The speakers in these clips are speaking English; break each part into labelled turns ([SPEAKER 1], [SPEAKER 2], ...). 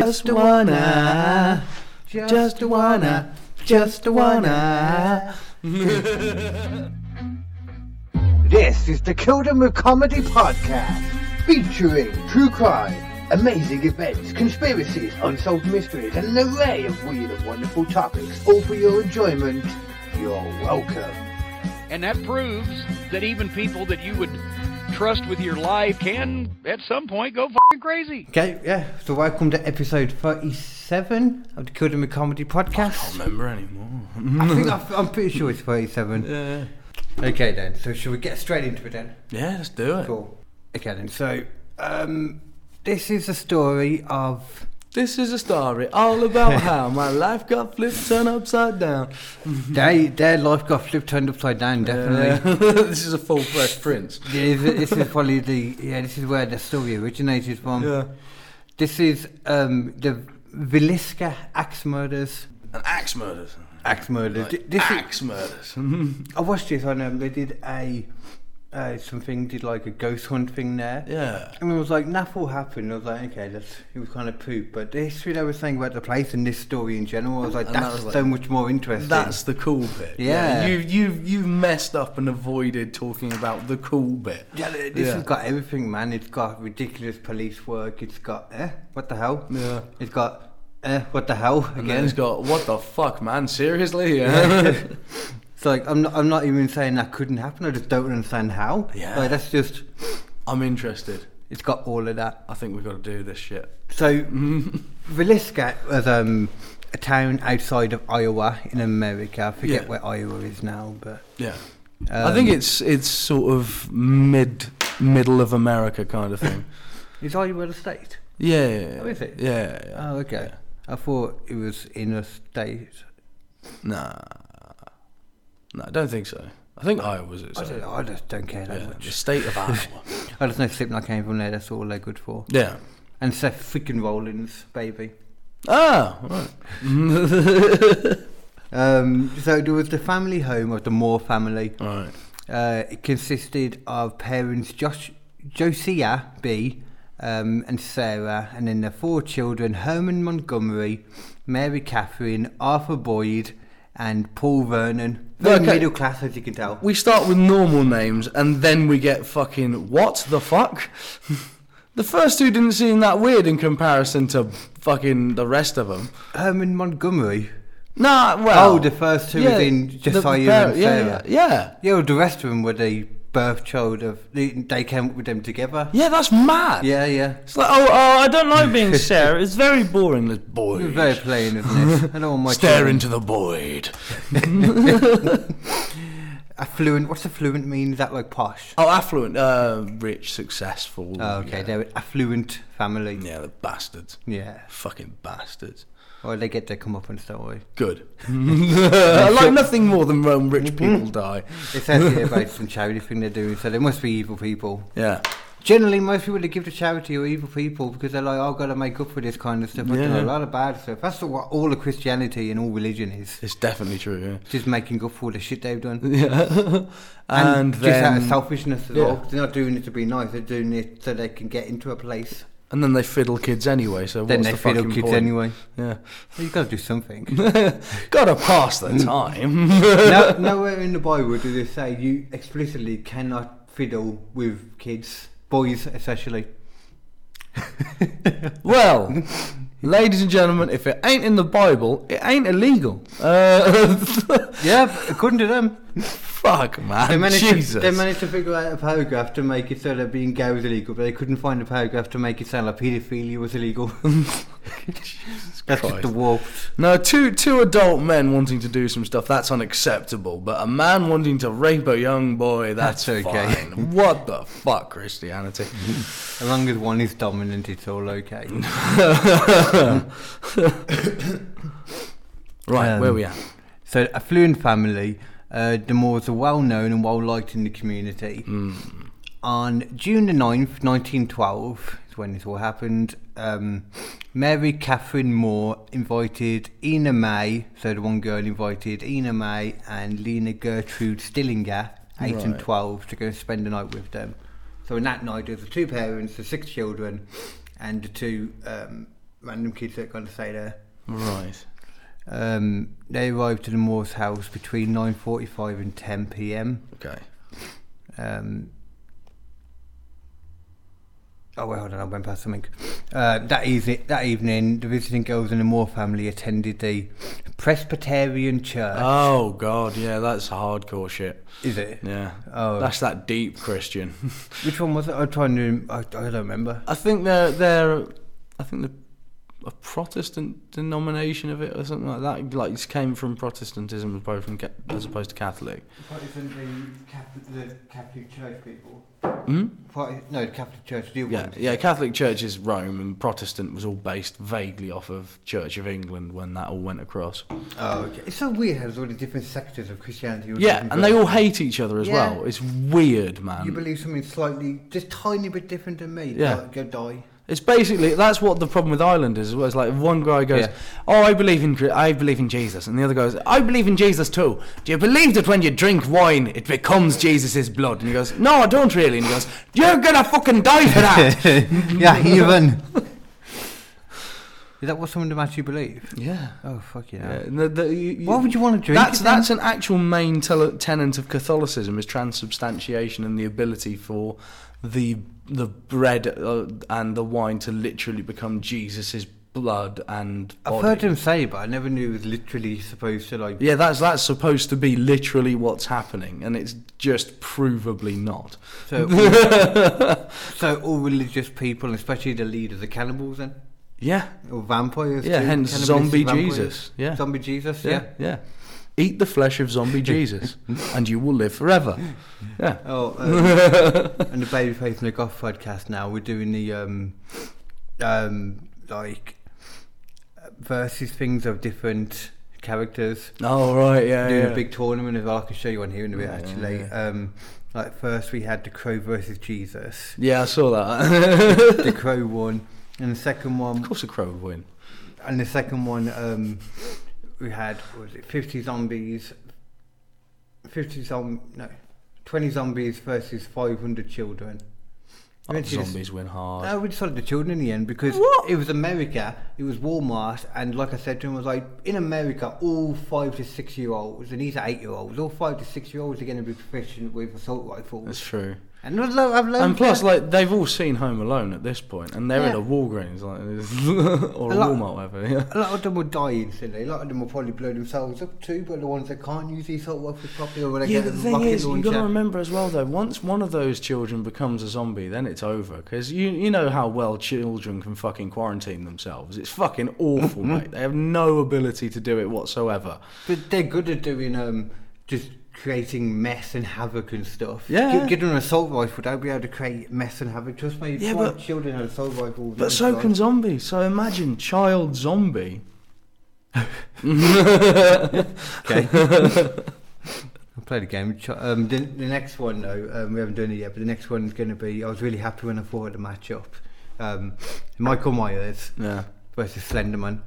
[SPEAKER 1] Just wanna, just wanna, just wanna.
[SPEAKER 2] This is the Kildamu Comedy Podcast, featuring true crime, amazing events, conspiracies, unsolved mysteries, and an array of weird and wonderful topics, all for your enjoyment. You're welcome.
[SPEAKER 3] And that proves that even people that you would trust with your life can, at some point, go fucking crazy.
[SPEAKER 1] Okay, yeah. So welcome to episode thirty-seven of the Kildam Comedy Podcast.
[SPEAKER 4] remember anymore.
[SPEAKER 2] Oh,
[SPEAKER 1] I think I, I'm pretty sure it's thirty-seven.
[SPEAKER 4] Yeah.
[SPEAKER 1] Okay then. So should we get straight into it then?
[SPEAKER 4] Yeah, let's do it.
[SPEAKER 1] Cool. Okay then. So um, this is a story of
[SPEAKER 4] This is a story all about how my life got flipped turned upside down.
[SPEAKER 2] Mm-hmm.
[SPEAKER 1] they their life got flipped turned upside down. Definitely.
[SPEAKER 4] this is a full fresh prince.
[SPEAKER 1] Yeah, this, this is probably the yeah. This is where the story originated from. This is um, the Villisca axe murders.
[SPEAKER 4] An axe murders.
[SPEAKER 1] Axe murders. Th-
[SPEAKER 4] Like,
[SPEAKER 1] this is-
[SPEAKER 4] axe murders.
[SPEAKER 1] I watched this on. Um, they did a uh, something. Did like a ghost hunt thing there.
[SPEAKER 4] Yeah.
[SPEAKER 1] And it was like nothing happened. I was like, okay, that's it was kind of poop. But the history they were saying about the place and this story in general, I was like,
[SPEAKER 4] And that
[SPEAKER 1] that's
[SPEAKER 4] was
[SPEAKER 1] so
[SPEAKER 4] like-
[SPEAKER 1] much more interesting.
[SPEAKER 4] That's the cool bit.
[SPEAKER 1] Yeah.
[SPEAKER 4] You you you messed up and avoided talking about the cool bit.
[SPEAKER 1] yeah, th- this
[SPEAKER 4] Yeah.
[SPEAKER 1] has got everything, man. It's got ridiculous police work. It's got eh, what the hell?
[SPEAKER 4] Yeah.
[SPEAKER 1] It's got eh, what the hell
[SPEAKER 4] And then
[SPEAKER 1] again?
[SPEAKER 4] it's got what the fuck, man? Seriously? Yeah.
[SPEAKER 1] It's like I'm not, I'm not even saying that couldn't happen. I just don't understand how.
[SPEAKER 4] Yeah.
[SPEAKER 1] Like that's just
[SPEAKER 4] I'm interested.
[SPEAKER 1] it's got all of that.
[SPEAKER 4] I think we've got to do this shit.
[SPEAKER 1] So
[SPEAKER 4] Mm-hmm.
[SPEAKER 1] Villisca was um, a town outside of Iowa in America. I forget
[SPEAKER 4] Yeah.
[SPEAKER 1] where Iowa is now, but um,
[SPEAKER 4] Yeah. I think it's it's sort of mid middle of America kind of thing.
[SPEAKER 1] is Iowa a state?
[SPEAKER 4] Yeah. yeah, yeah.
[SPEAKER 1] Oh, is it?
[SPEAKER 4] Yeah. yeah.
[SPEAKER 1] Oh, okay. I thought it was in a state.
[SPEAKER 4] Nah. No, I don't think so. I think Iowa's it.
[SPEAKER 1] I
[SPEAKER 4] so.
[SPEAKER 1] don't know. I just don't care that
[SPEAKER 4] Yeah, the
[SPEAKER 1] much.
[SPEAKER 4] state of Iowa.
[SPEAKER 1] I just know Slipknot came from there. That's all they're good for.
[SPEAKER 4] yeah.
[SPEAKER 1] And Seth freaking Rollins, baby.
[SPEAKER 4] Ah, right.
[SPEAKER 1] Um, so there was the family home of the Moore family.
[SPEAKER 4] Right.
[SPEAKER 1] Uh, it consisted of parents Josh, Josiah B. Um, and Sarah, and then their four children Herman Montgomery, Mary Catherine, Arthur Boyd, and Paul Vernon. Very
[SPEAKER 4] Okay.
[SPEAKER 1] middle class, as you can tell.
[SPEAKER 4] We start with normal names and then we get fucking what the fuck? the first two didn't seem that weird in comparison to fucking the rest of them.
[SPEAKER 1] Herman Montgomery.
[SPEAKER 4] Nah, well.
[SPEAKER 1] Oh, the first two was in
[SPEAKER 4] the-
[SPEAKER 1] Josiah and
[SPEAKER 4] yeah,
[SPEAKER 1] Sarah.
[SPEAKER 4] Yeah, yeah.
[SPEAKER 1] Yeah, well, the rest of them were the birth child of. They, they came up with them together.
[SPEAKER 4] Yeah, that's mad.
[SPEAKER 1] Yeah, yeah.
[SPEAKER 4] It's like, oh, oh, I don't like being Sarah. It's very boring. This boy.
[SPEAKER 1] Very plain, isn't it? I don't want my
[SPEAKER 4] Stare
[SPEAKER 1] children-
[SPEAKER 4] into the void.
[SPEAKER 1] Affluent. What's affluent mean? Is that like posh?
[SPEAKER 4] Oh, affluent, uh, rich, successful.
[SPEAKER 1] Oh, okay,
[SPEAKER 4] Yeah,
[SPEAKER 1] they're an affluent family.
[SPEAKER 4] yeah the bastards.
[SPEAKER 1] Yeah.
[SPEAKER 4] Fucking bastards.
[SPEAKER 1] Or they get their comeuppance, don't worry.
[SPEAKER 4] Good. I like nothing more than when rich people die.
[SPEAKER 1] It says here about some charity thing they're doing, so they must be evil people.
[SPEAKER 4] Yeah.
[SPEAKER 1] Generally, most people that give to charity are evil people because they're like, oh, I've got to make up for this kind of stuff. I've done
[SPEAKER 4] Yeah.
[SPEAKER 1] a lot of bad stuff. That's what all of Christianity and all religion is.
[SPEAKER 4] It's definitely true,
[SPEAKER 1] Just making up for all the shit they've done.
[SPEAKER 4] yeah. yeah. and
[SPEAKER 1] just out of
[SPEAKER 4] then,
[SPEAKER 1] selfishness as
[SPEAKER 4] Yeah.
[SPEAKER 1] well. They're not doing it to be nice, they're doing it so they can get into a place.
[SPEAKER 4] and then they fiddle kids anyway, so
[SPEAKER 1] then
[SPEAKER 4] what's
[SPEAKER 1] they
[SPEAKER 4] the
[SPEAKER 1] fiddle
[SPEAKER 4] fucking
[SPEAKER 1] kids
[SPEAKER 4] point?
[SPEAKER 1] anyway.
[SPEAKER 4] Yeah.
[SPEAKER 1] You've got to do something.
[SPEAKER 4] Gotta pass the time.
[SPEAKER 1] no, nowhere in the Bible do they say you explicitly cannot fiddle with kids, boys especially.
[SPEAKER 4] Well, ladies and gentlemen, if it ain't in the Bible, it ain't illegal. Uh,
[SPEAKER 1] Yeah, but according to them,
[SPEAKER 4] fuck, man.
[SPEAKER 1] they managed,
[SPEAKER 4] Jesus.
[SPEAKER 1] to, they managed to figure out a paragraph to make it so that being gay was illegal, but they couldn't find a paragraph to make it sound like paedophilia was illegal. That's just
[SPEAKER 4] Christ.
[SPEAKER 1] the warped.
[SPEAKER 4] no, two two adult men wanting to do some stuff that's unacceptable, but a man wanting to rape a young boy that's,
[SPEAKER 1] That's okay.
[SPEAKER 4] fine. What the fuck, Christianity?
[SPEAKER 1] As long as one is dominant, it's all okay.
[SPEAKER 4] right,
[SPEAKER 1] Um,
[SPEAKER 4] where we at?
[SPEAKER 1] so, affluent family, uh, the Moors are well known and well liked in the community.
[SPEAKER 4] Hmm.
[SPEAKER 1] On June the 9th, 1912, is when this all happened, um, Mary Catherine Moore invited Ina May, so the one girl invited Ina May and Lena Gertrude Stillinger, 8 and
[SPEAKER 4] Right.
[SPEAKER 1] 12, to go and spend the night with them. So on that night, there was the two parents, the six children, and the two um, random kids that got to stay there.
[SPEAKER 4] Right.
[SPEAKER 1] Um, they arrived to the Moore's house between 9.45 and 10 p.m.
[SPEAKER 4] Okay.
[SPEAKER 1] Um, oh, wait, hold on, I went past something. Uh, that, easy, that evening, the visiting girls in the Moore family attended the Presbyterian Church.
[SPEAKER 4] Oh God, yeah, that's hardcore shit.
[SPEAKER 1] Is it?
[SPEAKER 4] Yeah.
[SPEAKER 1] Oh.
[SPEAKER 4] That's that deep Christian.
[SPEAKER 1] Which one was it? I'm trying to. I, I don't remember.
[SPEAKER 4] I think they're they're I think the a Protestant denomination of it or something like that. Like it came from Protestantism as opposed from ca- as opposed to Catholic.
[SPEAKER 1] Protestant, the Catholic, the Catholic Church people.
[SPEAKER 4] Hmm?
[SPEAKER 1] no, the Catholic Church do
[SPEAKER 4] Yeah, yeah. Catholic Church is Rome, and Protestant was all based vaguely off of Church of England when that all went across.
[SPEAKER 1] Oh, okay. It's so weird how there's all the different sectors of Christianity. all
[SPEAKER 4] Yeah,
[SPEAKER 1] different
[SPEAKER 4] and they
[SPEAKER 1] groups.
[SPEAKER 4] all hate each other as
[SPEAKER 1] Yeah.
[SPEAKER 4] well. It's weird, man.
[SPEAKER 1] You believe something slightly, just tiny bit different than me.
[SPEAKER 4] Yeah.
[SPEAKER 1] like, go die.
[SPEAKER 4] It's basically that's what the problem with Ireland is. as well. It's like one guy goes,
[SPEAKER 1] Yeah.
[SPEAKER 4] "Oh, I believe in Gr- I believe in Jesus," and the other goes, "I believe in Jesus too." Do you believe that when you drink wine, it becomes Jesus' blood? And he goes, "No, I don't really." And he goes, "You're gonna fucking die for that."
[SPEAKER 1] Ah. yeah, even. Is that what some of them actually believe?
[SPEAKER 4] yeah.
[SPEAKER 1] Oh fuck
[SPEAKER 4] Yeah,
[SPEAKER 1] yeah.
[SPEAKER 4] and the- the- you- you-
[SPEAKER 1] Why would you want to drink?
[SPEAKER 4] That's
[SPEAKER 1] it then?
[SPEAKER 4] that's an actual main tele- tenet of Catholicism is transubstantiation and the ability for the the bread uh, and the wine to literally become Jesus' blood and body.
[SPEAKER 1] I've heard them say, but I never knew it was literally supposed to like.
[SPEAKER 4] Yeah, that's that's supposed to be literally what's happening, and it's just provably not.
[SPEAKER 1] So, all- so all religious people, especially the leaders, are cannibals then,
[SPEAKER 4] Yeah,
[SPEAKER 1] or vampires.
[SPEAKER 4] Yeah,
[SPEAKER 1] too?
[SPEAKER 4] hence
[SPEAKER 1] Cannibalistic
[SPEAKER 4] zombie
[SPEAKER 1] vampires?
[SPEAKER 4] Jesus, yeah.
[SPEAKER 1] zombie Jesus. Yeah.
[SPEAKER 4] yeah, yeah. Eat the flesh of zombie Jesus, and you will live forever. Yeah.
[SPEAKER 1] Oh, um, and the Babyface and the Goth podcast. Now we're doing the um, um, like uh, versus things of different characters.
[SPEAKER 4] Oh right, yeah,
[SPEAKER 1] doing
[SPEAKER 4] yeah.
[SPEAKER 1] a big tournament as well. I can show you one here in a bit
[SPEAKER 4] Yeah, yeah,
[SPEAKER 1] actually. Um, like first we had the Crow versus Jesus.
[SPEAKER 4] Yeah, I saw that.
[SPEAKER 1] The Crow won, and the second one,
[SPEAKER 4] of course, a crow would win.
[SPEAKER 1] and the second one, um, we had what was it fifty zombies, fifty zom no, twenty zombies versus five hundred children.
[SPEAKER 4] Oh,
[SPEAKER 1] Eventually this-
[SPEAKER 4] zombies win hard.
[SPEAKER 1] No, we decided the children in the end because
[SPEAKER 4] What?
[SPEAKER 1] it was America, it was Walmart, and like I said to him, I was like, in America, all five to six year olds, and these are eight year olds, all five to six year olds are going to be proficient with assault rifles.
[SPEAKER 4] That's true.
[SPEAKER 1] And I've lo- I've learned
[SPEAKER 4] And plus,
[SPEAKER 1] that.
[SPEAKER 4] like they've all seen Home Alone at this point, and they're at
[SPEAKER 1] Um, Yeah.
[SPEAKER 4] a Walgreens, like or a
[SPEAKER 1] A lot-
[SPEAKER 4] Walmart, whatever. Yeah.
[SPEAKER 1] a lot of them will die instantly. A lot of them will probably blow themselves up too, but the ones that can't use these assault rifles properly or when they
[SPEAKER 4] Yeah,
[SPEAKER 1] get
[SPEAKER 4] the
[SPEAKER 1] a
[SPEAKER 4] thing
[SPEAKER 1] rocket
[SPEAKER 4] is, you've
[SPEAKER 1] launcher.
[SPEAKER 4] got to remember as well, though. Once one of those children becomes a zombie, then it's over. Because you you know how well children can fucking quarantine themselves. It's fucking awful, mate. They have no ability to do it whatsoever.
[SPEAKER 1] But they're good at doing um, just creating mess and havoc and stuff.
[SPEAKER 4] Yeah.
[SPEAKER 1] Give, give them an assault rifle, they'll be able to create mess and havoc. Trust me,
[SPEAKER 4] Yeah,
[SPEAKER 1] my
[SPEAKER 4] but-
[SPEAKER 1] children had assault rifles.
[SPEAKER 4] But so can zombies. So imagine child zombie.
[SPEAKER 1] Okay. I played a game. Ch- Um, the, the next one, though, um, we haven't done it yet, but the next one's going to be. I was really happy when I thought the match up. Um, Michael Myers
[SPEAKER 4] Yeah.
[SPEAKER 1] versus Slenderman.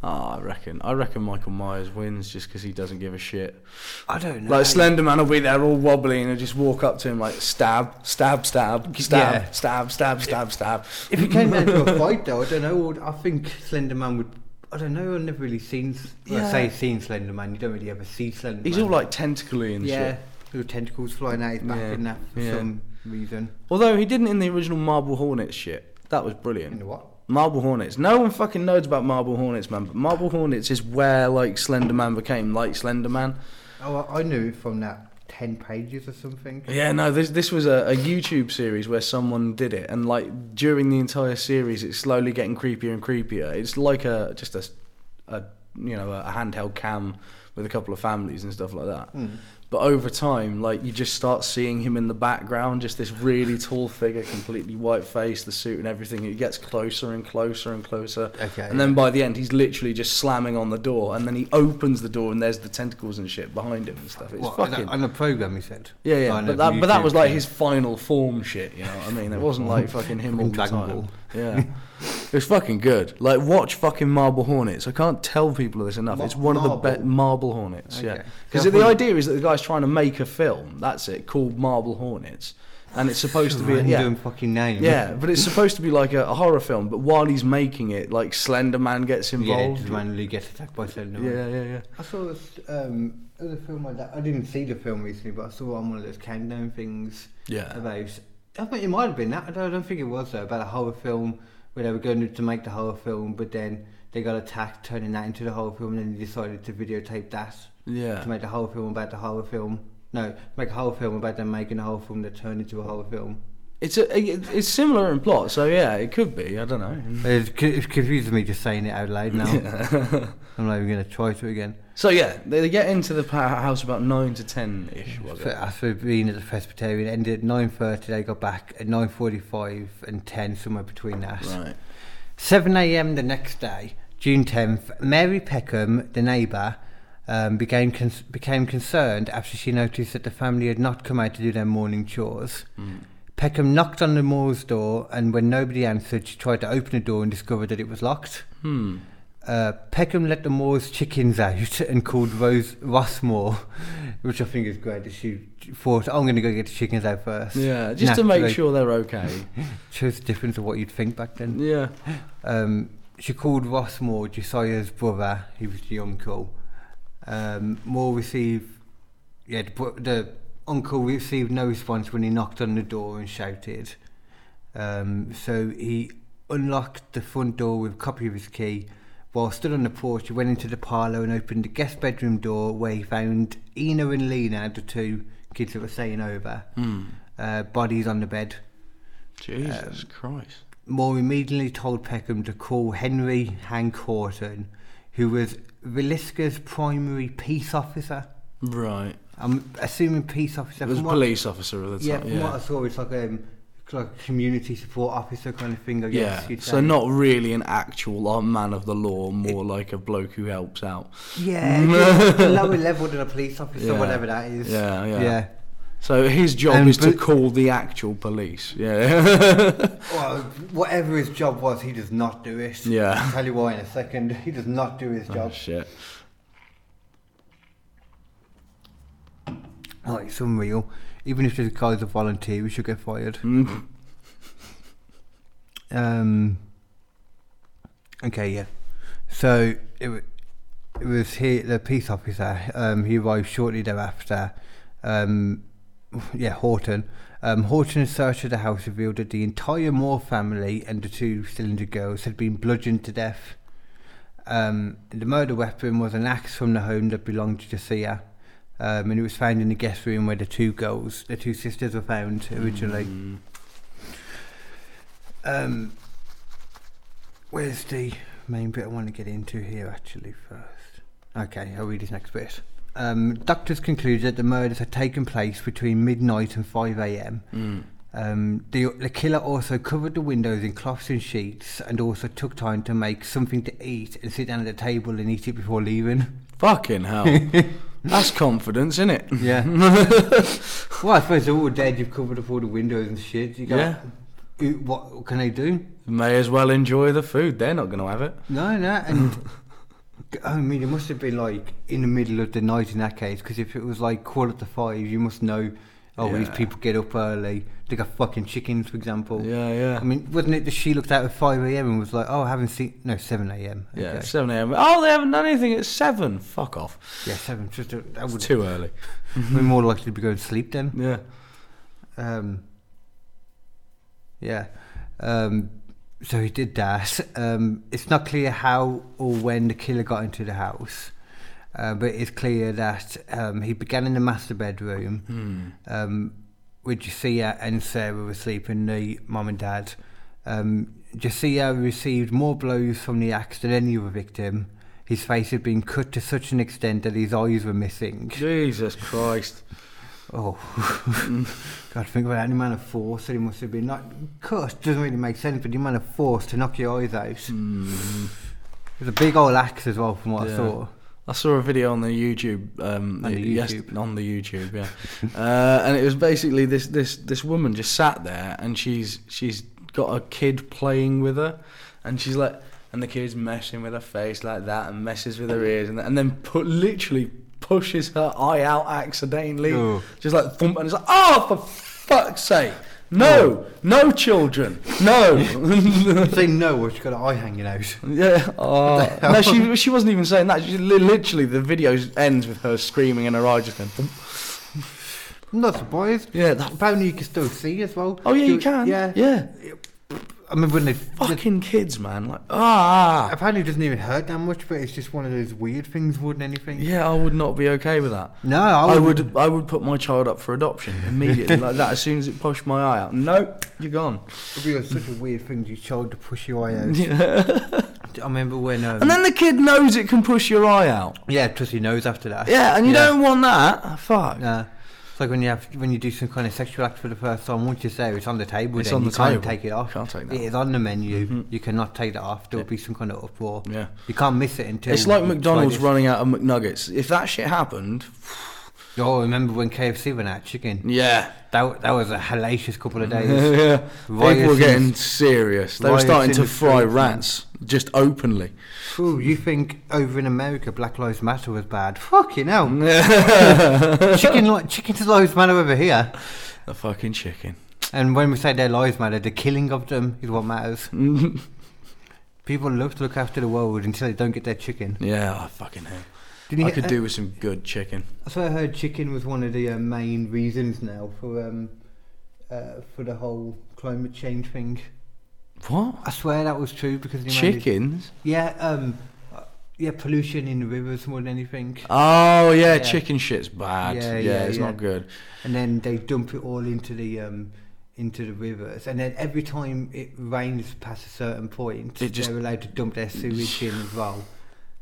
[SPEAKER 4] Ah, I reckon. I reckon Michael Myers wins just because he doesn't give a shit.
[SPEAKER 1] I don't know.
[SPEAKER 4] Like Slender Man will be there all wobbly and he'll just walk up to him like stab, stab, stab, stab,
[SPEAKER 1] Yeah.
[SPEAKER 4] stab, stab, stab, stab.
[SPEAKER 1] if it came down to a fight, though, I don't know. I think Slenderman would. I don't know. I've never really seen. s- Well,
[SPEAKER 4] Yeah.
[SPEAKER 1] I say seen Slenderman. You don't really ever see Slenderman.
[SPEAKER 4] He's all like tentacly and
[SPEAKER 1] yeah,
[SPEAKER 4] shit.
[SPEAKER 1] little tentacles flying out his back
[SPEAKER 4] Yeah,
[SPEAKER 1] and that for
[SPEAKER 4] yeah.
[SPEAKER 1] some reason.
[SPEAKER 4] Although he didn't in the original Marble Hornets shit. That was
[SPEAKER 1] You know
[SPEAKER 4] brilliant.
[SPEAKER 1] what?
[SPEAKER 4] Marble Hornets. No one fucking knows about Marble Hornets, man. But Marble Hornets is where like Slender Man became like Slender Man.
[SPEAKER 1] Oh, I, I knew it from that ten pages or something.
[SPEAKER 4] Yeah, no, this this was a, a YouTube series where someone did it, and like during the entire series, it's slowly getting creepier and creepier. It's like a just a, s- a, you know a handheld cam with a couple of families and stuff like that.
[SPEAKER 1] Hmm.
[SPEAKER 4] But over time, like you just start seeing him in the background, just this really tall figure, completely white face, the suit and everything. It gets closer and closer and closer.
[SPEAKER 1] Okay,
[SPEAKER 4] And then by the end, he's literally just slamming on the door, and then he opens the door, and there's the tentacles and shit behind him and stuff. It's
[SPEAKER 1] What,
[SPEAKER 4] fucking.
[SPEAKER 1] on a program, he said.
[SPEAKER 4] Yeah, yeah,
[SPEAKER 1] On a
[SPEAKER 4] but that, but that
[SPEAKER 1] YouTube
[SPEAKER 4] was like
[SPEAKER 1] thing.
[SPEAKER 4] his final form shit. You know what I mean? It wasn't like fucking him all the
[SPEAKER 1] Dragon
[SPEAKER 4] time.
[SPEAKER 1] Ball.
[SPEAKER 4] Yeah, it was fucking good. Like watch fucking Marble Hornets. I can't tell people this enough.
[SPEAKER 1] Ma-
[SPEAKER 4] it's one of the best
[SPEAKER 1] Marble?
[SPEAKER 4] Marble Hornets. Yeah,
[SPEAKER 1] Okay.
[SPEAKER 4] because
[SPEAKER 1] Yeah,
[SPEAKER 4] the
[SPEAKER 1] I thought-
[SPEAKER 4] idea is that the guy's trying to make a film. That's it, called Marble Hornets. and it's supposed to be
[SPEAKER 1] Random
[SPEAKER 4] yeah.
[SPEAKER 1] fucking name.
[SPEAKER 4] Yeah, but it's supposed to be like a, a horror film. But while he's making it, like Slender Man gets
[SPEAKER 1] Yeah,
[SPEAKER 4] involved.
[SPEAKER 1] just randomly gets attacked by Slender Man.
[SPEAKER 4] yeah, yeah, yeah.
[SPEAKER 1] I saw this um, other film like that. I didn't see the film recently, but I saw it on one of those countdown things.
[SPEAKER 4] Yeah.
[SPEAKER 1] About, I think it might have been that. I don't, I don't think it was though. About a horror film where they were going to make the horror film, but then they got attacked, turning that into the horror film, and then they decided to videotape that
[SPEAKER 4] Yeah.
[SPEAKER 1] to make the horror film about the horror film. No, make a horror film about them making a horror film that turned into a horror film.
[SPEAKER 4] It's a, it- it's similar in plot, so yeah, it could be. I don't know.
[SPEAKER 1] It's, co- it's confusing me just saying it out loud now.
[SPEAKER 4] Mm. Yeah.
[SPEAKER 1] I'm not even going to try to again.
[SPEAKER 4] so yeah, they they get into the powerhouse about nine to ten ish, was
[SPEAKER 1] So
[SPEAKER 4] it?
[SPEAKER 1] after uh, being at the Presbyterian, ended at nine thirty. They got back at nine forty-five and ten, somewhere between that.
[SPEAKER 4] Right.
[SPEAKER 1] Seven a.m. the next day, June tenth. Mary Peckham, the neighbour, um, became cons- became concerned after she noticed that the family had not come out to do their morning chores. Peckham knocked on the Moore's door, and when nobody answered, she tried to open the door and discovered that it was locked.
[SPEAKER 4] Hmm.
[SPEAKER 1] Uh, Peckham let the Moore's chickens out and called Rose Ross Moore, which I think is great. That she thought, "I'm going to go get the chickens out first.
[SPEAKER 4] Yeah, just to
[SPEAKER 1] Naturally.
[SPEAKER 4] make sure they're okay.
[SPEAKER 1] shows the difference of what you'd think back then.
[SPEAKER 4] Yeah.
[SPEAKER 1] Um, she called Ross Moore, Josiah's brother. He was the uncle. Um, Moore received, yeah, the, bro- the uncle received no response when he knocked on the door and shouted. Um, so he unlocked the front door with a copy of his key. While stood on the porch, he went into the parlour and opened the guest bedroom door where he found Ina and Lena, the two kids that were staying over, uh, bodies on the bed.
[SPEAKER 4] Jesus
[SPEAKER 1] Um,
[SPEAKER 4] Christ.
[SPEAKER 1] Moore immediately told Peckham to call Henry Hank Horton, who was Villisca's primary peace officer.
[SPEAKER 4] Right.
[SPEAKER 1] I'm assuming peace officer.
[SPEAKER 4] It was a
[SPEAKER 1] from what-
[SPEAKER 4] police officer at the
[SPEAKER 1] Yeah,
[SPEAKER 4] time.
[SPEAKER 1] from what I saw, it's like um, it's like a community support officer kind of thing. I guess.
[SPEAKER 4] Yeah,
[SPEAKER 1] you'd
[SPEAKER 4] so
[SPEAKER 1] say.
[SPEAKER 4] not really an actual uh, man of the law, more like a bloke who helps out.
[SPEAKER 1] Yeah, just a lower level than a police officer,
[SPEAKER 4] Yeah.
[SPEAKER 1] whatever that is.
[SPEAKER 4] Yeah, yeah.
[SPEAKER 1] yeah.
[SPEAKER 4] So his job
[SPEAKER 1] Um,
[SPEAKER 4] is to
[SPEAKER 1] but-
[SPEAKER 4] call the actual police. Yeah.
[SPEAKER 1] Well, whatever his job was, he does not do it.
[SPEAKER 4] Yeah.
[SPEAKER 1] I'll tell you why in a second. He does not do his
[SPEAKER 4] oh,
[SPEAKER 1] job.
[SPEAKER 4] shit.
[SPEAKER 1] Oh, it's unreal. Even if this guy's a volunteer, we should get fired.
[SPEAKER 4] Mm.
[SPEAKER 1] Um. Okay, yeah. So it, wa- it was here the peace officer. Um, he arrived shortly thereafter. Um, yeah, Horton. Um, Horton's search of the house revealed that the entire Moore family and the two cylinder girls had been bludgeoned to death. Um, the murder weapon was an axe from the home that belonged to Josiah, um, and it was found in the guest room where the two girls, the two sisters, were found originally. Um, where's the main bit I want to get into here actually first? Okay, I'll read this next bit. Um, doctors concluded that the murders had taken place between midnight and 5 a.m.
[SPEAKER 4] Hmm.
[SPEAKER 1] Um, the, the killer also covered the windows in cloths and sheets and also took time to make something to eat and sit down at the table and eat it before leaving.
[SPEAKER 4] Fucking hell. That's confidence, isn't it?
[SPEAKER 1] Yeah. well, I suppose they're all dead. You've covered up all the windows and shit. You got,
[SPEAKER 4] Yeah.
[SPEAKER 1] Who- What can they do?
[SPEAKER 4] May as well enjoy the food. They're not going to have it.
[SPEAKER 1] No, no, and I mean, it must have been like in the middle of the night in that case, because if it was like quarter to five, you must know. Oh, these
[SPEAKER 4] Yeah.
[SPEAKER 1] people get up early. They got fucking chickens, for example.
[SPEAKER 4] Yeah, yeah.
[SPEAKER 1] I mean, wasn't it that she looked out at five a.m. and was like, "Oh, I haven't seen no seven a.m."
[SPEAKER 4] yeah,
[SPEAKER 1] Okay.
[SPEAKER 4] 7 a.m. Oh, they haven't done anything at 7. Fuck off.
[SPEAKER 1] yeah, seven. Just a, that would
[SPEAKER 4] It's too early.
[SPEAKER 1] we're more likely to be going to sleep then.
[SPEAKER 4] Yeah.
[SPEAKER 1] Um, yeah. Um, so he did that. Um, it's not clear how or when the killer got into the house, uh, but it's clear that um, he began in the master bedroom, um, where Josiah uh, and Sarah were sleeping, the mum and dad. Um, Josiah received more blows from the axe than any other victim. His face had been cut to such an extent that his eyes were missing.
[SPEAKER 4] Jesus Christ.
[SPEAKER 1] Oh, God, think about that, the amount of force that he must have been. Like, cut doesn't really make sense, but the amount of force to knock your eyes out. It was a big old axe as well, from what I
[SPEAKER 4] Mm. Yeah.
[SPEAKER 1] saw.
[SPEAKER 4] I saw a video on the YouTube um,
[SPEAKER 1] On the
[SPEAKER 4] yes-
[SPEAKER 1] YouTube.
[SPEAKER 4] on the YouTube, yeah, uh, and it was basically this this this woman just sat there and she's she's got a kid playing with her, and she's like, and the kid's messing with her face like that and messes with her ears and, and then put literally pushes her eye out accidentally,
[SPEAKER 1] Oh.
[SPEAKER 4] just like thump, and it's like, oh for fuck's sake. No, no children. No.
[SPEAKER 1] Say no, or she's got her eye hanging out.
[SPEAKER 4] Yeah. Oh. No, she she wasn't even saying that. She li- literally the video ends with her screaming and her eye just going. thump.
[SPEAKER 1] I'm not surprised.
[SPEAKER 4] Yeah, that-
[SPEAKER 1] apparently you can still see as well.
[SPEAKER 4] Oh yeah,
[SPEAKER 1] Do-
[SPEAKER 4] you can.
[SPEAKER 1] Yeah,
[SPEAKER 4] Yeah.
[SPEAKER 1] I remember when they
[SPEAKER 4] Fucking kids, man. Like ah.
[SPEAKER 1] Apparently, it doesn't even hurt that much, but it's just one of those weird things more than anything.
[SPEAKER 4] Yeah, I would not be okay with that.
[SPEAKER 1] No, I,
[SPEAKER 4] I would I would put my child up for adoption immediately like that as soon as it pushed my eye out. Nope, you're gone.
[SPEAKER 1] It'd be such a weird thing to your child to push your eye out.
[SPEAKER 4] Yeah.
[SPEAKER 1] I remember when. Um,
[SPEAKER 4] and then the kid knows it can push your eye out.
[SPEAKER 1] yeah, Trusty knows after that.
[SPEAKER 4] Yeah, and you don't want that. Fuck.
[SPEAKER 1] Nah. It's like when you have when you do some kind of sexual act for the first time. Once you say it's on the table,
[SPEAKER 4] It's
[SPEAKER 1] then
[SPEAKER 4] on
[SPEAKER 1] you
[SPEAKER 4] the
[SPEAKER 1] can't
[SPEAKER 4] table.
[SPEAKER 1] take it off.
[SPEAKER 4] Can't take that
[SPEAKER 1] It is on the menu. You cannot take that off. There will be some kind of uproar.
[SPEAKER 4] Yeah.
[SPEAKER 1] You can't miss it until
[SPEAKER 4] It's like
[SPEAKER 1] you try
[SPEAKER 4] McDonald's
[SPEAKER 1] this.
[SPEAKER 4] running out of McNuggets. If that shit happened,
[SPEAKER 1] Oh, remember when KFC went out chicken?
[SPEAKER 4] yeah,
[SPEAKER 1] That that was a hellacious couple of days.
[SPEAKER 4] yeah. People were
[SPEAKER 1] Riots in
[SPEAKER 4] getting
[SPEAKER 1] the-
[SPEAKER 4] serious. They were
[SPEAKER 1] riots
[SPEAKER 4] starting
[SPEAKER 1] in
[SPEAKER 4] to
[SPEAKER 1] the
[SPEAKER 4] fry
[SPEAKER 1] streets and-
[SPEAKER 4] rats just openly.
[SPEAKER 1] Ooh, you think over in America Black Lives Matter was bad? Fucking hell.
[SPEAKER 4] the
[SPEAKER 1] Chicken li- chicken lives matter over here.
[SPEAKER 4] fucking chicken.
[SPEAKER 1] And when we say their lives matter, the killing of them is what matters. People love to look after the world until they don't get their chicken.
[SPEAKER 4] Yeah, I fucking hell.
[SPEAKER 1] Didn't
[SPEAKER 4] I
[SPEAKER 1] you-
[SPEAKER 4] could
[SPEAKER 1] uh,
[SPEAKER 4] do with some good chicken.
[SPEAKER 1] So I heard chicken was one of the uh, main reasons now for um, uh, for the whole climate change thing.
[SPEAKER 4] What?
[SPEAKER 1] I swear that was true because the amount of-
[SPEAKER 4] Chickens?
[SPEAKER 1] Yeah, um, uh, yeah, pollution in the rivers more than anything,
[SPEAKER 4] Oh yeah,
[SPEAKER 1] Yeah.
[SPEAKER 4] chicken shit's bad. Yeah,
[SPEAKER 1] Yeah, yeah,
[SPEAKER 4] it's
[SPEAKER 1] yeah.
[SPEAKER 4] not good.
[SPEAKER 1] and then they dump it all into the um, into the rivers, and then every time it rains past a certain point,
[SPEAKER 4] It just-
[SPEAKER 1] they're allowed to dump their sewage in as well.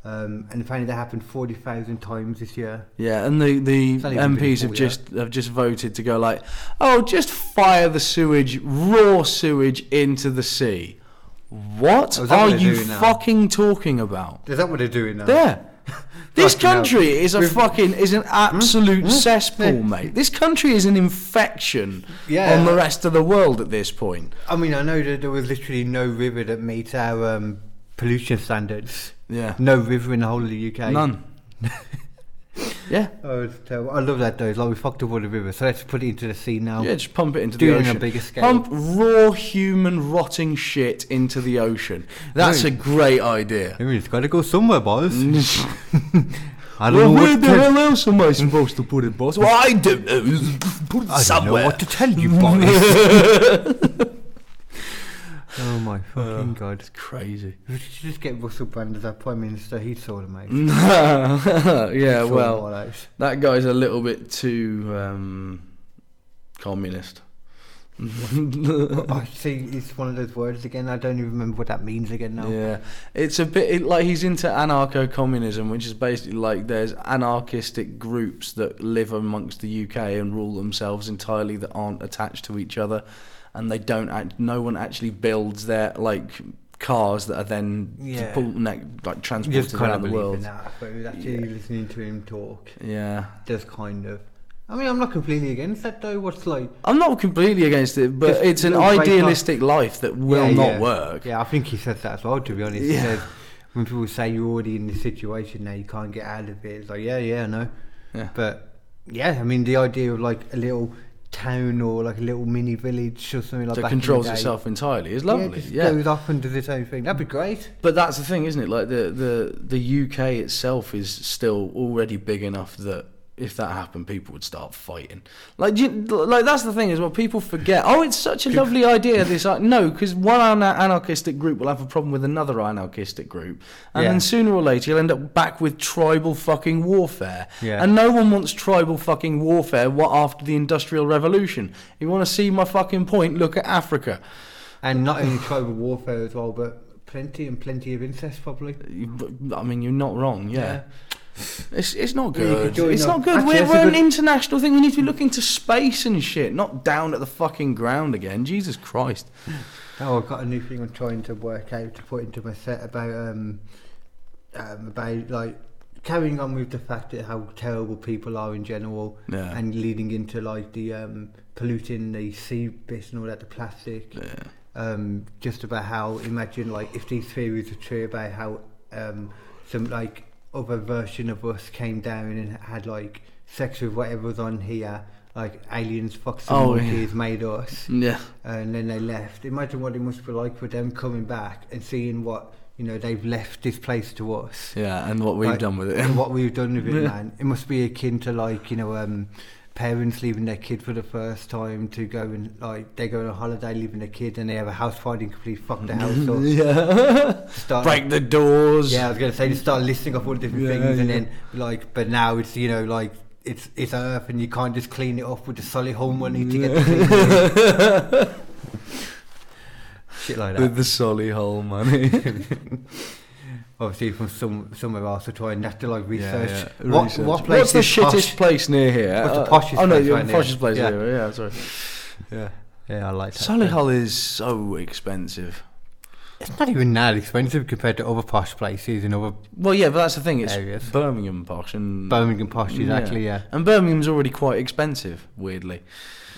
[SPEAKER 1] Um, and apparently that happened forty thousand times this year.
[SPEAKER 4] Yeah, and the, the
[SPEAKER 1] not even been
[SPEAKER 4] MPs have
[SPEAKER 1] bought
[SPEAKER 4] just have just voted to go like, oh, just fire the sewage, raw sewage into the sea. What
[SPEAKER 1] Oh, is that
[SPEAKER 4] are
[SPEAKER 1] what they
[SPEAKER 4] you
[SPEAKER 1] do now?
[SPEAKER 4] fucking talking about?
[SPEAKER 1] Is that what they're doing now?
[SPEAKER 4] There. This
[SPEAKER 1] Fucking hell.
[SPEAKER 4] country is a
[SPEAKER 1] We've- Hmm?
[SPEAKER 4] fucking is an absolute cesspool,
[SPEAKER 1] Yeah.
[SPEAKER 4] mate. This country is an infection
[SPEAKER 1] Hmm. Yeah.
[SPEAKER 4] on the rest of the world at this point.
[SPEAKER 1] I mean, I know that there was literally no river that meets our um, pollution standards.
[SPEAKER 4] Yeah.
[SPEAKER 1] No river in the whole of the UK.
[SPEAKER 4] None. yeah.
[SPEAKER 1] Oh, it's terrible. I love that though. It's like we fucked up all the rivers, so let's put it into the sea now.
[SPEAKER 4] Yeah, just pump it into
[SPEAKER 1] Do
[SPEAKER 4] the
[SPEAKER 1] it on Oh. a
[SPEAKER 4] ocean.
[SPEAKER 1] bigger scale.
[SPEAKER 4] Pump raw human rotting shit into the ocean. That's
[SPEAKER 1] No.
[SPEAKER 4] a great idea.
[SPEAKER 1] I mean, it's got to go somewhere, boys. I
[SPEAKER 4] Well,
[SPEAKER 1] don't
[SPEAKER 4] where
[SPEAKER 1] know what
[SPEAKER 4] the
[SPEAKER 1] to,
[SPEAKER 4] hell else am I supposed to put it, boss? Well, I don't know. Put it
[SPEAKER 1] I don't know
[SPEAKER 4] somewhere.
[SPEAKER 1] what to tell you, boys. oh my fucking
[SPEAKER 4] Uh.
[SPEAKER 1] god!
[SPEAKER 4] Crazy.
[SPEAKER 1] We should just get Russell Brand as our prime minister. He'd sort of mate.
[SPEAKER 4] yeah,
[SPEAKER 1] Sort
[SPEAKER 4] well,
[SPEAKER 1] all out.
[SPEAKER 4] That guy's a little bit too um, communist.
[SPEAKER 1] I see. It's one of those words again. I don't even remember what that means again now.
[SPEAKER 4] Yeah, it's a bit it, like he's into anarcho-communism, which is basically like there's anarchistic groups that live amongst the UK and rule themselves entirely that aren't attached to each other, and they don't act. No one actually builds their like cars that are then
[SPEAKER 1] Yeah.
[SPEAKER 4] pull- ne- like
[SPEAKER 1] You
[SPEAKER 4] transported
[SPEAKER 1] just kind
[SPEAKER 4] around
[SPEAKER 1] of
[SPEAKER 4] the
[SPEAKER 1] believe in
[SPEAKER 4] world.
[SPEAKER 1] that. But actually listening to him talk,
[SPEAKER 4] Yeah.
[SPEAKER 1] just kind of. I mean, I'm not completely against that though. What's like
[SPEAKER 4] I'm not completely against it, but
[SPEAKER 1] Just
[SPEAKER 4] it's an
[SPEAKER 1] don't break up.
[SPEAKER 4] idealistic life that will
[SPEAKER 1] Yeah,
[SPEAKER 4] not
[SPEAKER 1] yeah.
[SPEAKER 4] work.
[SPEAKER 1] Yeah, I think he says that as well. To be honest, he
[SPEAKER 4] Yeah.
[SPEAKER 1] says when people say you're already in this situation now, you can't get out of it. It's like yeah, yeah, no.
[SPEAKER 4] Yeah.
[SPEAKER 1] But yeah, I mean the idea of like a little town or like a little mini village or something like
[SPEAKER 4] that
[SPEAKER 1] back in the
[SPEAKER 4] controls
[SPEAKER 1] day.
[SPEAKER 4] itself entirely is
[SPEAKER 1] Yeah,
[SPEAKER 4] lovely.
[SPEAKER 1] just
[SPEAKER 4] Yeah,
[SPEAKER 1] goes off and does its own thing. That'd be great.
[SPEAKER 4] but that's the thing, isn't it? Like the the the UK itself is still already big enough that if that happened, people would start fighting. Like you, like that's the thing is well, people forget. Oh, it's such a lovely idea. This I no, because one ana- anarchistic group will have a problem with another anarchistic group, and
[SPEAKER 1] Yeah.
[SPEAKER 4] then sooner or later you'll end up back with tribal fucking warfare.
[SPEAKER 1] Yeah.
[SPEAKER 4] And no one wants tribal fucking warfare. What after the industrial revolution? You want to see my fucking point? Look at Africa.
[SPEAKER 1] And not only tribal warfare as well, but plenty and plenty of incest probably.
[SPEAKER 4] You- but- I mean, you're not wrong. Yeah, it's it's not
[SPEAKER 1] you could
[SPEAKER 4] good.
[SPEAKER 1] join
[SPEAKER 4] it's
[SPEAKER 1] up.
[SPEAKER 4] not good.
[SPEAKER 1] Actually,
[SPEAKER 4] We're,
[SPEAKER 1] that's a
[SPEAKER 4] we're an
[SPEAKER 1] good-
[SPEAKER 4] international thing. We need to be looking to space and shit, not down at the fucking ground again. Jesus Christ.
[SPEAKER 1] Oh, I've got a new thing I'm trying to work out to put into my set about um, um about like carrying on with the fact that how terrible people are in general,
[SPEAKER 4] Yeah.
[SPEAKER 1] and leading into like the um polluting the sea bit and all that, the plastic. Yeah. Um, just about how imagine like if these theories are true about how um some like other version of us came down and had like sex with whatever's on here, like aliens, foxes,
[SPEAKER 4] Oh, yeah.
[SPEAKER 1] monkeys made us,
[SPEAKER 4] Yeah.
[SPEAKER 1] and then they left. Imagine what it must be like for them coming back and seeing what you know they've left this place to us.
[SPEAKER 4] Yeah, and what we've
[SPEAKER 1] Like,
[SPEAKER 4] done with it.
[SPEAKER 1] and what we've done with it,
[SPEAKER 4] Yeah.
[SPEAKER 1] man. It must be akin to like you know, um, parents leaving their kid for the first time to go and like they go on a holiday, leaving their kid, and they have a house fire and completely fuck the house up.
[SPEAKER 4] yeah.
[SPEAKER 1] Start-
[SPEAKER 4] Break the doors.
[SPEAKER 1] Uh, Yeah, I was gonna say just start listing off all the different
[SPEAKER 4] Yeah,
[SPEAKER 1] things, and
[SPEAKER 4] yeah.
[SPEAKER 1] then like, but now it's you know like it's it's Earth, and you can't just clean it off with the solid home money to get the clean it. shit like
[SPEAKER 4] With
[SPEAKER 1] that.
[SPEAKER 4] the solly hole money.
[SPEAKER 1] Obviously, from some somewhere else to try and have to like research
[SPEAKER 4] Yeah, yeah.
[SPEAKER 1] what
[SPEAKER 4] Research.
[SPEAKER 1] what place
[SPEAKER 4] What's the
[SPEAKER 1] is
[SPEAKER 4] shittest
[SPEAKER 1] posh?
[SPEAKER 4] place near here?
[SPEAKER 1] What's the
[SPEAKER 4] Uh,
[SPEAKER 1] poshest
[SPEAKER 4] oh, no,
[SPEAKER 1] place
[SPEAKER 4] the
[SPEAKER 1] right near?
[SPEAKER 4] poshest place
[SPEAKER 1] Yeah.
[SPEAKER 4] near here. Yeah, sorry. Yeah.
[SPEAKER 1] Yeah, I like that.
[SPEAKER 4] Solihull is so expensive.
[SPEAKER 1] It's not even that expensive compared to other posh places and other
[SPEAKER 4] Well, yeah, but that's the thing. It's
[SPEAKER 1] Areas.
[SPEAKER 4] Birmingham posh and
[SPEAKER 1] Birmingham posh. Exactly. Yeah.
[SPEAKER 4] And Birmingham's already quite expensive, weirdly.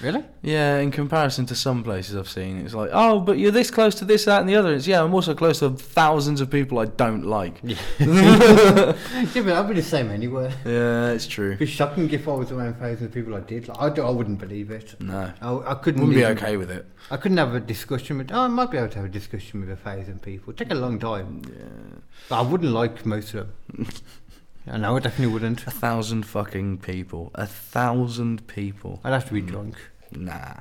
[SPEAKER 1] Really?
[SPEAKER 4] Yeah, in comparison to some places I've seen, it's like, oh, but you're this close to this, that, and the other. It's yeah, I'm also close to thousands of people I don't like.
[SPEAKER 1] yeah, but I'd be the same anywhere.
[SPEAKER 4] Yeah, it's true.
[SPEAKER 1] It'd be shocking if I was around thousands of people I did. Like, I, don't- I wouldn't believe it.
[SPEAKER 4] No,
[SPEAKER 1] I, I couldn't
[SPEAKER 4] wouldn't be
[SPEAKER 1] even-
[SPEAKER 4] okay with it.
[SPEAKER 1] I couldn't have a discussion with. Oh, I might be able to have a discussion with a thousand people. It'd take a long time. But I wouldn't like most of them. and I definitely wouldn't.
[SPEAKER 4] A thousand fucking people. A thousand people.
[SPEAKER 1] I'd have to be drunk.
[SPEAKER 4] Nah.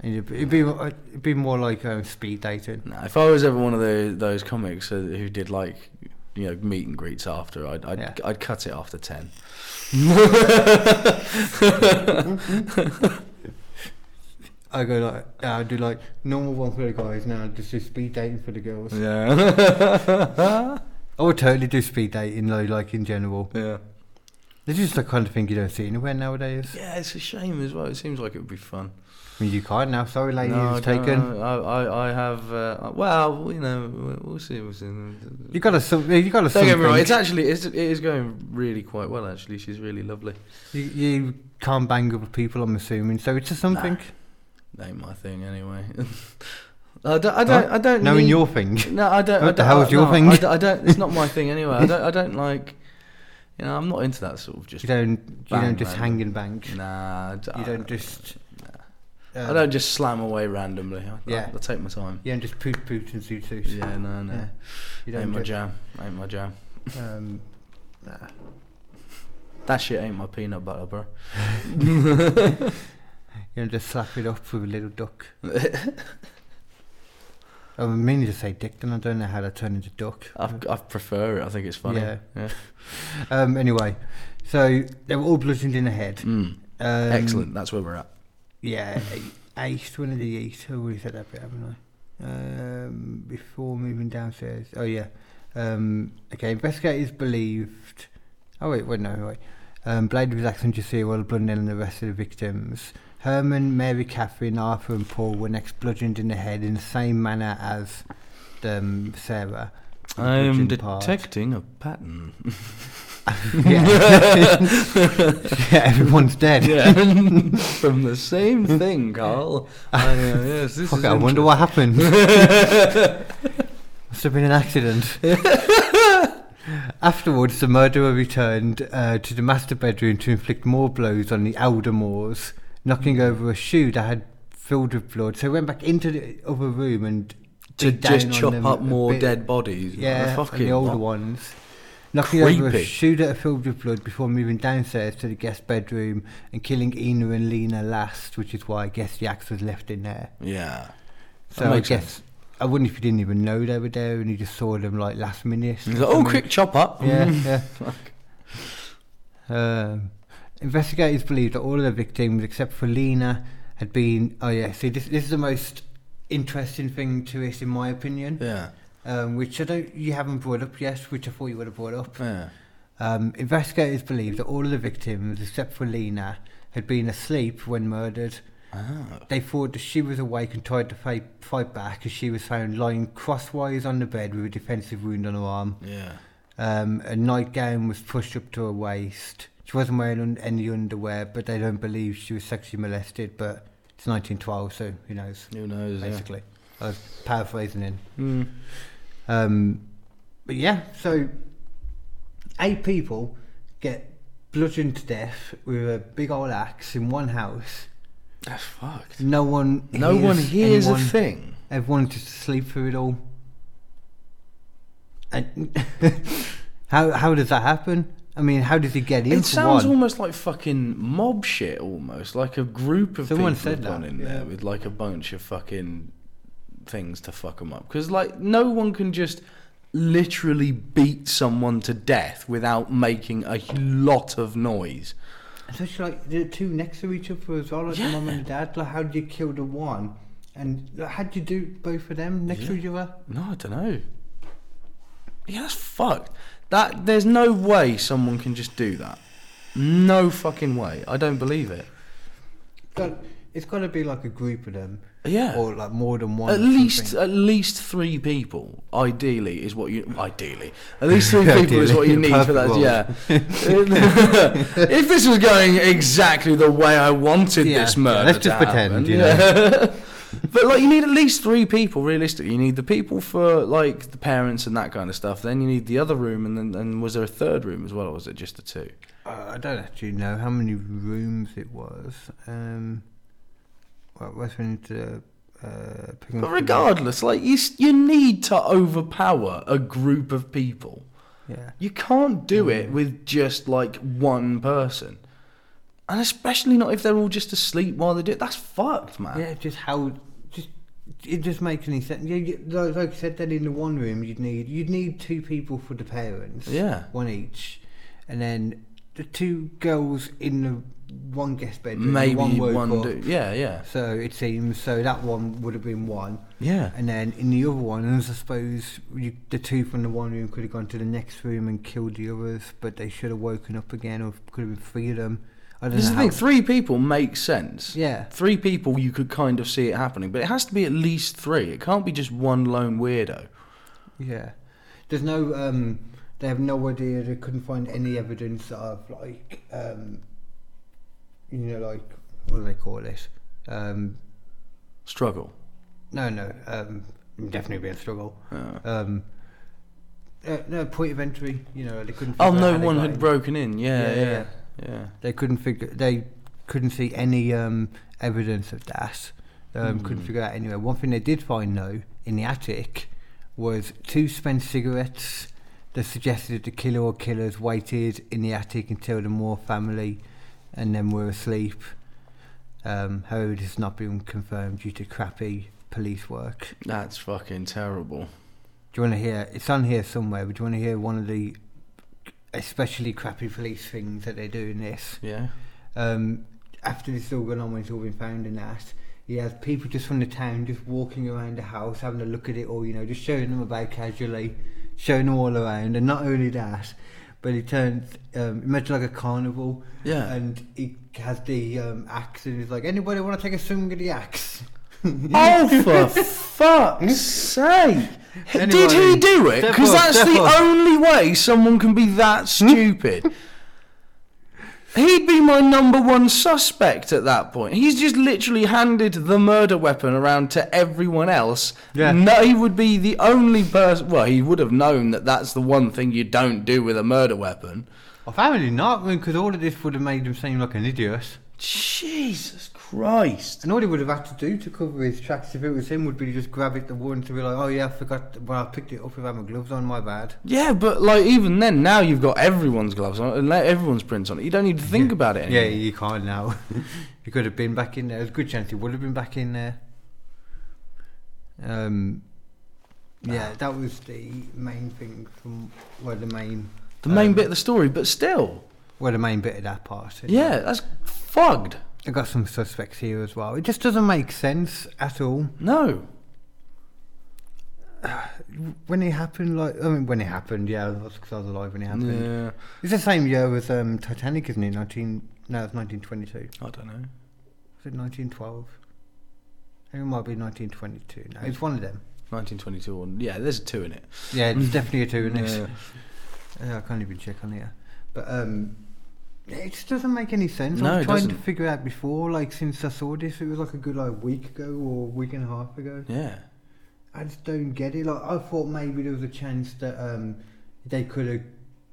[SPEAKER 1] And it'd be it'd be, uh, it'd be more like um, speed dating.
[SPEAKER 4] Nah, if I was ever one of the, those comics uh, who did like, you know, meet and greets after, I'd I'd,
[SPEAKER 1] Yeah.
[SPEAKER 4] I'd cut it after ten.
[SPEAKER 1] I go like I do like normal one for the guys now. Just do speed dating for the girls.
[SPEAKER 4] Yeah.
[SPEAKER 1] I would totally do speed dating though, like in general.
[SPEAKER 4] yeah.
[SPEAKER 1] It's just the kind of thing you don't see anywhere nowadays.
[SPEAKER 4] Yeah, it's a shame as well. It seems like it would be fun.
[SPEAKER 1] I mean, you can't now. Sorry, ladies,
[SPEAKER 4] No, I
[SPEAKER 1] it's
[SPEAKER 4] don't
[SPEAKER 1] taken.
[SPEAKER 4] know. I, I, I have. Uh, well, you know, we'll- we'll see. We'll see.
[SPEAKER 1] You got to. You got to.
[SPEAKER 4] Don't get me wrong. It's actually it's, it is going really quite well. Actually, she's really lovely.
[SPEAKER 1] You, you can't bang up people, I'm assuming. So it's just something.
[SPEAKER 4] Ain't my thing anyway. I don't. I don't. I don't
[SPEAKER 1] Knowing
[SPEAKER 4] need-
[SPEAKER 1] your thing.
[SPEAKER 4] No, I don't. I
[SPEAKER 1] What the
[SPEAKER 4] don't-
[SPEAKER 1] hell's your
[SPEAKER 4] no,
[SPEAKER 1] thing?
[SPEAKER 4] I don't, I don't- It's not my thing anyway. I don't. I don't like. You know, I'm not into that sort of just.
[SPEAKER 1] You don't. You
[SPEAKER 4] Bang,
[SPEAKER 1] don't just
[SPEAKER 4] bang.
[SPEAKER 1] hang and bang.
[SPEAKER 4] Nah. I d-
[SPEAKER 1] You don't just. um,
[SPEAKER 4] I don't just slam away randomly. I,
[SPEAKER 1] Yeah.
[SPEAKER 4] I, I take my time.
[SPEAKER 1] You don't just poot poot and suit suit.
[SPEAKER 4] Yeah. No. No.
[SPEAKER 1] Yeah. You
[SPEAKER 4] ain't
[SPEAKER 1] don't.
[SPEAKER 4] my
[SPEAKER 1] just,
[SPEAKER 4] jam. Ain't my jam.
[SPEAKER 1] um, nah.
[SPEAKER 4] That shit ain't my peanut butter, bro.
[SPEAKER 1] You um, don't just slap it up with a little duck. I was meaning to say dick, then I don't know how to turn into duck.
[SPEAKER 4] I, I prefer it. I think it's funny.
[SPEAKER 1] Yeah.
[SPEAKER 4] yeah.
[SPEAKER 1] Um, anyway, so they were all bludgeoned in the head.
[SPEAKER 4] Mm.
[SPEAKER 1] Um,
[SPEAKER 4] Excellent. That's where we're at.
[SPEAKER 1] Yeah, eight, one of the eight. I already said that bit, haven't I? Um, before moving downstairs. Oh, yeah. Um, okay, investigators believed. Oh, wait, wait, no, wait. Um, Blade was Axon Jasiro, Blundell, and the rest of the victims. Herman, Mary, Catherine, Arthur, and Paul were next bludgeoned in the head in the same manner as um, Sarah.
[SPEAKER 4] I'm
[SPEAKER 1] Bludgeoned part.
[SPEAKER 4] detecting a pattern.
[SPEAKER 1] yeah. yeah, everyone's dead.
[SPEAKER 4] Yeah. From the same thing, Carl. I know, yes, this
[SPEAKER 1] Fuck,
[SPEAKER 4] is
[SPEAKER 1] I wonder
[SPEAKER 4] interesting.
[SPEAKER 1] what happened. Must have been an accident. Afterwards, the murderer returned uh, to the master bedroom to inflict more blows on the Aldermores, knocking
[SPEAKER 4] Mm.
[SPEAKER 1] over a shoe that had filled with blood. So he went back into the other room and
[SPEAKER 4] To
[SPEAKER 1] beat down
[SPEAKER 4] just
[SPEAKER 1] on
[SPEAKER 4] chop
[SPEAKER 1] them
[SPEAKER 4] up
[SPEAKER 1] a
[SPEAKER 4] more
[SPEAKER 1] bit.
[SPEAKER 4] dead bodies.
[SPEAKER 1] Yeah,
[SPEAKER 4] Fucking
[SPEAKER 1] and the older
[SPEAKER 4] what?
[SPEAKER 1] ones. Knocking over a
[SPEAKER 4] Creepy.
[SPEAKER 1] shoe that had filled with blood before moving downstairs to the guest bedroom and killing Ina and Lena last, which is why I guess the axe was left in there.
[SPEAKER 4] Yeah.
[SPEAKER 1] So
[SPEAKER 4] That
[SPEAKER 1] I
[SPEAKER 4] makes
[SPEAKER 1] guess
[SPEAKER 4] sense.
[SPEAKER 1] I wouldn't if you didn't even know they were there and you just saw them like last minute.
[SPEAKER 4] He's like, oh,
[SPEAKER 1] Something.
[SPEAKER 4] quick chop up.
[SPEAKER 1] Yeah,
[SPEAKER 4] Mm.
[SPEAKER 1] yeah.
[SPEAKER 4] Fuck.
[SPEAKER 1] Um, investigators believe that all of the victims, except for Lena, had been. Oh yeah. See, this this is the most interesting thing to it, in my opinion,
[SPEAKER 4] Yeah.
[SPEAKER 1] um, which I don't. You haven't brought up yet, which I thought you would have brought up.
[SPEAKER 4] Yeah.
[SPEAKER 1] Um, investigators believe that all of the victims, except for Lena, had been asleep when murdered.
[SPEAKER 4] Oh.
[SPEAKER 1] They thought that she was awake and tried to fight, fight back as she was found lying crosswise on the bed with a defensive wound on her arm.
[SPEAKER 4] Yeah.
[SPEAKER 1] Um, a nightgown was pushed up to her waist. She wasn't wearing un- any underwear, but they don't believe she was sexually molested. But it's 1912, so who knows?
[SPEAKER 4] Who knows? yeah.
[SPEAKER 1] Basically, I was paraphrasing in.
[SPEAKER 4] Mm.
[SPEAKER 1] Um, but yeah, so eight people get bludgeoned to death with a big old axe in one house.
[SPEAKER 4] That's fucked.
[SPEAKER 1] No one.
[SPEAKER 4] No one hears
[SPEAKER 1] anyone.
[SPEAKER 4] a thing.
[SPEAKER 1] Everyone just sleep through it all. And how how does that happen? I mean, how does he get into
[SPEAKER 4] It sounds
[SPEAKER 1] one?
[SPEAKER 4] almost like fucking mob shit, almost like a group of
[SPEAKER 1] Someone
[SPEAKER 4] people
[SPEAKER 1] said
[SPEAKER 4] have gone
[SPEAKER 1] that,
[SPEAKER 4] in
[SPEAKER 1] yeah.
[SPEAKER 4] there with like a bunch of fucking things to fuck them up. Because like no one can just literally beat someone to death without making a lot of noise.
[SPEAKER 1] Especially like the two next to each other as well, like the mum and the dad. Like, how do you kill the one? And like, how do you do both of them next to each other?
[SPEAKER 4] No, I don't know. Yeah, that's fucked. That there's no way someone can just do that. No fucking way. I don't believe it.
[SPEAKER 1] Got, it's got to be like a group of them,
[SPEAKER 4] Yeah.
[SPEAKER 1] or like more than one.
[SPEAKER 4] at
[SPEAKER 1] or
[SPEAKER 4] least
[SPEAKER 1] something.
[SPEAKER 4] at least three people ideally is what you ideally at least three people is what you
[SPEAKER 1] Ideally,
[SPEAKER 4] need for that yeah if this was going exactly the way i wanted
[SPEAKER 1] Yeah,
[SPEAKER 4] this
[SPEAKER 1] yeah,
[SPEAKER 4] murder
[SPEAKER 1] let's
[SPEAKER 4] to
[SPEAKER 1] just pretend,
[SPEAKER 4] happen,
[SPEAKER 1] you
[SPEAKER 4] yeah. but like you need at least three people realistically you need the people for like the parents and that kind of stuff then you need the other room and then and was there a third room as well or was it just the two
[SPEAKER 1] Uh, I don't actually know how many rooms it was. Um, well, that's when to uh, pick
[SPEAKER 4] but
[SPEAKER 1] up.
[SPEAKER 4] regardless like you, s- you need to overpower a group of people
[SPEAKER 1] yeah.
[SPEAKER 4] You can't do it
[SPEAKER 1] Mm.
[SPEAKER 4] with just like one person. And especially not if they're all just asleep while they do it. That's fucked, man.
[SPEAKER 1] Yeah, just how just it just makes any sense. Yeah, you, like, like I said, then in the one room you'd need you'd need two people for the parents.
[SPEAKER 4] Yeah.
[SPEAKER 1] one each, and then the two girls in the one guest bedroom.
[SPEAKER 4] Maybe
[SPEAKER 1] one,
[SPEAKER 4] one,
[SPEAKER 1] woke up.
[SPEAKER 4] do. Yeah, yeah.
[SPEAKER 1] So it seems so that one would have been one,
[SPEAKER 4] Yeah.
[SPEAKER 1] and then in the other one, and I suppose you, the two from the one room could have gone to the next room and killed the others, but they should have woken up again, or could have been three of them. I don't
[SPEAKER 4] This is
[SPEAKER 1] know
[SPEAKER 4] the
[SPEAKER 1] how-
[SPEAKER 4] thing. Three people make sense.
[SPEAKER 1] Yeah.
[SPEAKER 4] Three people, you could kind of see it happening, but it has to be at least three. It can't be just one lone weirdo.
[SPEAKER 1] Yeah, there's no. Um, they have no idea. They couldn't find any evidence of like, um, you know, like what do they call this? Um,
[SPEAKER 4] Struggle.
[SPEAKER 1] no, no. Um, definitely be a struggle.
[SPEAKER 4] Yeah.
[SPEAKER 1] Um, uh, no point of entry. You know, they couldn't.
[SPEAKER 4] Oh,
[SPEAKER 1] figure
[SPEAKER 4] no
[SPEAKER 1] out how they
[SPEAKER 4] one
[SPEAKER 1] got
[SPEAKER 4] had
[SPEAKER 1] in.
[SPEAKER 4] broken in. Yeah,
[SPEAKER 1] Yeah,
[SPEAKER 4] yeah, yeah.
[SPEAKER 1] yeah. They couldn't figure. They couldn't see any um, evidence of that. Um, Couldn't figure out anywhere. One thing they did find though in the attic was two spent cigarettes that suggested the killer or killers waited in the attic until the Moore family and then were asleep. Um, however, this has not been confirmed due to crappy police work.
[SPEAKER 4] That's fucking terrible.
[SPEAKER 1] Do you want to hear? It's on here somewhere, but do you want to hear one of the especially crappy police things that they do in this?
[SPEAKER 4] Yeah.
[SPEAKER 1] um, after this has all gone on when it's all been found and that he has people just from the town just walking around the house having a look at it all you know just showing them about casually showing them all around and not only that but he turns um, imagine like a carnival
[SPEAKER 4] Yeah.
[SPEAKER 1] and he has the um, axe and he's like anybody want to take a swing at the axe
[SPEAKER 4] Oh, for fuck's sake! H- Did he
[SPEAKER 1] Anyone-
[SPEAKER 4] do it? Because
[SPEAKER 1] Step Hmm? up,
[SPEAKER 4] that's
[SPEAKER 1] step
[SPEAKER 4] the
[SPEAKER 1] up.
[SPEAKER 4] only way someone can be that stupid. He'd be my number one suspect at that point. He's just literally handed the murder weapon around to everyone else.
[SPEAKER 1] Yeah.
[SPEAKER 4] No, he would be the only person. Well, he would have known that that's the one thing you don't do with a murder weapon.
[SPEAKER 1] apparently not because all of this would have made him seem like an idiot
[SPEAKER 4] Jesus Christ.
[SPEAKER 1] And all he would have had to do to cover his tracks if it was him would be just grab it the once and be like, oh yeah, I forgot, well, I picked it up without my gloves on, my bad.
[SPEAKER 4] Yeah, but like even then, now you've got everyone's gloves on and let everyone's prints on it. You don't need to think about it.
[SPEAKER 1] Yeah,
[SPEAKER 4] Anymore.
[SPEAKER 1] you can't now. he could have been back in there. There's a good chance he would have been back in there. Um,
[SPEAKER 4] Ah.
[SPEAKER 1] yeah, that was the main thing from, well, the main,
[SPEAKER 4] the main
[SPEAKER 1] um,
[SPEAKER 4] bit of the story, but still,
[SPEAKER 1] well, the main bit of that part. anyway.
[SPEAKER 4] yeah, that's fugged.
[SPEAKER 1] I got some suspects here as well. It just doesn't make sense at all.
[SPEAKER 4] No,
[SPEAKER 1] When it happened, like, I mean, when it happened, yeah, because I was alive when it happened.
[SPEAKER 4] yeah,
[SPEAKER 1] It's the same year as um, Titanic, isn't it? 19, no, it's 1922. Was
[SPEAKER 4] I don't know.
[SPEAKER 1] it 1912? It might be 1922. No, it's one of them.
[SPEAKER 4] 1922, or, yeah, there's a two in it.
[SPEAKER 1] Yeah, it's definitely a two in this.
[SPEAKER 4] Yeah.
[SPEAKER 1] Uh, I can't even check on here. But um, it just doesn't make any sense.
[SPEAKER 4] No,
[SPEAKER 1] I
[SPEAKER 4] it
[SPEAKER 1] was trying to
[SPEAKER 4] doesn't.
[SPEAKER 1] figure out before, like, since I saw this, it was like a good like week ago or week and a half ago.
[SPEAKER 4] Yeah,
[SPEAKER 1] I just don't get it. Like, I thought maybe there was a chance that um, they could have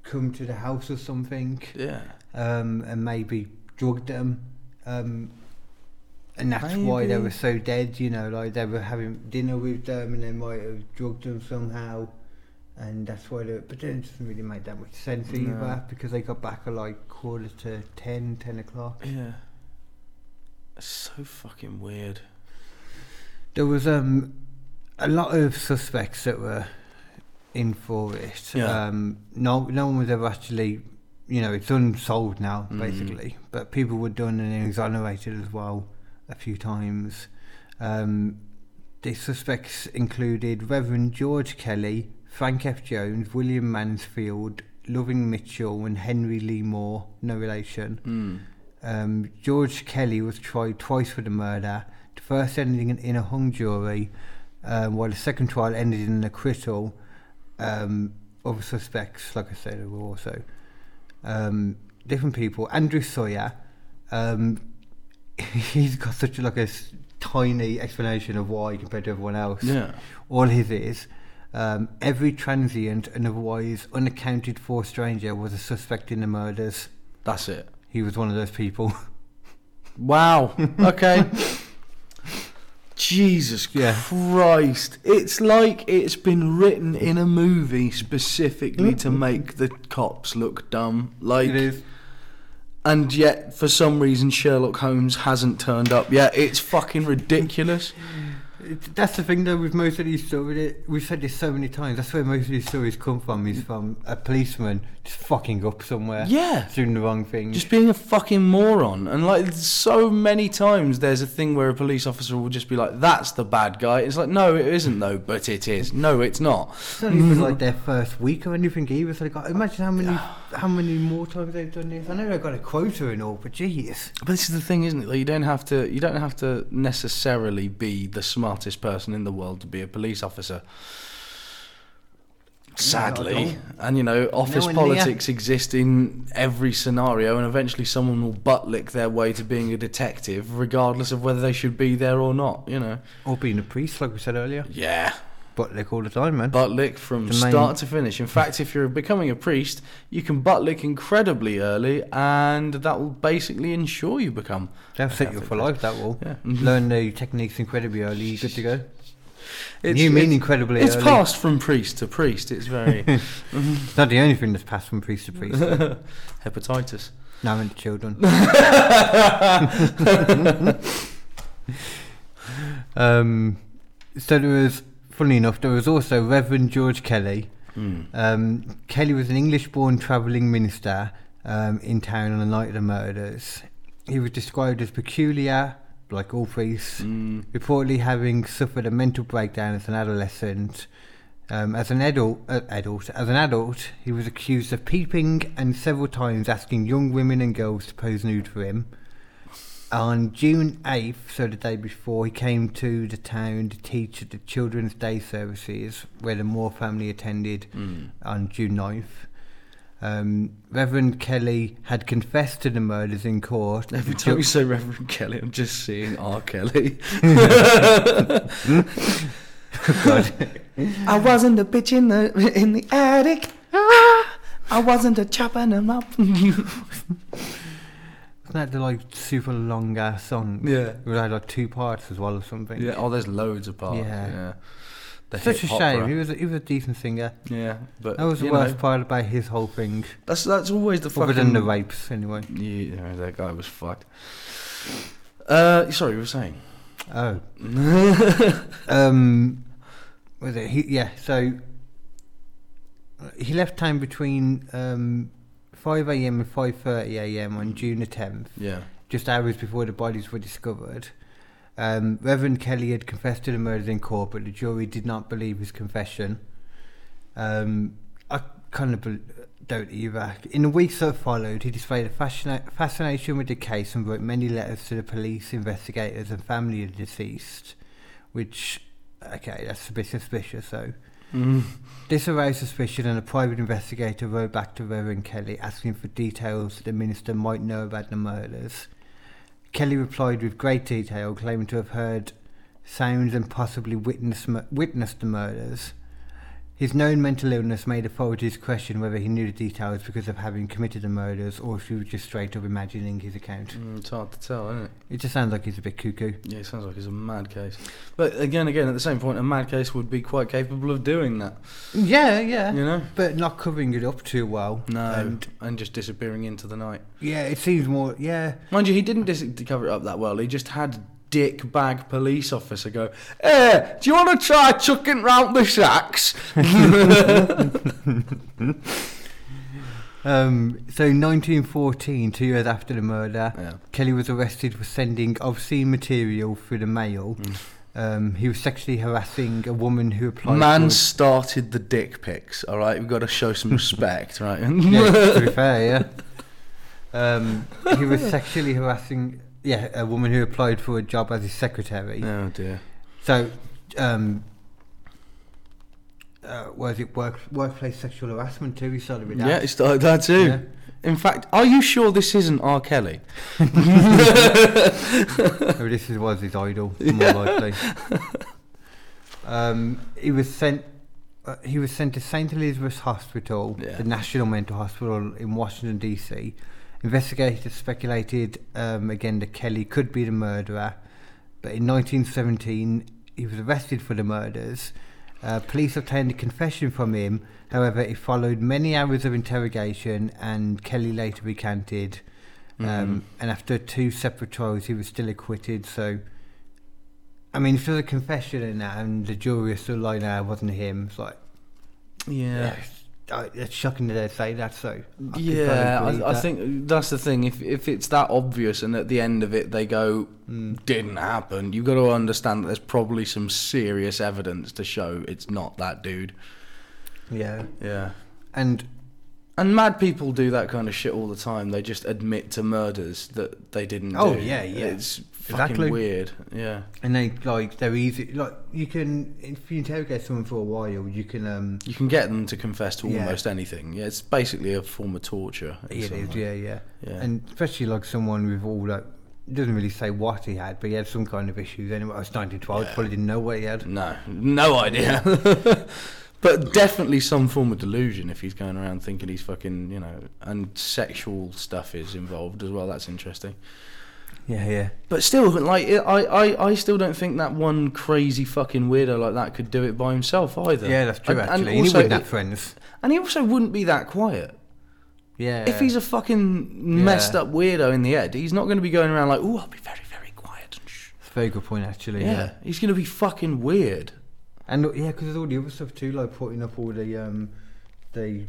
[SPEAKER 1] come to the house or something.
[SPEAKER 4] yeah.
[SPEAKER 1] um, and maybe drugged them, um, and that's why they
[SPEAKER 4] Maybe.
[SPEAKER 1] were so dead. You know, like they were having dinner with them, and they might have drugged them somehow, and that's why they. But then it doesn't really make that much sense
[SPEAKER 4] No.
[SPEAKER 1] either because they got back at like quarter to 10, 10 o'clock.
[SPEAKER 4] Yeah. It's so fucking weird.
[SPEAKER 1] There was um a lot of suspects that were in for it.
[SPEAKER 4] Yeah.
[SPEAKER 1] Um, no, no one was ever actually, you know, it's unsolved now
[SPEAKER 4] Mm.
[SPEAKER 1] basically. But people were done and exonerated as well a few times. Um, the suspects included Reverend George Kelly, Frank F. Jones, William Mansfield, Loving Mitchell, and Henry Lee Moore, no relation.
[SPEAKER 4] Mm.
[SPEAKER 1] Um, George Kelly was tried twice for the murder. The first ending in, in a hung jury, um, while the second trial ended in an acquittal. Um, other suspects, like I said, were also um, different people. Andrew Sawyer, um, he's got such a, like a s- tiny explanation of why compared to everyone else.
[SPEAKER 4] Yeah.
[SPEAKER 1] All his is. Um, every transient and otherwise unaccounted for stranger was a suspect in the murders.
[SPEAKER 4] That's it.
[SPEAKER 1] He was one of those people.
[SPEAKER 4] Wow. Okay. Jesus
[SPEAKER 1] Yeah.
[SPEAKER 4] Christ. It's like it's been written in a movie specifically to make the cops look dumb. Like
[SPEAKER 1] It is.
[SPEAKER 4] and yet for some reason Sherlock Holmes hasn't turned up yet. It's fucking ridiculous.
[SPEAKER 1] It- That's the thing, though, with most of these stories. We've said this so many times. That's where most of these stories come from. Is from a policeman just fucking up somewhere.
[SPEAKER 4] Yeah.
[SPEAKER 1] Doing the wrong thing.
[SPEAKER 4] Just being a fucking moron. And like so many times there's a thing where a police officer will just be like, That's the bad guy. It's like, no, it isn't though, but it is. No, it's not.
[SPEAKER 1] it's not even like their first week or anything either. So they got, imagine how many how many more times they've done this. I know they've got a quota and all, but jeez.
[SPEAKER 4] But this is the thing, isn't it? Like you don't have to you don't have to necessarily be the smartest person in the world to be a police officer. Sadly, and you know, office
[SPEAKER 1] one near.
[SPEAKER 4] politics exist in every scenario, and eventually someone will butt lick their way to being a detective, regardless of whether they should be there or not. You know,
[SPEAKER 1] Or being a priest, like we said earlier.
[SPEAKER 4] yeah,
[SPEAKER 1] But like all the time, man.
[SPEAKER 4] butt lick from
[SPEAKER 1] The main-
[SPEAKER 4] start to finish. In fact, if you're becoming a priest, you can butt lick incredibly early, and that will basically ensure you become
[SPEAKER 1] They'll set you up for life. That will.
[SPEAKER 4] Yeah.
[SPEAKER 1] Learn the techniques incredibly early. You good to go.
[SPEAKER 4] It's,
[SPEAKER 1] you mean
[SPEAKER 4] it's-
[SPEAKER 1] incredibly
[SPEAKER 4] It's
[SPEAKER 1] early.
[SPEAKER 4] passed from priest to priest. It's very
[SPEAKER 1] It's not the only thing that's passed from priest to priest. though.
[SPEAKER 4] hepatitis.
[SPEAKER 1] no, I meant children. Um, so there was, funnily enough, there was also Reverend George Kelly.
[SPEAKER 4] Hmm.
[SPEAKER 1] Um, Kelly was an English-born travelling minister um, in town on the night of the murders. He was described as peculiar, like all priests,
[SPEAKER 4] Hmm.
[SPEAKER 1] reportedly having suffered a mental breakdown as an adolescent. Um, as an adult, uh, adult, as an adult, he was accused of peeping and several times asking young women and girls to pose nude for him. On June 8th, so the day before, he came to the town to teach at the Children's Day services where the Moore family attended
[SPEAKER 4] Hmm.
[SPEAKER 1] on June 9th. Um, Reverend Kelly had confessed to the murders in court.
[SPEAKER 4] Every
[SPEAKER 1] The
[SPEAKER 4] time you
[SPEAKER 1] ju-
[SPEAKER 4] say Reverend Kelly, I'm just seeing R. Kelly. I wasn't a bitch in the in the attic. Ah, I wasn't a chopping him up.
[SPEAKER 1] Isn't that the like super long ass song?
[SPEAKER 4] Yeah.
[SPEAKER 1] We had like two parts as well or something.
[SPEAKER 4] yeah. Oh, there's loads of parts.
[SPEAKER 1] Yeah.
[SPEAKER 4] Yeah. The
[SPEAKER 1] Such a
[SPEAKER 4] hip
[SPEAKER 1] shame.
[SPEAKER 4] opera.
[SPEAKER 1] He was a, he was a decent singer.
[SPEAKER 4] Yeah, but
[SPEAKER 1] That was the
[SPEAKER 4] Uh, you
[SPEAKER 1] worst
[SPEAKER 4] know,
[SPEAKER 1] part about his whole thing,
[SPEAKER 4] that's that's always the
[SPEAKER 1] other
[SPEAKER 4] fucking
[SPEAKER 1] than the rapes anyway.
[SPEAKER 4] Yeah, that guy was fucked. Uh, sorry, you were saying.
[SPEAKER 1] Oh. um, was it? He, yeah, so uh, he left town between um, 5 a.m. and 5.30 a.m. on June the 10th,
[SPEAKER 4] Yeah.
[SPEAKER 1] just hours before the bodies were discovered. Um, Reverend Kelly had confessed to the murders in court, but the jury did not believe his confession. Um, I kind of bel don't either. In the weeks that followed, he displayed a fascina- fascination with the case and wrote many letters to the police, investigators, and family of the deceased. Which, okay, that's a bit suspicious, though.
[SPEAKER 4] Mm.
[SPEAKER 1] This aroused suspicion, and a private investigator wrote back to Reverend Kelly asking for details that the minister might know about the murders. Kelly replied with great detail, claiming to have heard sounds and possibly witnessed, witnessed the murders. His known mental illness made authorities question whether he knew the details because of having committed the murders or if he was just straight up imagining his account.
[SPEAKER 4] Mm, it's hard to tell, isn't it?
[SPEAKER 1] It just sounds like he's a bit cuckoo.
[SPEAKER 4] Yeah, it sounds like it's a mad case. But again, again, at the same point, a mad case would be quite capable of doing that,
[SPEAKER 1] Yeah, yeah.
[SPEAKER 4] you know?
[SPEAKER 1] But not covering it up too well.
[SPEAKER 4] No,
[SPEAKER 1] And
[SPEAKER 4] and, just disappearing into the night.
[SPEAKER 1] yeah, it seems more. Yeah.
[SPEAKER 4] Mind you, he didn't dis- cover it up that well. He just had dick bag police officer go, "Eh, do you want to try chucking round the shacks?"
[SPEAKER 1] Um, so, 1914, two years after the murder,
[SPEAKER 4] Yeah.
[SPEAKER 1] Kelly was arrested for sending obscene material through the mail.
[SPEAKER 4] Mm.
[SPEAKER 1] Um, he was sexually harassing a woman who applied.
[SPEAKER 4] Man
[SPEAKER 1] for-
[SPEAKER 4] started the dick pics. All right, we've got to show some respect, right?
[SPEAKER 1] yeah, to be fair, yeah. Um, he was sexually harassing yeah a woman who applied for a job as his secretary.
[SPEAKER 4] oh dear.
[SPEAKER 1] So, um, uh, was it work workplace sexual harassment too? He started with
[SPEAKER 4] Yeah,
[SPEAKER 1] that.
[SPEAKER 4] it started that too.
[SPEAKER 1] Yeah.
[SPEAKER 4] In fact, are you sure this isn't R. Kelly?
[SPEAKER 1] So this is, was his idol, more likely. Um, he was sent. Uh, he was sent to St Elizabeth's Hospital,
[SPEAKER 4] Yeah.
[SPEAKER 1] the National Mental Hospital in Washington D.C. Investigators speculated um, again that Kelly could be the murderer, but in 1917 he was arrested for the murders. Uh, police obtained a confession from him. However, it followed many hours of interrogation, and Kelly later recanted.
[SPEAKER 4] Mm-hmm.
[SPEAKER 1] Um, And after two separate trials, he was still acquitted. So, I mean, if there's a confession in that and the jury is still like, "No, it wasn't him," it's like,
[SPEAKER 4] Yeah.
[SPEAKER 1] yes, I- it's shocking that they say that. So, I could
[SPEAKER 4] Yeah,
[SPEAKER 1] probably believe
[SPEAKER 4] I, I
[SPEAKER 1] that.
[SPEAKER 4] think that's the thing. If if it's that obvious, and at the end of it they go,
[SPEAKER 1] Hmm.
[SPEAKER 4] "Didn't happen," you've got to understand that there's probably some serious evidence to show it's not that dude.
[SPEAKER 1] yeah,
[SPEAKER 4] Yeah,
[SPEAKER 1] and
[SPEAKER 4] and mad people do that kind of shit all the time. They just admit to murders that they didn't.
[SPEAKER 1] Oh,
[SPEAKER 4] do.
[SPEAKER 1] yeah, yeah.
[SPEAKER 4] It's
[SPEAKER 1] Exactly.
[SPEAKER 4] fucking weird. Yeah,
[SPEAKER 1] and they like they're easy. Like you can, if you interrogate someone for a while, you can. um
[SPEAKER 4] you can get them to confess to
[SPEAKER 1] Yeah.
[SPEAKER 4] almost anything. Yeah, it's basically a form of torture. in
[SPEAKER 1] It
[SPEAKER 4] some
[SPEAKER 1] is,
[SPEAKER 4] way.
[SPEAKER 1] yeah, yeah,
[SPEAKER 4] Yeah.
[SPEAKER 1] And especially like someone with all that it doesn't really say what he had, but he had some kind of issues anyway. It was 1912, probably didn't know what he had.
[SPEAKER 4] No, no idea. but definitely some form of delusion if he's going around thinking he's fucking, you know, and sexual stuff is involved as well. That's interesting.
[SPEAKER 1] Yeah, yeah.
[SPEAKER 4] But still, like, I, I, I still don't think that one crazy fucking weirdo like that could do it by himself either.
[SPEAKER 1] Yeah, that's true,
[SPEAKER 4] And- and
[SPEAKER 1] actually. And, he
[SPEAKER 4] also-
[SPEAKER 1] wouldn't have friends.
[SPEAKER 4] and he also wouldn't be that quiet.
[SPEAKER 1] Yeah.
[SPEAKER 4] If he's a fucking messed
[SPEAKER 1] Yeah.
[SPEAKER 4] up weirdo in the head, he's not going to be going around like, oh, I'll be very, very quiet. and shh."
[SPEAKER 1] That's a very good point, actually.
[SPEAKER 4] Yeah,
[SPEAKER 1] Yeah.
[SPEAKER 4] he's going to be fucking weird.
[SPEAKER 1] And uh, yeah, because there's all the other stuff too, like putting up all the um, the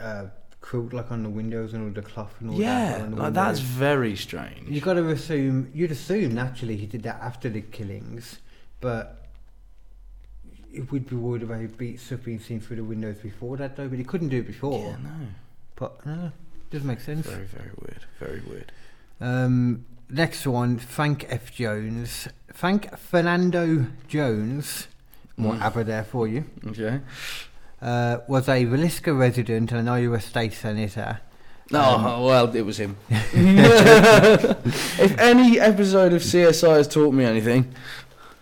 [SPEAKER 1] uh, quilt like on the windows and all the cloth and all that.
[SPEAKER 4] Yeah,
[SPEAKER 1] on the
[SPEAKER 4] like that's
[SPEAKER 1] windows.
[SPEAKER 4] very strange.
[SPEAKER 1] You got to assume you'd assume naturally he did that after the killings, but it would be worried about him be, stuff being seen through the windows before that though. But he couldn't do it before.
[SPEAKER 4] Yeah, no.
[SPEAKER 1] But no, doesn't make sense.
[SPEAKER 4] Very, very weird. Very weird.
[SPEAKER 1] Um, next one, Frank F. Jones. Frank Fernando Jones, more ABBA there for you,
[SPEAKER 4] Okay.
[SPEAKER 1] uh, was a Villisca resident and an Iowa state senator.
[SPEAKER 4] No, Oh, well, it was him. if any episode of CSI has taught me anything,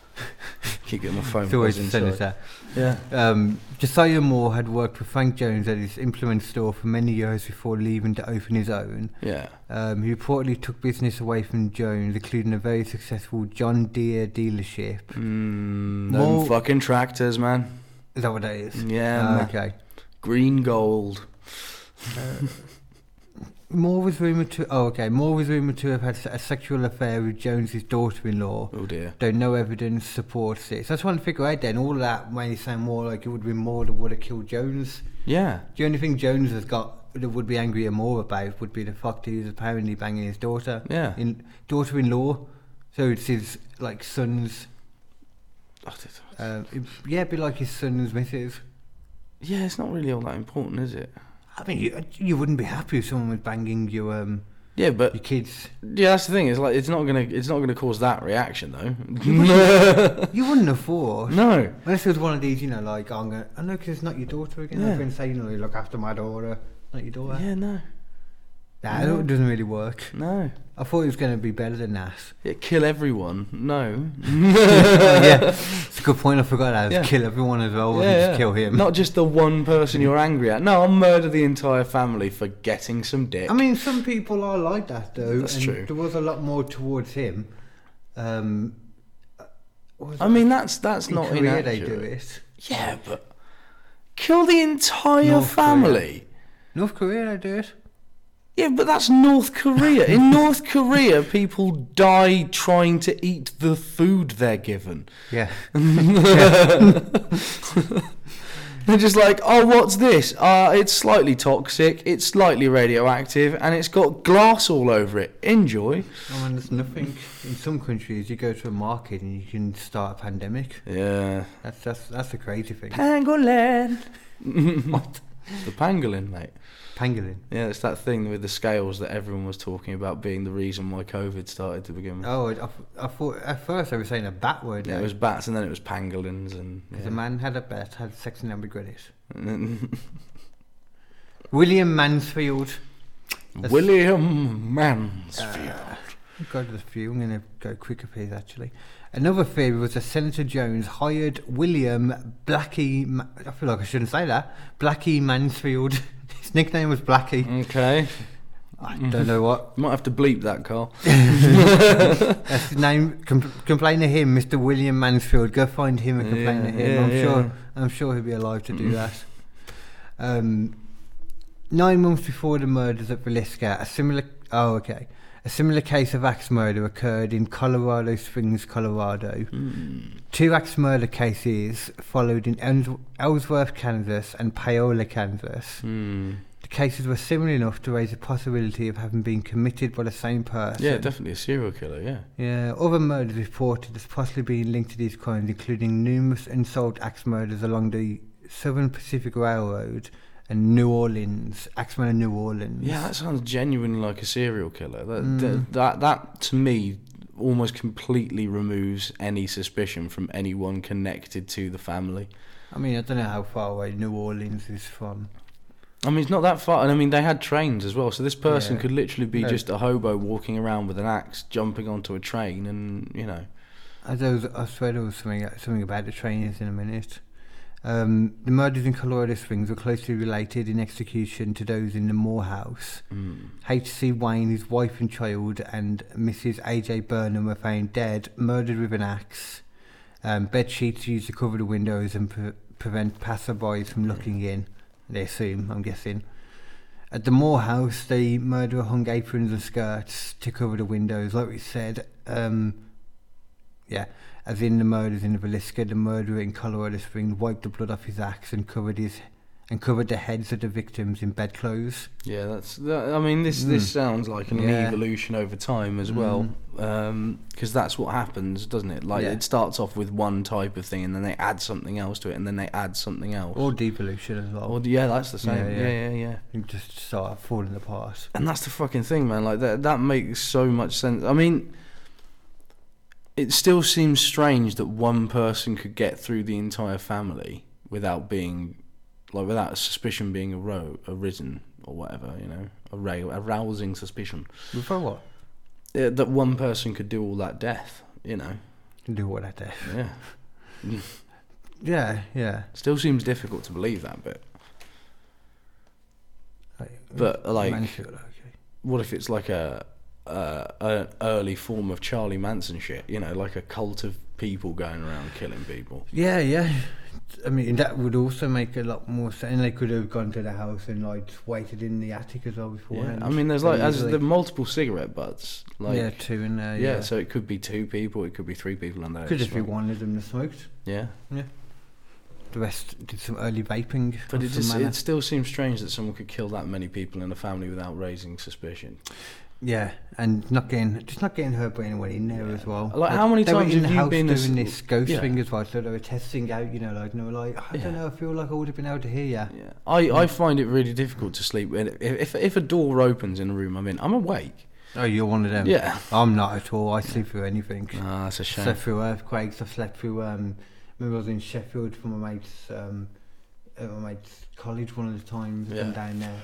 [SPEAKER 4] keep getting my phone.
[SPEAKER 1] It's always a
[SPEAKER 4] buzzing, sorry.
[SPEAKER 1] senator.
[SPEAKER 4] Yeah.
[SPEAKER 1] Um, Josiah Moore had worked for Frank Jones at his implement store for many years before leaving to open his own.
[SPEAKER 4] Yeah.
[SPEAKER 1] Um, he reportedly took business away from Jones, including a very successful John Deere dealership.
[SPEAKER 4] Mm, them
[SPEAKER 1] Well-
[SPEAKER 4] fucking tractors, man.
[SPEAKER 1] Is that what that is?
[SPEAKER 4] Yeah.
[SPEAKER 1] Ah,
[SPEAKER 4] man.
[SPEAKER 1] okay.
[SPEAKER 4] Green gold.
[SPEAKER 1] Moore was rumored to. Oh, okay. Moore was rumored to have had se- a sexual affair with Jones's daughter-in-law,
[SPEAKER 4] Oh dear.
[SPEAKER 1] though no evidence supports this. That's one figure out. Then all that made it sound more like it would have been Moore that would have killed Jones.
[SPEAKER 4] Yeah.
[SPEAKER 1] The only thing Jones has got that would be angry at Moore about would be the fact that he was apparently banging his daughter.
[SPEAKER 4] Yeah.
[SPEAKER 1] In daughter-in-law, so it's his like son's.
[SPEAKER 4] Oh, did-
[SPEAKER 1] Uh, it, yeah, it'd be like his son's missus.
[SPEAKER 4] yeah, it's not really all that important, is it?
[SPEAKER 1] I mean, you, you wouldn't be happy if someone was banging your um
[SPEAKER 4] Yeah, but
[SPEAKER 1] your kids.
[SPEAKER 4] yeah, that's the thing. It's like it's not gonna it's not gonna cause that reaction though.
[SPEAKER 1] You wouldn't have thought.
[SPEAKER 4] no.
[SPEAKER 1] Unless it was one of these, you know, like I'm gonna, I know 'cause it's not your daughter again.
[SPEAKER 4] Yeah.
[SPEAKER 1] I'm gonna say, you know, you look after my daughter, not your daughter.
[SPEAKER 4] Yeah, no.
[SPEAKER 1] Nah, it doesn't really work.
[SPEAKER 4] No.
[SPEAKER 1] I thought it was going to be better than that.
[SPEAKER 4] Yeah, kill everyone. No.
[SPEAKER 1] yeah, it's a good point. I forgot that.
[SPEAKER 4] Yeah.
[SPEAKER 1] Kill everyone as well. and just kill him.
[SPEAKER 4] Not just the one person you're angry at. No, I'll murder the entire family for getting some dick.
[SPEAKER 1] I mean, some people are like that though.
[SPEAKER 4] That's
[SPEAKER 1] and
[SPEAKER 4] true.
[SPEAKER 1] There was a lot more towards him. Um,
[SPEAKER 4] I mean, that's that's
[SPEAKER 1] in
[SPEAKER 4] not
[SPEAKER 1] Korea they
[SPEAKER 4] inaccurate.
[SPEAKER 1] do it.
[SPEAKER 4] Yeah, but kill the entire
[SPEAKER 1] North Korea.
[SPEAKER 4] family.
[SPEAKER 1] North Korea they do it.
[SPEAKER 4] Yeah, but that's North Korea. In North Korea, people die trying to eat the food they're given.
[SPEAKER 1] Yeah.
[SPEAKER 4] They're just like, oh, what's this? Uh, it's slightly toxic, it's slightly radioactive, and it's got glass all over it. Enjoy.
[SPEAKER 1] I mean, there's nothing. In some countries, you go to a market and you can start a pandemic.
[SPEAKER 4] Yeah.
[SPEAKER 1] That's that's that's a crazy thing.
[SPEAKER 4] Pangolin. The pangolin, mate.
[SPEAKER 1] Pangolin.
[SPEAKER 4] Yeah, it's that thing with the scales that everyone was talking about being the reason why COVID started to begin with.
[SPEAKER 1] Oh, I, I- I thought at first I was saying a bat word.
[SPEAKER 4] Yeah,
[SPEAKER 1] Yeah,
[SPEAKER 4] it was bats, and then it was pangolins, and
[SPEAKER 1] The man had a bat, had sex and then regret it.
[SPEAKER 4] yeah.
[SPEAKER 1] William Mansfield.
[SPEAKER 4] William Mansfield.
[SPEAKER 1] Go to the few. I'm going to go quicker, please. Actually, another theory was that Senator Jones hired William Blackie. Ma- I feel like I shouldn't say that. Blackie Mansfield. His nickname was Blackie.
[SPEAKER 4] Okay,
[SPEAKER 1] I
[SPEAKER 4] Mm-hmm.
[SPEAKER 1] don't know what.
[SPEAKER 4] might have to bleep that, Carl.
[SPEAKER 1] That's his name. Com- complain to him, Mr. William Mansfield. Go find him and complain to
[SPEAKER 4] Yeah,
[SPEAKER 1] him.
[SPEAKER 4] yeah,
[SPEAKER 1] I'm
[SPEAKER 4] yeah. Mm.
[SPEAKER 1] sure. I'm sure he'll be alive to do that. Um, nine months before the murders at Villisca, a similar. Oh, okay. A similar case of axe murder occurred in Colorado Springs, Colorado. Two axe murder cases followed in Ens- Ellsworth, Kansas, and Paola, Kansas.
[SPEAKER 4] Hmm.
[SPEAKER 1] The cases were similar enough to raise the possibility of having been committed by the same person.
[SPEAKER 4] Yeah, definitely a serial killer. Yeah.
[SPEAKER 1] Yeah, other murders reported as possibly being linked to these crimes, including numerous unsolved axe murders along the Southern Pacific Railroad and New Orleans, Axeman of New Orleans.
[SPEAKER 4] Yeah, that sounds genuinely like a serial killer. That
[SPEAKER 1] Hmm.
[SPEAKER 4] that, that that to me almost completely removes any suspicion from anyone connected to the family.
[SPEAKER 1] I mean, I don't know how far away New Orleans is from.
[SPEAKER 4] I mean, it's not that far, and I mean they had trains as well. So this person
[SPEAKER 1] Yeah.
[SPEAKER 4] could literally be
[SPEAKER 1] No.
[SPEAKER 4] just a hobo walking around with an axe, jumping onto a train, and you know.
[SPEAKER 1] As I, was, I swear there was something, something about the trainers in a minute. Um, the murders in Colorado Springs were closely related in execution to those in the Morehouse. H.C. Wayne, his wife and child, and Mrs. A.J. Burnham were found dead, murdered with an axe. Um, bed sheets used to cover the windows and pre- prevent passerbys from looking in, they assume, I'm guessing. At the Moore house, the murderer hung aprons and skirts to cover the windows, like we said. Um, yeah, as in the murders in the Villisca, the murderer in Colorado Springs wiped the blood off his axe and covered his and covered the heads of the victims in bedclothes.
[SPEAKER 4] Yeah, that's. That, I mean, this this sounds like an
[SPEAKER 1] Hmm. Yeah. Hmm.
[SPEAKER 4] evolution over time as well, because that's what happens, doesn't it? Like
[SPEAKER 1] Yeah.
[SPEAKER 4] it starts off with one type of thing, and then they add something else to it, and then they add something else.
[SPEAKER 1] Or devolution as well.
[SPEAKER 4] Or- Oh, yeah, that's the same.
[SPEAKER 1] Yeah,
[SPEAKER 4] Yeah, yeah,
[SPEAKER 1] yeah.
[SPEAKER 4] yeah.
[SPEAKER 1] and just start falling apart.
[SPEAKER 4] And that's the fucking thing, man. Like that that makes so much sense. I mean, it still seems strange that one person could get through the entire family without being, like, without a suspicion being aro- arisen or whatever. You know, arou- arousing suspicion.
[SPEAKER 1] Before what?
[SPEAKER 4] Yeah, that one person could do all that death, you know.
[SPEAKER 1] Can do what I do.
[SPEAKER 4] Yeah.
[SPEAKER 1] Yeah, yeah.
[SPEAKER 4] Still seems difficult to believe that bit. But, like-
[SPEAKER 1] Mansfield, okay.
[SPEAKER 4] What if it's like a, uh, an early form of Charlie Manson shit, you know, like a cult of people going around killing people?
[SPEAKER 1] Yeah, yeah. I mean, that would also make a lot more sense. And they could have gone to the house and like waited in the attic as well
[SPEAKER 4] Yeah.
[SPEAKER 1] beforehand.
[SPEAKER 4] I mean, there's like as
[SPEAKER 1] Easily.
[SPEAKER 4] the multiple cigarette butts, like
[SPEAKER 1] yeah,
[SPEAKER 4] yeah,
[SPEAKER 1] two in there. yeah
[SPEAKER 4] So it could be two people, it could be three people, and there
[SPEAKER 1] could just be one of them that smoked.
[SPEAKER 4] Yeah,
[SPEAKER 1] The rest did some early vaping.
[SPEAKER 4] but
[SPEAKER 1] of
[SPEAKER 4] it
[SPEAKER 1] some
[SPEAKER 4] just
[SPEAKER 1] manner.
[SPEAKER 4] it still seems strange that someone could kill that many people in a family without raising suspicion.
[SPEAKER 1] yeah, and not getting just not getting hurt by anyone in there as well.
[SPEAKER 4] Like, how many
[SPEAKER 1] they were
[SPEAKER 4] times
[SPEAKER 1] in
[SPEAKER 4] have
[SPEAKER 1] the
[SPEAKER 4] you
[SPEAKER 1] house
[SPEAKER 4] been as-
[SPEAKER 1] doing this ghost
[SPEAKER 4] Yeah.
[SPEAKER 1] thing as well? So they were testing out, you know, like and they were like, I
[SPEAKER 4] Yeah.
[SPEAKER 1] don't know, I feel like I would have been able to hear you.
[SPEAKER 4] Yeah. I, I find it really difficult to sleep. And If, if if a door opens in a room I'm in, I'm awake.
[SPEAKER 1] Oh, you're one of them.
[SPEAKER 4] Yeah.
[SPEAKER 1] I'm not at all. I sleep through anything.
[SPEAKER 4] Ah, that's a
[SPEAKER 1] I
[SPEAKER 4] shame.
[SPEAKER 1] slept through earthquakes. I slept through. Um, remember I was in Sheffield for my mates. Um, at my mate's uh, college one of the times.
[SPEAKER 4] Yeah.
[SPEAKER 1] and down there.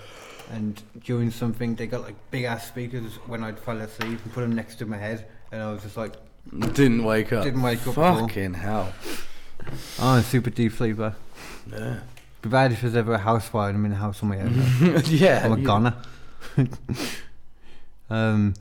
[SPEAKER 1] and during something they got like big ass speakers when I'd fell asleep and put them next to my head, and I was just like,
[SPEAKER 4] Didn't wake up.
[SPEAKER 1] Didn't wake up at all.
[SPEAKER 4] Fucking hell.
[SPEAKER 1] "Oh, I'm a super deep sleeper."
[SPEAKER 4] Yeah.
[SPEAKER 1] Be bad if there's ever a house fire and I'm in a house on my own.
[SPEAKER 4] yeah.
[SPEAKER 1] I'm a
[SPEAKER 4] you-
[SPEAKER 1] goner. um,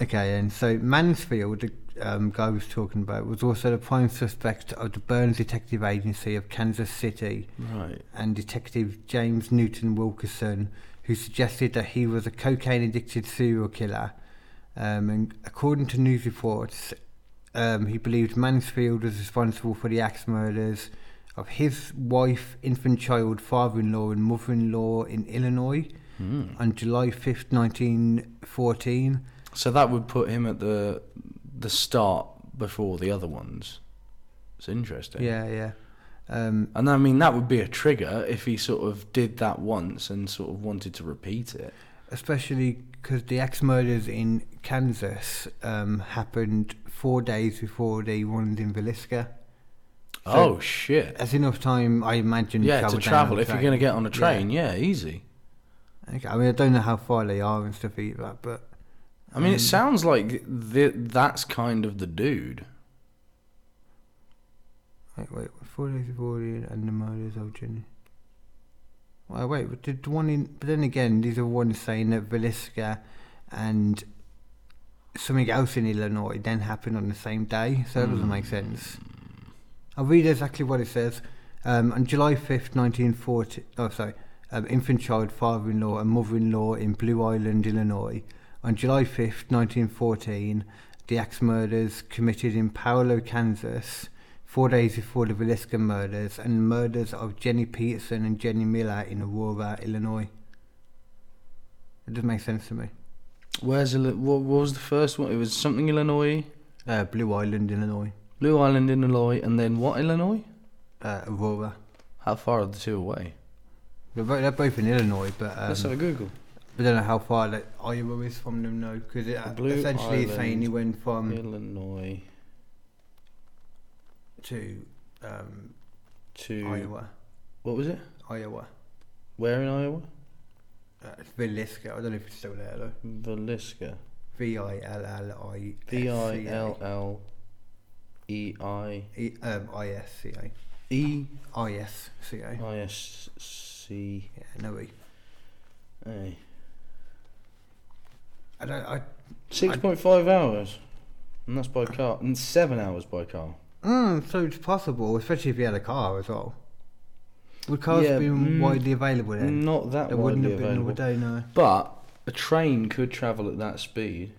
[SPEAKER 1] okay, and so Mansfield, the um, guy was talking about, was also the prime suspect of the Burns Detective Agency of Kansas City
[SPEAKER 4] Right.
[SPEAKER 1] and Detective James Newton Wilkerson, who suggested that he was a cocaine addicted serial killer. Um, and according to news reports, um, he believed Mansfield was responsible for the axe murders of his wife, infant child, father in law, and mother in law in Illinois on July 5th, 1914.
[SPEAKER 4] So that would put him at the the start before the other ones. It's interesting.
[SPEAKER 1] Yeah, yeah. Um,
[SPEAKER 4] And I mean that would be a trigger if he sort of did that once and sort of wanted to repeat it.
[SPEAKER 1] especially because the axe murders in Kansas um, happened four days before the ones in Villisca. So-
[SPEAKER 4] oh shit.
[SPEAKER 1] That's enough time, I imagine.
[SPEAKER 4] yeah,
[SPEAKER 1] travel
[SPEAKER 4] to
[SPEAKER 1] down
[SPEAKER 4] travel
[SPEAKER 1] the
[SPEAKER 4] if you're
[SPEAKER 1] train.
[SPEAKER 4] going to get on a train, yeah, easy.
[SPEAKER 1] Okay, I mean, I don't know how far they are and stuff like that, but
[SPEAKER 4] I mean, it sounds like th- that's kind of the dude.
[SPEAKER 1] wait, wait, four days before the and the murders of Jenny. Wait, wait, but did the one in? But then again, these are ones saying that Villisca and something else in Illinois then happened on the same day, so that doesn't make
[SPEAKER 4] Hmm.
[SPEAKER 1] sense. I'll read exactly what it says. Um, on July 5th, 1940, oh, sorry, um, infant child, father in law, and mother in law in Blue Island, Illinois. On July 5th, 1914, the axe murders committed in Paolo, Kansas, four days before the Villisca murders, and the murders of Jenny Peterson and Jenny Miller in Aurora, Illinois. It doesn't make sense to me.
[SPEAKER 4] Where's Illi- what, what was the first one? It was something Illinois,
[SPEAKER 1] Uh, Blue Island, Illinois.
[SPEAKER 4] Blue Island, Illinois, and then what Illinois?
[SPEAKER 1] Uh, Aurora.
[SPEAKER 4] How far are the two away?
[SPEAKER 1] They're both, they're both in Illinois, but um,
[SPEAKER 4] Let's have a Google.
[SPEAKER 1] I don't know how far like Iowa is from them though, because it
[SPEAKER 4] Blue
[SPEAKER 1] essentially is saying
[SPEAKER 4] Island.
[SPEAKER 1] he went
[SPEAKER 4] um,
[SPEAKER 1] from
[SPEAKER 4] Illinois
[SPEAKER 1] to um,
[SPEAKER 4] to
[SPEAKER 1] Iowa,
[SPEAKER 4] what was it?
[SPEAKER 1] Iowa,
[SPEAKER 4] Where in Iowa?
[SPEAKER 1] uh, it's Villisca. I don't know if it's still there though.
[SPEAKER 4] Villisca.
[SPEAKER 1] V i l l i
[SPEAKER 4] V i l l e i
[SPEAKER 1] e um i s c a
[SPEAKER 4] e
[SPEAKER 1] i s c a.
[SPEAKER 4] i s c
[SPEAKER 1] Yeah, no e.
[SPEAKER 4] a.
[SPEAKER 1] I don't. I
[SPEAKER 4] Six point five hours, and that's by car, and seven hours by car.
[SPEAKER 1] mm, so it's possible, especially if you had a car as well. Would cars
[SPEAKER 4] Yeah,
[SPEAKER 1] be
[SPEAKER 4] mm,
[SPEAKER 1] widely available then?
[SPEAKER 4] Not that
[SPEAKER 1] they wouldn't
[SPEAKER 4] widely
[SPEAKER 1] have been,
[SPEAKER 4] available.
[SPEAKER 1] would they? No.
[SPEAKER 4] But a train could travel at that speed.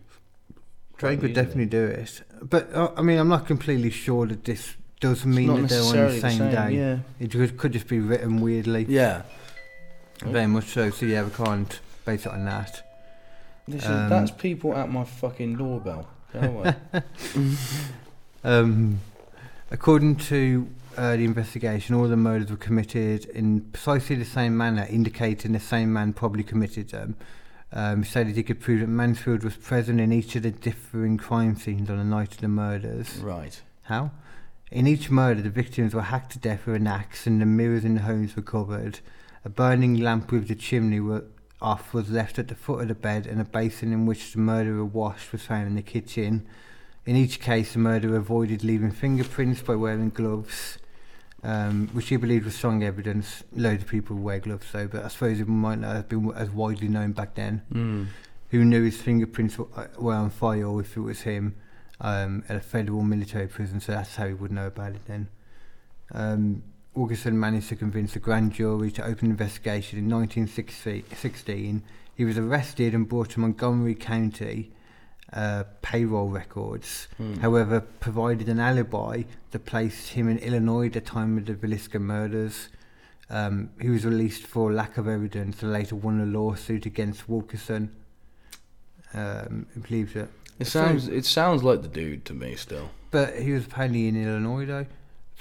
[SPEAKER 1] Train
[SPEAKER 4] quite
[SPEAKER 1] could
[SPEAKER 4] easily.
[SPEAKER 1] definitely do it, but uh, I mean, I'm not completely sure that this does mean
[SPEAKER 4] not
[SPEAKER 1] that they're on the
[SPEAKER 4] necessarily
[SPEAKER 1] same,
[SPEAKER 4] the same,
[SPEAKER 1] day.
[SPEAKER 4] yeah.
[SPEAKER 1] It could, could just be written weirdly,
[SPEAKER 4] Yeah,
[SPEAKER 1] very much so. So yeah, we can't base it on that.
[SPEAKER 4] this
[SPEAKER 1] Um,
[SPEAKER 4] is, that's people at my fucking doorbell. Go away.
[SPEAKER 1] Um, according to uh, the investigation, all the murders were committed in precisely the same manner, indicating the same man probably committed them. Um, so that he could prove that Mansfield was present in each of the differing crime scenes on the night of the murders.
[SPEAKER 4] right.
[SPEAKER 1] How? In each murder, the victims were hacked to death with an axe, and the mirrors in the homes were covered. A burning lamp with the chimney were off was left at the foot of the bed, and a basin in which the murderer washed was found in the kitchen. In each case, the murderer avoided leaving fingerprints by wearing gloves, um, which he believed was strong evidence. Loads of people wear gloves, though, but I suppose it might not have been as widely known back then
[SPEAKER 4] Mm.
[SPEAKER 1] who knew his fingerprints were uh, were on file if it was him um, at a federal military prison, so that's how he would know about it then. Um, Augustin managed to convince the grand jury to open an investigation in 1916. He was arrested and brought to Montgomery County uh, payroll records. However, provided an alibi that placed him in Illinois at the time of the Villisca murders. Um, he was released for lack of evidence and later won a lawsuit against Wilkerson. Um, who believes it.
[SPEAKER 4] It sounds it sounds like the dude to me still.
[SPEAKER 1] But he was apparently in Illinois though.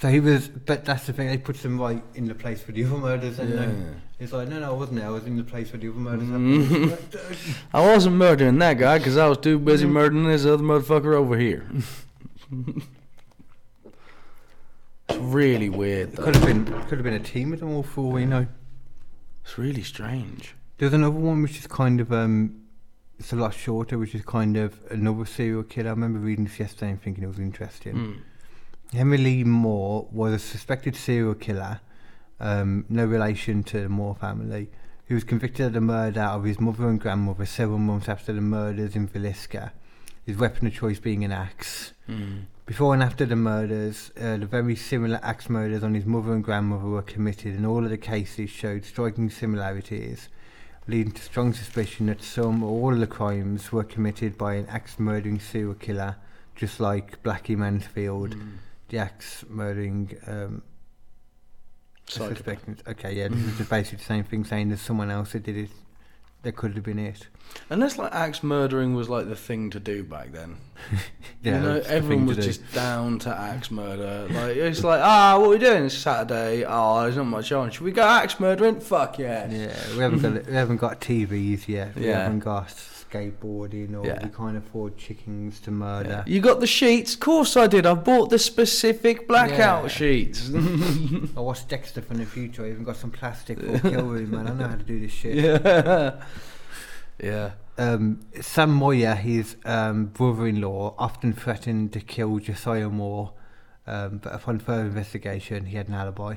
[SPEAKER 1] So he was, but that's the thing, they put him right in the place for the other murders. And
[SPEAKER 4] Yeah.
[SPEAKER 1] then it's like, no, no, I wasn't there, I was in the place where the other murders happened.
[SPEAKER 4] I wasn't murdering that guy because I was too busy murdering this other motherfucker over here. it's really weird. Though.
[SPEAKER 1] Could have been, could have been a team of them all for all we know.
[SPEAKER 4] It's really strange.
[SPEAKER 1] There's another one which is kind of um, it's a lot shorter, which is kind of another serial killer. I remember reading this yesterday and thinking it was interesting. Henry Lee Moore was a suspected serial killer, um, no relation to the Moore family, who was convicted of the murder of his mother and grandmother several months after the murders in Villisca. His weapon of choice being an axe. Before and after the murders, uh, the very similar axe murders on his mother and grandmother were committed, and all of the cases showed striking similarities, leading to strong suspicion that some or all of the crimes were committed by an axe murdering serial killer, just like Blackie Mansfield,
[SPEAKER 4] Hmm.
[SPEAKER 1] the axe murdering. Um,
[SPEAKER 4] Psychopath. Hmm.
[SPEAKER 1] suspected- Okay, yeah, this is just basically the same thing, saying there's someone else that did it. That could have been it.
[SPEAKER 4] Unless like axe murdering was like the thing to do back then.
[SPEAKER 1] Yeah,
[SPEAKER 4] you know,
[SPEAKER 1] that's the
[SPEAKER 4] everyone
[SPEAKER 1] thing
[SPEAKER 4] was
[SPEAKER 1] to do.
[SPEAKER 4] just down to axe murder. Like it's like, ah, what are we doing? It's Saturday. Ah, there's not much on. Should we go axe murdering? Fuck yes.
[SPEAKER 1] Yeah, we haven't got we haven't got TVs yet. We
[SPEAKER 4] Hmm. Yeah.
[SPEAKER 1] haven't got skateboarding, or
[SPEAKER 4] Yeah.
[SPEAKER 1] we can't afford chickens to murder.
[SPEAKER 4] You got the sheets? Of course I did. I bought the specific blackout
[SPEAKER 1] Yeah.
[SPEAKER 4] sheets.
[SPEAKER 1] I watched Oh, Dexter from the future. I even got some plastic for a kill room, man. I know how to do this shit.
[SPEAKER 4] yeah. Yeah.
[SPEAKER 1] Um, Sam Moyer, his um, brother-in-law, often threatened to kill Josiah Moore, um, but upon further investigation, he had an alibi.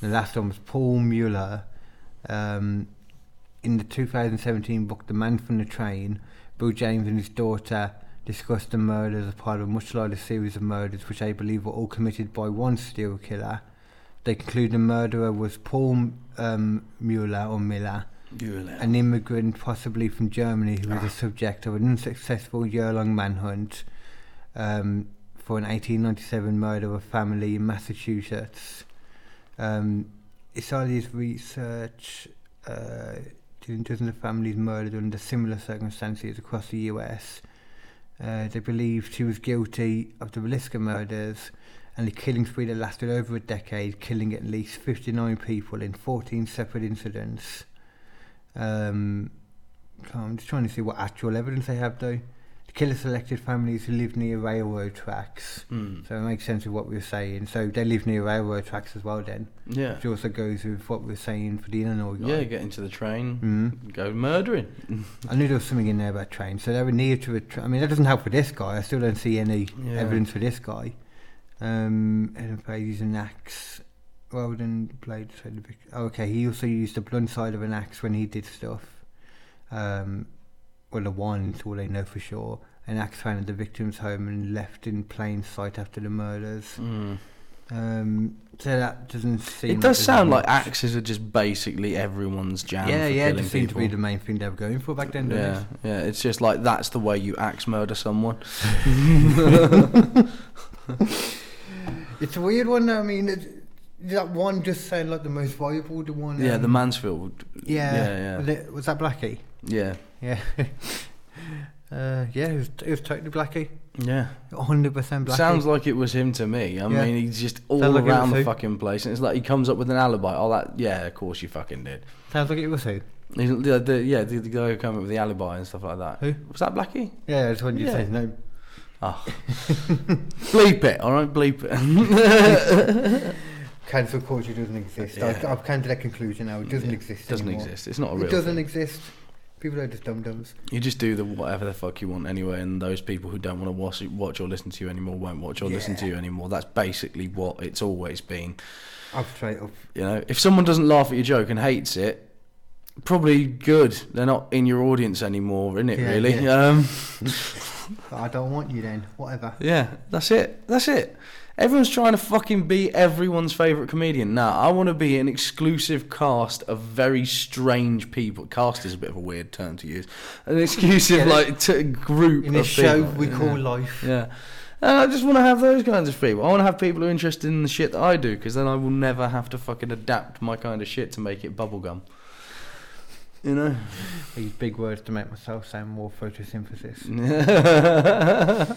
[SPEAKER 1] The last one was Paul Mueller. Um, in the 2017 book The Man from the Train, Bill James and his daughter discussed the murder as a part of a much larger series of murders which they believe were all committed by one serial killer. They conclude the murderer was Paul um, Mueller or Miller, an immigrant possibly from Germany who was the subject of an unsuccessful year-long manhunt um, for an 1897 murder of a family in Massachusetts. Um, Isali's research uh, did dozens of families murdered under similar circumstances across the US. Uh, they believed she was guilty of the Velisca murders and the killing spree that lasted over a decade, killing at least 59 people in 14 separate incidents. Um, so I'm just trying to see what actual evidence they have, though. The killer selected families who lived near railroad tracks.
[SPEAKER 4] Hmm.
[SPEAKER 1] So it makes sense with what we were saying. So they live near railroad tracks as well, then.
[SPEAKER 4] Yeah.
[SPEAKER 1] Which also goes with what we were saying for the Illinois guy. Mm-hmm.
[SPEAKER 4] Yeah, get into the train, go murdering.
[SPEAKER 1] I knew there was something in there about trains. So they were near to a tra- I mean, that doesn't help for this guy. I still don't see any
[SPEAKER 4] Yeah.
[SPEAKER 1] evidence for this guy. Um, Adam Page used an axe rather than blade. So the vic- oh, okay, he also used the blunt side of an axe when he did stuff. Um, well, the wand, all they know for sure. An axe found at the victim's home and left in plain sight after the murders.
[SPEAKER 4] Hmm.
[SPEAKER 1] Um, so that doesn't seem.
[SPEAKER 4] It does
[SPEAKER 1] there's
[SPEAKER 4] sound like
[SPEAKER 1] much-
[SPEAKER 4] axes are just basically everyone's jam.
[SPEAKER 1] Yeah,
[SPEAKER 4] for
[SPEAKER 1] yeah, it
[SPEAKER 4] killing
[SPEAKER 1] just seemed to be the
[SPEAKER 4] people.
[SPEAKER 1] main thing they were going for back then, doesn't
[SPEAKER 4] Yeah,
[SPEAKER 1] it?
[SPEAKER 4] yeah. It's just like that's the way you axe murder someone.
[SPEAKER 1] It's a weird one. though, I mean, it, that one just sounded like the most viable. The one.
[SPEAKER 4] yeah,
[SPEAKER 1] um,
[SPEAKER 4] the Mansfield.
[SPEAKER 1] Yeah.
[SPEAKER 4] yeah,
[SPEAKER 1] Was,
[SPEAKER 4] yeah.
[SPEAKER 1] it- was that Blackie?
[SPEAKER 4] yeah.
[SPEAKER 1] Yeah. uh, yeah, it was, it was totally Blackie.
[SPEAKER 4] yeah.
[SPEAKER 1] Hundred percent Blackie.
[SPEAKER 4] Sounds like it was him to me. I
[SPEAKER 1] Yeah.
[SPEAKER 4] mean, he's just all
[SPEAKER 1] Sounds like it
[SPEAKER 4] around
[SPEAKER 1] was
[SPEAKER 4] the
[SPEAKER 1] who?
[SPEAKER 4] fucking place, and it's like he comes up with an alibi. Oh, that yeah, of course you fucking did.
[SPEAKER 1] Sounds like it was who?
[SPEAKER 4] He's, the, the, yeah, the, the guy who came up with the alibi and stuff like that.
[SPEAKER 1] Who?
[SPEAKER 4] was that? Blackie?
[SPEAKER 1] Yeah, it's when you
[SPEAKER 4] Yeah.
[SPEAKER 1] say no.
[SPEAKER 4] Oh. bleep it, all right, bleep it.
[SPEAKER 1] Cancel culture doesn't exist. I've, I've come to that conclusion now. It doesn't exist.
[SPEAKER 4] doesn't
[SPEAKER 1] anymore.
[SPEAKER 4] exist. It's not a real.
[SPEAKER 1] It doesn't
[SPEAKER 4] thing.
[SPEAKER 1] exist. People are just dum dums.
[SPEAKER 4] You just do the whatever the fuck you want anyway, and those people who don't want to watch, watch or listen to you anymore won't watch or listen to you anymore. That's basically what it's always been.
[SPEAKER 1] I've straight up.
[SPEAKER 4] You know, if someone doesn't laugh at your joke and hates it, probably good. They're not in your audience anymore, isn't it?
[SPEAKER 1] Yeah,
[SPEAKER 4] really?
[SPEAKER 1] yeah.
[SPEAKER 4] Um,
[SPEAKER 1] But I don't want you then. Whatever.
[SPEAKER 4] yeah, that's it. That's it. Everyone's trying to fucking be everyone's favourite comedian. Nah, I want to be an exclusive cast of very strange people. Cast is a bit of a weird term to use. An exclusive,
[SPEAKER 1] Yeah,
[SPEAKER 4] like, t- group
[SPEAKER 1] In
[SPEAKER 4] of
[SPEAKER 1] this show
[SPEAKER 4] people.
[SPEAKER 1] we
[SPEAKER 4] Yeah.
[SPEAKER 1] call life.
[SPEAKER 4] Yeah. And I just want to have those kinds of people. I want to have people who are interested in the shit that I do, because then I will never have to fucking adapt my kind of shit to make it bubblegum. You know?
[SPEAKER 1] These big words to make myself sound more photosynthesis.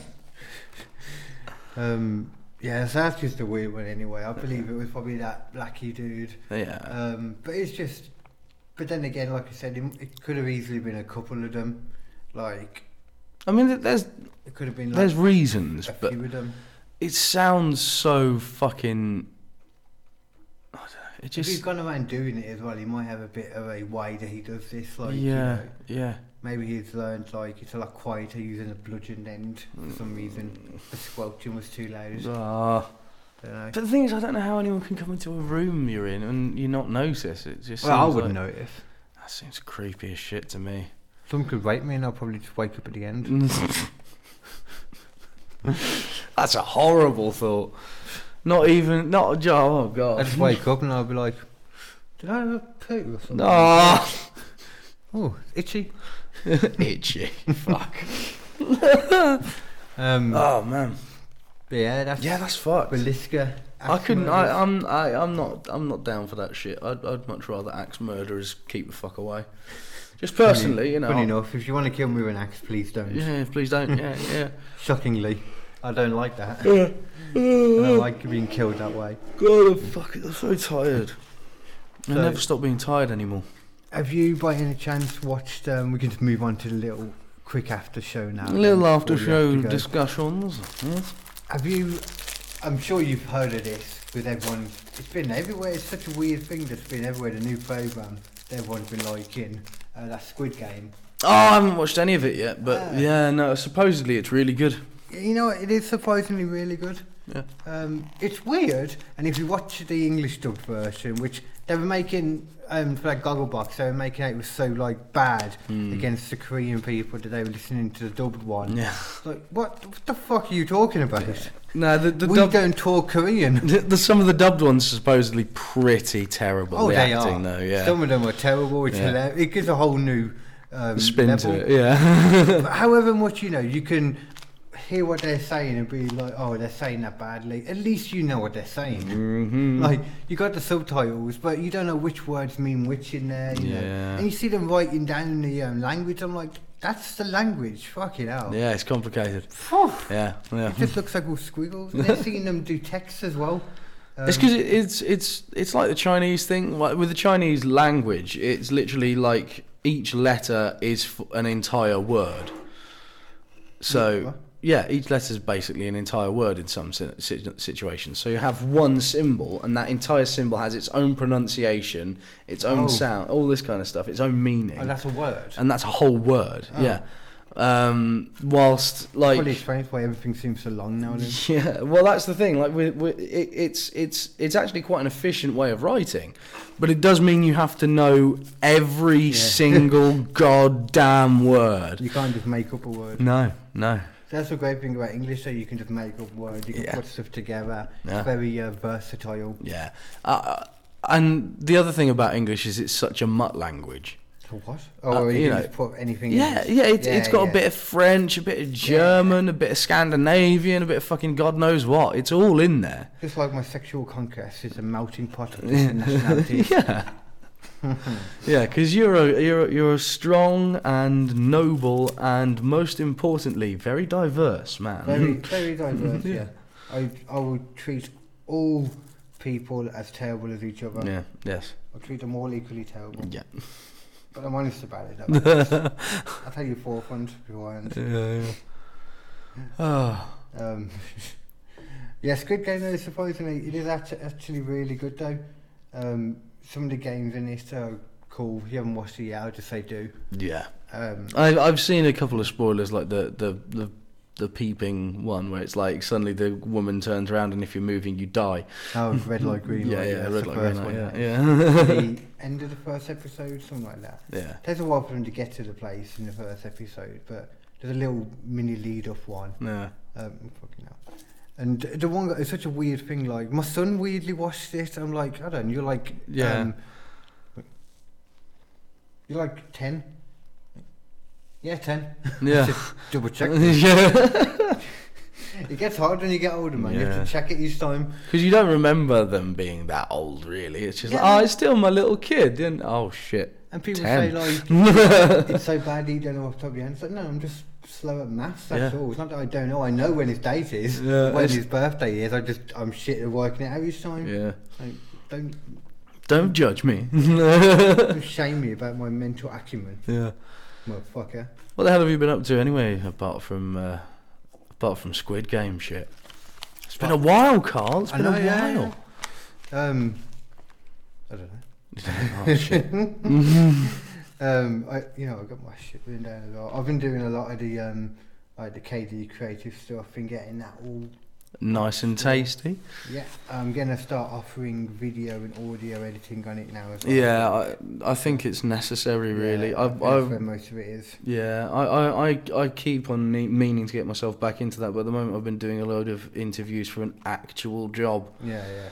[SPEAKER 1] Um, yeah, so that's just a weird one anyway. I believe it was probably that Blackie dude.
[SPEAKER 4] yeah.
[SPEAKER 1] Um, but it's just, but then again, like I said, it, it could have easily been a couple of them. Like,
[SPEAKER 4] I mean, th- there's
[SPEAKER 1] it could have been like
[SPEAKER 4] there's reasons,
[SPEAKER 1] a
[SPEAKER 4] but
[SPEAKER 1] few of them.
[SPEAKER 4] it sounds so fucking. I don't know. It
[SPEAKER 1] If he's
[SPEAKER 4] just
[SPEAKER 1] gone around doing it as well, he might have a bit of a way that he does this. Like, you
[SPEAKER 4] yeah,
[SPEAKER 1] know,
[SPEAKER 4] yeah.
[SPEAKER 1] maybe he's learned like it's a lot quieter using a bludgeoned end for some reason.
[SPEAKER 4] Mm.
[SPEAKER 1] The squelching was too loud.
[SPEAKER 4] Ah.
[SPEAKER 1] dunno.
[SPEAKER 4] But the thing is, I don't know how anyone can come into a room you're in and you not notice. It just
[SPEAKER 1] Well, I
[SPEAKER 4] seems
[SPEAKER 1] wouldn't
[SPEAKER 4] like-
[SPEAKER 1] notice.
[SPEAKER 4] That seems creepy as shit to me.
[SPEAKER 1] Someone could rape me, and I'll probably just wake up at the end.
[SPEAKER 4] That's a horrible thought. Not even, not oh
[SPEAKER 1] I
[SPEAKER 4] god.
[SPEAKER 1] just wake up and I'll be like, "Did I have a poo or something?"
[SPEAKER 4] No,
[SPEAKER 1] Oh, itchy.
[SPEAKER 4] itchy. Fuck.
[SPEAKER 1] Um.
[SPEAKER 4] Oh man.
[SPEAKER 1] but yeah, that's
[SPEAKER 4] Yeah, that's fucked.
[SPEAKER 1] Beliska.
[SPEAKER 4] I couldn't. I, I'm. I, I'm not. I'm not down for that shit. I'd, I'd much rather axe murderers keep the fuck away. Just personally, you know.
[SPEAKER 1] Funny enough, if you want to kill me with an axe, please don't.
[SPEAKER 4] Yeah, please don't. Yeah, yeah.
[SPEAKER 1] Shockingly, I don't like that.
[SPEAKER 4] Uh,
[SPEAKER 1] I don't like being killed that way.
[SPEAKER 4] God, I'm fucking I'm so tired. I
[SPEAKER 1] So-
[SPEAKER 4] never stop being tired anymore.
[SPEAKER 1] Have you, by any chance, watched? Um, we can just move on to the little quick after show now.
[SPEAKER 4] Little
[SPEAKER 1] then,
[SPEAKER 4] after
[SPEAKER 1] before we
[SPEAKER 4] show
[SPEAKER 1] have to go.
[SPEAKER 4] discussions. Yes.
[SPEAKER 1] Have you? I'm sure you've heard of this with everyone. It's been everywhere. It's such a weird thing that's been everywhere. The new program that everyone's been liking. Uh, that Squid Game.
[SPEAKER 4] Oh, I haven't watched any of it yet, but
[SPEAKER 1] Ah.
[SPEAKER 4] yeah, no. Supposedly it's really good.
[SPEAKER 1] You know, what, it is surprisingly really good.
[SPEAKER 4] Yeah.
[SPEAKER 1] Um, it's weird, and if you watch the English dubbed version, which they were making um, for that Gogglebox, they were making out it was so like bad against the Korean people that they were listening to the dubbed one.
[SPEAKER 4] Hmm. Yeah.
[SPEAKER 1] It's Like, what, what the fuck are you talking about?
[SPEAKER 4] No, the the,
[SPEAKER 1] we
[SPEAKER 4] dub,
[SPEAKER 1] don't talk Korean.
[SPEAKER 4] the, the some of the dubbed ones are supposedly pretty terrible.
[SPEAKER 1] oh,
[SPEAKER 4] the
[SPEAKER 1] they
[SPEAKER 4] acting,
[SPEAKER 1] are.
[SPEAKER 4] Though, yeah.
[SPEAKER 1] Some of them are terrible. It's
[SPEAKER 4] Yeah.
[SPEAKER 1] hilarious. It gives a whole new um,
[SPEAKER 4] Spin
[SPEAKER 1] level.
[SPEAKER 4] to it. Yeah.
[SPEAKER 1] But however much you know, you can hear what they're saying and be like, "Oh, they're saying that badly." At least you know what they're saying.
[SPEAKER 4] Mhm.
[SPEAKER 1] Like you got the subtitles, but you don't know which words mean which in there. You know?
[SPEAKER 4] Yeah.
[SPEAKER 1] And you see them writing down the um, language. I'm like, "That's the language." Fucking hell.
[SPEAKER 4] yeah, it's complicated.
[SPEAKER 1] Phew.
[SPEAKER 4] Yeah. Yeah.
[SPEAKER 1] It just looks like all squiggles. And they're seeing them do text as well.
[SPEAKER 4] It's 'cause it's because it's it's it's like the Chinese thing. Like with the Chinese language, it's literally like each letter is f- an entire word. So yeah, each letter is basically an entire word in some si- si- situations. So you have one symbol, and that entire symbol has its own pronunciation, its own
[SPEAKER 1] Oh.
[SPEAKER 4] sound, all this kind of stuff, its own meaning,
[SPEAKER 1] Oh, that's a word.
[SPEAKER 4] and that's a whole word. Yeah. Um, whilst like
[SPEAKER 1] Probably explains why everything seems so long now. Then.
[SPEAKER 4] yeah, well, that's the thing. Like, we we it, it's it's it's actually quite an efficient way of writing, but it does mean you have to know every single goddamn word.
[SPEAKER 1] You can't just make up a word.
[SPEAKER 4] No, no.
[SPEAKER 1] That's the great thing about English, so you can just make up words, you can
[SPEAKER 4] Yeah.
[SPEAKER 1] put stuff together.
[SPEAKER 4] Yeah.
[SPEAKER 1] It's very uh, versatile.
[SPEAKER 4] Yeah. Uh, and the other thing about English is it's such a mutt language.
[SPEAKER 1] So what? Oh,
[SPEAKER 4] Uh,
[SPEAKER 1] you,
[SPEAKER 4] you
[SPEAKER 1] can
[SPEAKER 4] know.
[SPEAKER 1] just put anything
[SPEAKER 4] Yeah,
[SPEAKER 1] in.
[SPEAKER 4] yeah, it, it's got
[SPEAKER 1] yeah.
[SPEAKER 4] a bit of French, a bit of German, a bit of Scandinavian, a bit of fucking God knows what. It's all in there.
[SPEAKER 1] Just like my sexual conquest is a melting pot of different nationalities.
[SPEAKER 4] Yeah. yeah, because you're a, you're a, you're a strong and noble and most importantly very diverse man.
[SPEAKER 1] Very, very diverse, yeah.
[SPEAKER 4] Yeah.
[SPEAKER 1] I, I will treat all people as terrible as each other.
[SPEAKER 4] Mm-hmm. yeah. Yes.
[SPEAKER 1] I'll treat them all equally terrible.
[SPEAKER 4] Yeah.
[SPEAKER 1] But I'm honest about it. though. I'll tell you forefront beforehand.
[SPEAKER 4] yeah. Oh.
[SPEAKER 1] Um, yeah, Squid Game though, surprisingly, it is act- actually really good though. Um, some of the games in it are cool. If you haven't watched it yet, I'll just say do.
[SPEAKER 4] Yeah.
[SPEAKER 1] Um,
[SPEAKER 4] I've I've seen a couple of spoilers like the the the the peeping one where it's like suddenly the woman turns around and if you're moving you die.
[SPEAKER 1] oh, Red Light, Green
[SPEAKER 4] yeah,
[SPEAKER 1] Light.
[SPEAKER 4] yeah,
[SPEAKER 1] that's
[SPEAKER 4] red
[SPEAKER 1] the
[SPEAKER 4] light,
[SPEAKER 1] first
[SPEAKER 4] green light.
[SPEAKER 1] one.
[SPEAKER 4] Yeah. Yeah.
[SPEAKER 1] the end of the first episode, something like that.
[SPEAKER 4] yeah.
[SPEAKER 1] There's a while for them to get to the place in the first episode, but there's a little mini lead off one.
[SPEAKER 4] Yeah.
[SPEAKER 1] Um, fucking hell. And the one it's such a weird thing. Like my son weirdly watched it. I'm like, I don't. You're like,
[SPEAKER 4] Yeah.
[SPEAKER 1] Um, you're like ten. Yeah, ten.
[SPEAKER 4] Yeah.
[SPEAKER 1] Just double check.
[SPEAKER 4] yeah.
[SPEAKER 1] it gets hard when you get older, man. You have
[SPEAKER 4] Yeah.
[SPEAKER 1] to check it each time.
[SPEAKER 4] Because you don't remember them being that old, really. It's just
[SPEAKER 1] Yeah.
[SPEAKER 4] like, oh, it's still my little kid. And, oh, shit.
[SPEAKER 1] And people
[SPEAKER 4] Ten.
[SPEAKER 1] say like, it's so bad that you don't know off the top of your head. It's like, no, I'm just slow at maths. That's
[SPEAKER 4] Yeah.
[SPEAKER 1] all. It's not that I don't know. I know when his date is,
[SPEAKER 4] Yeah,
[SPEAKER 1] when
[SPEAKER 4] it's-
[SPEAKER 1] his birthday is. I just I'm shit at working it out each time.
[SPEAKER 4] Yeah.
[SPEAKER 1] Like, don't
[SPEAKER 4] Don't judge me.
[SPEAKER 1] don't shame me about my mental acumen.
[SPEAKER 4] yeah.
[SPEAKER 1] Motherfucker.
[SPEAKER 4] What the hell have you been up to anyway, apart from uh, apart from Squid Game shit? It's been a while, Carl. It's been a while.
[SPEAKER 1] Um, I don't know.
[SPEAKER 4] oh shit.
[SPEAKER 1] Um, I, you know, I got my shit written down a lot. I've been doing a lot of the um, like the KD creative stuff and getting that all.
[SPEAKER 4] Nice and tasty.
[SPEAKER 1] Yeah, I'm gonna start offering video and audio editing on it now as well.
[SPEAKER 4] Yeah, I, I think it's necessary, really.
[SPEAKER 1] Yeah,
[SPEAKER 4] I've,
[SPEAKER 1] that's where
[SPEAKER 4] I've,
[SPEAKER 1] most of it is.
[SPEAKER 4] yeah, I, I, I, I keep on ne- meaning to get myself back into that, but at the moment I've been doing a load of interviews for an actual job,
[SPEAKER 1] Yeah, yeah.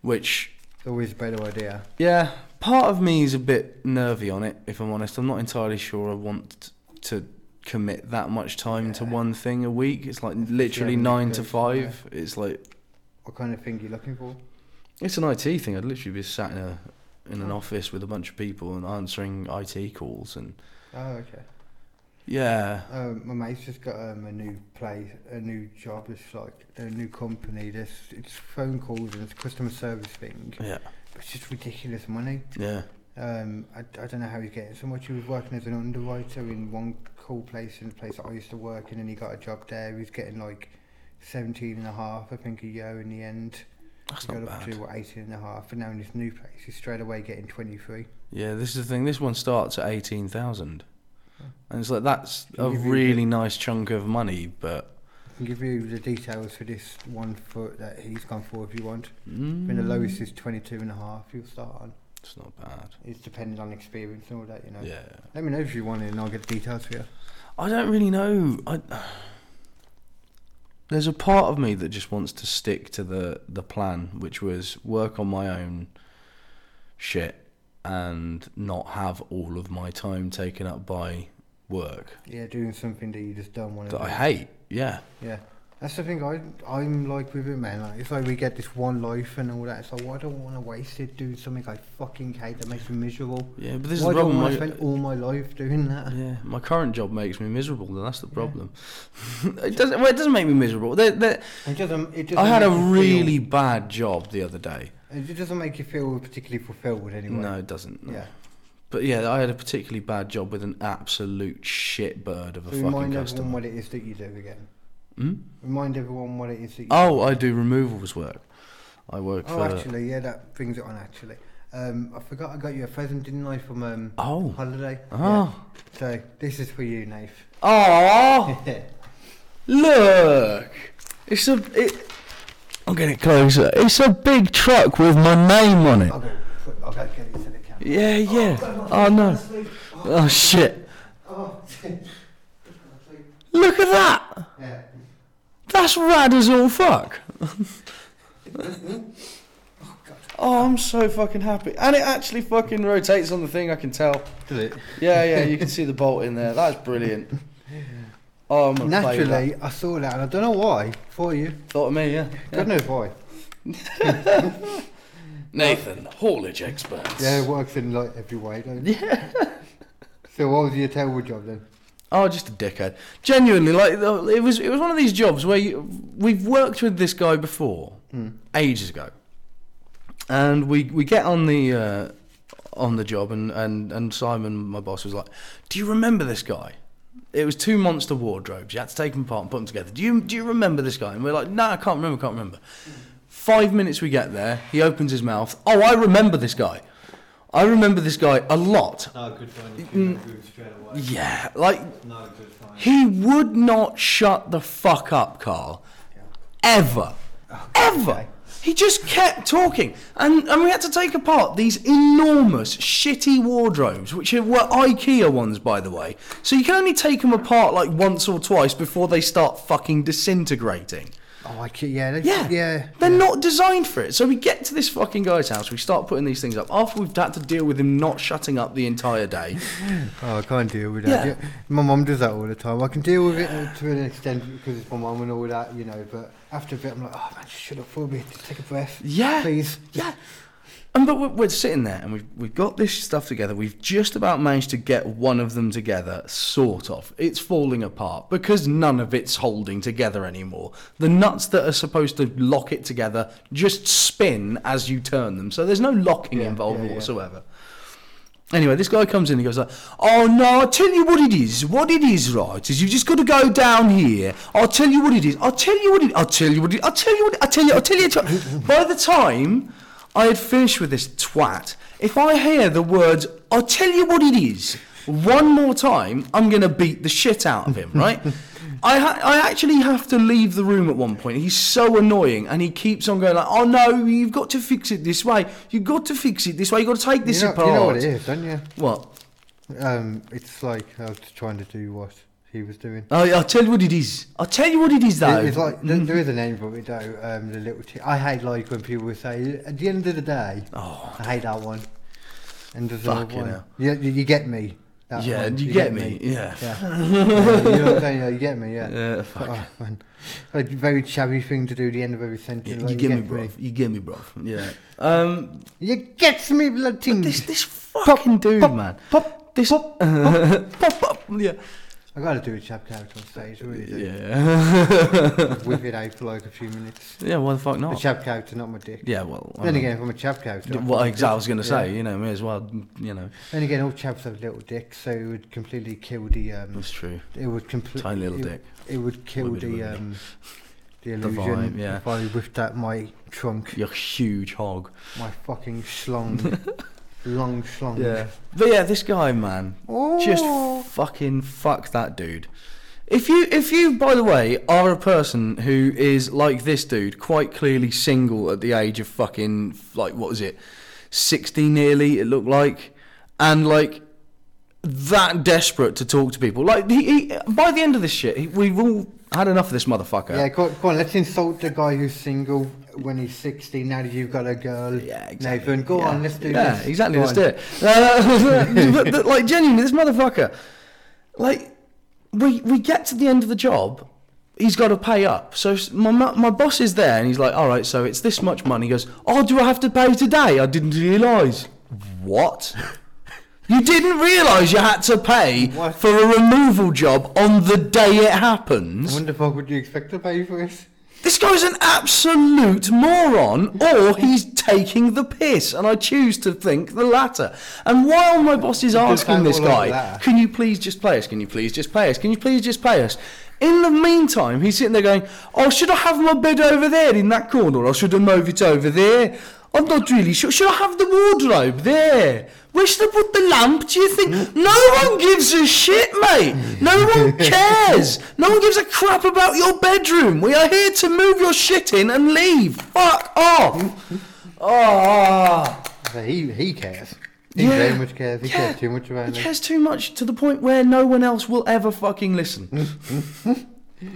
[SPEAKER 4] which,
[SPEAKER 1] It's always a better idea.
[SPEAKER 4] yeah, part of me is a bit nervy on it, if I'm honest. I'm not entirely sure I want to commit that much time to
[SPEAKER 1] Yeah.
[SPEAKER 4] one thing a week. It's like literally
[SPEAKER 1] haven't
[SPEAKER 4] nine to
[SPEAKER 1] done-
[SPEAKER 4] five. It's like,
[SPEAKER 1] What kind of thing you looking for?
[SPEAKER 4] It's an IT thing. I'd literally be sat in a in an office with a bunch of people and answering IT calls and
[SPEAKER 1] Oh, okay.
[SPEAKER 4] yeah,
[SPEAKER 1] Um, my mate's just got um, a new place, a new job. It's like a new company. There's it's phone calls and it's customer service thing.
[SPEAKER 4] yeah,
[SPEAKER 1] It's just ridiculous money.
[SPEAKER 4] yeah.
[SPEAKER 1] Um, I, I don't know how he's getting so much. He was working as an underwriter in one cool place, in the place that I used to work in, and he got a job there. He was getting like 17 and a half, I think, a year in the end.
[SPEAKER 4] That's
[SPEAKER 1] he
[SPEAKER 4] not
[SPEAKER 1] got up to
[SPEAKER 4] bad.
[SPEAKER 1] what, 18 and a half, and now in this new place, he's straight away getting 23.
[SPEAKER 4] Yeah, this is the thing. This one starts at eighteen thousand, and it's like that's
[SPEAKER 1] Can
[SPEAKER 4] a
[SPEAKER 1] you read
[SPEAKER 4] really nice chunk of money, but
[SPEAKER 1] I can give you the details for this one foot that he's gone for if you want. I mean, the lowest is 22 and a half, you'll start on.
[SPEAKER 4] mm, it's not bad.
[SPEAKER 1] It's depending on experience and all that, you know.
[SPEAKER 4] Yeah,
[SPEAKER 1] Let me know if you want it, and I'll get the details for you.
[SPEAKER 4] I don't really know. I there's a part of me that just wants to stick to the the plan, which was work on my own shit and not have all of my time taken up by work
[SPEAKER 1] Yeah, doing something that you just don't want to
[SPEAKER 4] that
[SPEAKER 1] do.
[SPEAKER 4] I hate. Yeah,
[SPEAKER 1] Yeah. That's the thing I I'm like with it man, like it's like we get this one life and all that, it's like well, I don't wanna waste it doing something I fucking hate that makes me miserable.
[SPEAKER 4] yeah. But this
[SPEAKER 1] Why
[SPEAKER 4] is the
[SPEAKER 1] do I
[SPEAKER 4] problem.
[SPEAKER 1] wanna
[SPEAKER 4] My-
[SPEAKER 1] spend all my life doing that?
[SPEAKER 4] Yeah, my current job makes me miserable. and That's the problem. it doesn't. Well, it doesn't make me miserable. They're, they're,
[SPEAKER 1] It doesn't it doesn't
[SPEAKER 4] I had a
[SPEAKER 1] make you
[SPEAKER 4] really bad job the other day.
[SPEAKER 1] feel, it doesn't make you feel particularly fulfilled anyway.
[SPEAKER 4] No, it doesn't. no.
[SPEAKER 1] Yeah.
[SPEAKER 4] But yeah, I had a particularly bad job with an absolute shitbird of a
[SPEAKER 1] So
[SPEAKER 4] fucking
[SPEAKER 1] remind everyone
[SPEAKER 4] customer.
[SPEAKER 1] what it is that you do again.
[SPEAKER 4] Hmm?
[SPEAKER 1] Remind everyone what it is that you
[SPEAKER 4] Oh, I do removals work. I work
[SPEAKER 1] do. Oh
[SPEAKER 4] for.
[SPEAKER 1] actually, yeah, that brings it on actually. Um, I forgot I got you a present, didn't I, from um
[SPEAKER 4] Oh.
[SPEAKER 1] holiday. Yeah.
[SPEAKER 4] Oh.
[SPEAKER 1] So this is for you, Nath.
[SPEAKER 4] Aw, look! It's a. It, I'll get it closer. It's a big truck with my name on it.
[SPEAKER 1] I'll go I'll go get it to the camera.
[SPEAKER 4] Yeah, yeah. Oh no. Oh shit.
[SPEAKER 1] Oh,
[SPEAKER 4] Look at that!
[SPEAKER 1] yeah.
[SPEAKER 4] That's rad as all fuck. oh, I'm so fucking happy. And it actually fucking rotates on the thing, I can tell.
[SPEAKER 1] Does it?
[SPEAKER 4] Yeah, yeah, you can see the bolt in there. That's brilliant. Oh, I'm gonna play
[SPEAKER 1] Naturally,
[SPEAKER 4] that.
[SPEAKER 1] I saw that and I don't know why. For you.
[SPEAKER 4] Thought of me, yeah.
[SPEAKER 1] God knows why.
[SPEAKER 4] Nathan, haulage experts.
[SPEAKER 1] Yeah, it works in like every way, don't it? Yeah. So what was your terrible job then?
[SPEAKER 4] Oh, just a dickhead. Genuinely, like the- it was. It was one of these jobs where you, we've worked with this guy before, ages ago, and we we get on the uh, on the job, and, and and Simon, my boss, was like, "Do you remember this guy?" It was two monster wardrobes. You had to take them apart and put them together. Do you do you remember this guy? And we're like, "No, I can't remember. Can't remember." Five minutes we get there, he opens his mouth. Oh, I remember this guy. I remember this guy a lot.
[SPEAKER 1] No, good find if you mm. straight away.
[SPEAKER 4] Yeah, like
[SPEAKER 1] No, good find.
[SPEAKER 4] he would not shut the fuck up, Carl. Ever. Ever. He just kept talking. And, and we had to take apart these enormous, shitty wardrobes, which are- were IKEA ones, by the way. So you can only take them apart like once or twice before they start fucking disintegrating.
[SPEAKER 1] Oh, I can, yeah, that's,
[SPEAKER 4] Yeah.
[SPEAKER 1] yeah. Yeah.
[SPEAKER 4] They're not designed for it. So we get to this fucking guy's house, we start putting these things up. After we've had to deal with him not shutting up the entire day.
[SPEAKER 1] Oh, I can't deal with that.
[SPEAKER 4] Yeah.
[SPEAKER 1] Yeah. My mum does that all the time. I can deal with it uh, to an extent because it's my mum and all that, you know, but after a bit I'm like, oh man, just shut up for me. Just take a breath.
[SPEAKER 4] Yeah.
[SPEAKER 1] Please.
[SPEAKER 4] Yeah. And but we're, we're sitting there and we've, we've got this stuff together. We've just about managed to get one of them together, sort of. It's falling apart because none of it's holding together anymore. The nuts that are supposed to lock it together just spin as you turn them. So there's no locking
[SPEAKER 1] Yeah,
[SPEAKER 4] involved
[SPEAKER 1] yeah, yeah.
[SPEAKER 4] whatsoever. Anyway, this guy comes in and goes like, "Oh no! I'll tell you what it is. What it is, right? Is you just got to go down here. I'll tell you what it is. I'll tell you what it. I'll tell you what it. I'll tell you what. It, I'll tell you. I'll tell you. I'll tell you." By the time I had finished with this twat. If I hear the words, I'll tell you what it is, one more time, I'm going to beat the shit out of him, right? I, ha- I actually have to leave the room at one point. He's so annoying, and he keeps on going like, "Oh no, you've got to fix it this way. You've got to fix it this way. You've got to take this
[SPEAKER 1] you know,
[SPEAKER 4] apart."
[SPEAKER 1] you know what it is, don't you?
[SPEAKER 4] What?
[SPEAKER 1] Um, it's like I was trying to do what he was doing.
[SPEAKER 4] Oh, yeah, I'll tell you what it is. I'll tell you what it is, though.
[SPEAKER 1] It- It's like
[SPEAKER 4] Mm-hmm.
[SPEAKER 1] there, there is a name for it though. Um, the little. T- I hate like when people would say at the end of the day.
[SPEAKER 4] Oh.
[SPEAKER 1] I hate that one. And there's another
[SPEAKER 4] Fucking
[SPEAKER 1] one.
[SPEAKER 4] hell.
[SPEAKER 1] Yeah, you, you get me. that
[SPEAKER 4] yeah,
[SPEAKER 1] one.
[SPEAKER 4] uh, you, get, me. Yeah.
[SPEAKER 1] Yeah. yeah, you know what I'm saying? Yeah, you get me. Yeah.
[SPEAKER 4] Yeah, fuck.
[SPEAKER 1] Oh, man. A very shabby thing to do at the end of every sentence.
[SPEAKER 4] You,
[SPEAKER 1] like,
[SPEAKER 4] get me, bro. You get me, bro. Yeah. Um,
[SPEAKER 1] You gets me, blood ting.
[SPEAKER 4] this this fucking dude,
[SPEAKER 1] pop,
[SPEAKER 4] man.
[SPEAKER 1] pop,
[SPEAKER 4] this pop, pop, pop. Yeah.
[SPEAKER 1] I gotta do a chap character on stage, really. do.
[SPEAKER 4] Yeah.
[SPEAKER 1] Whip it out for like a few minutes.
[SPEAKER 4] yeah. Why the fuck
[SPEAKER 1] A
[SPEAKER 4] not?
[SPEAKER 1] chap character, not my dick.
[SPEAKER 4] Oh. Yeah. Well. I
[SPEAKER 1] Then
[SPEAKER 4] mean,
[SPEAKER 1] again, if I'm a chap character. I
[SPEAKER 4] What
[SPEAKER 1] fucking
[SPEAKER 4] exactly I was going to
[SPEAKER 1] dick.
[SPEAKER 4] say,
[SPEAKER 1] Yeah.
[SPEAKER 4] you know, may as well, you know.
[SPEAKER 1] Then again, all chaps have little dicks, so it would completely kill the. Um,
[SPEAKER 4] That's true.
[SPEAKER 1] it would completely.
[SPEAKER 4] Tiny little
[SPEAKER 1] it,
[SPEAKER 4] dick.
[SPEAKER 1] It would kill
[SPEAKER 4] Would be
[SPEAKER 1] the.
[SPEAKER 4] really-
[SPEAKER 1] Um, the
[SPEAKER 4] The
[SPEAKER 1] illusion.
[SPEAKER 4] vibe, yeah.
[SPEAKER 1] If I whipped out my trunk,
[SPEAKER 4] You're a huge hog.
[SPEAKER 1] my fucking schlong, long schlong.
[SPEAKER 4] But yeah, this guy, man, just
[SPEAKER 1] Oh.
[SPEAKER 4] fucking fuck that dude. If you, if you, by the way, are a person who is like this dude, quite clearly single at the age of fucking like what was it, sixty nearly? It looked like, and like that desperate to talk to people. Like he, he by the end of this shit, he, we've all had enough of this motherfucker.
[SPEAKER 1] Yeah, go, go on. Let's insult the guy who's single when he's 60. Now that you've got a girl,
[SPEAKER 4] Yeah, exactly.
[SPEAKER 1] Nathan, go
[SPEAKER 4] yeah.
[SPEAKER 1] on. Let's do
[SPEAKER 4] yeah,
[SPEAKER 1] this.
[SPEAKER 4] exactly.
[SPEAKER 1] Go
[SPEAKER 4] let's
[SPEAKER 1] on.
[SPEAKER 4] do it. Uh, but, but, like genuinely, this motherfucker, like we we get to the end of the job, he's got to pay up. So s- my ma- my boss is there, and he's like, "All right, so it's this much money." He goes, "Oh, do I have to pay today? I didn't realise." What? You didn't realise you had to pay
[SPEAKER 1] What?
[SPEAKER 4] for a removal job on the day it
[SPEAKER 1] I
[SPEAKER 4] happens.
[SPEAKER 1] wonder if I would you expect to pay for this?
[SPEAKER 4] This guy's an absolute moron, or he's taking the piss, and I choose to think the latter. And while my boss is asking
[SPEAKER 1] sound
[SPEAKER 4] this
[SPEAKER 1] all
[SPEAKER 4] guy,
[SPEAKER 1] like that.
[SPEAKER 4] can you please just pay us? Can you please just pay us? Can you please just pay us? In the meantime, he's sitting there going, Oh, should I have my bed over there in that corner? Or should I move it over there? I'm not really sure. Should I have the wardrobe there? Where should I put the lamp? Do you think? No one gives a shit, mate. No one cares. No one gives a crap about your bedroom. We are here to move your shit in and leave. Fuck off. Ah.
[SPEAKER 1] So he, he cares. He
[SPEAKER 4] Yeah.
[SPEAKER 1] very much cares. He
[SPEAKER 4] Yeah.
[SPEAKER 1] cares too much about
[SPEAKER 4] He
[SPEAKER 1] it.
[SPEAKER 4] cares too much to the point where no one else will ever fucking listen.
[SPEAKER 1] It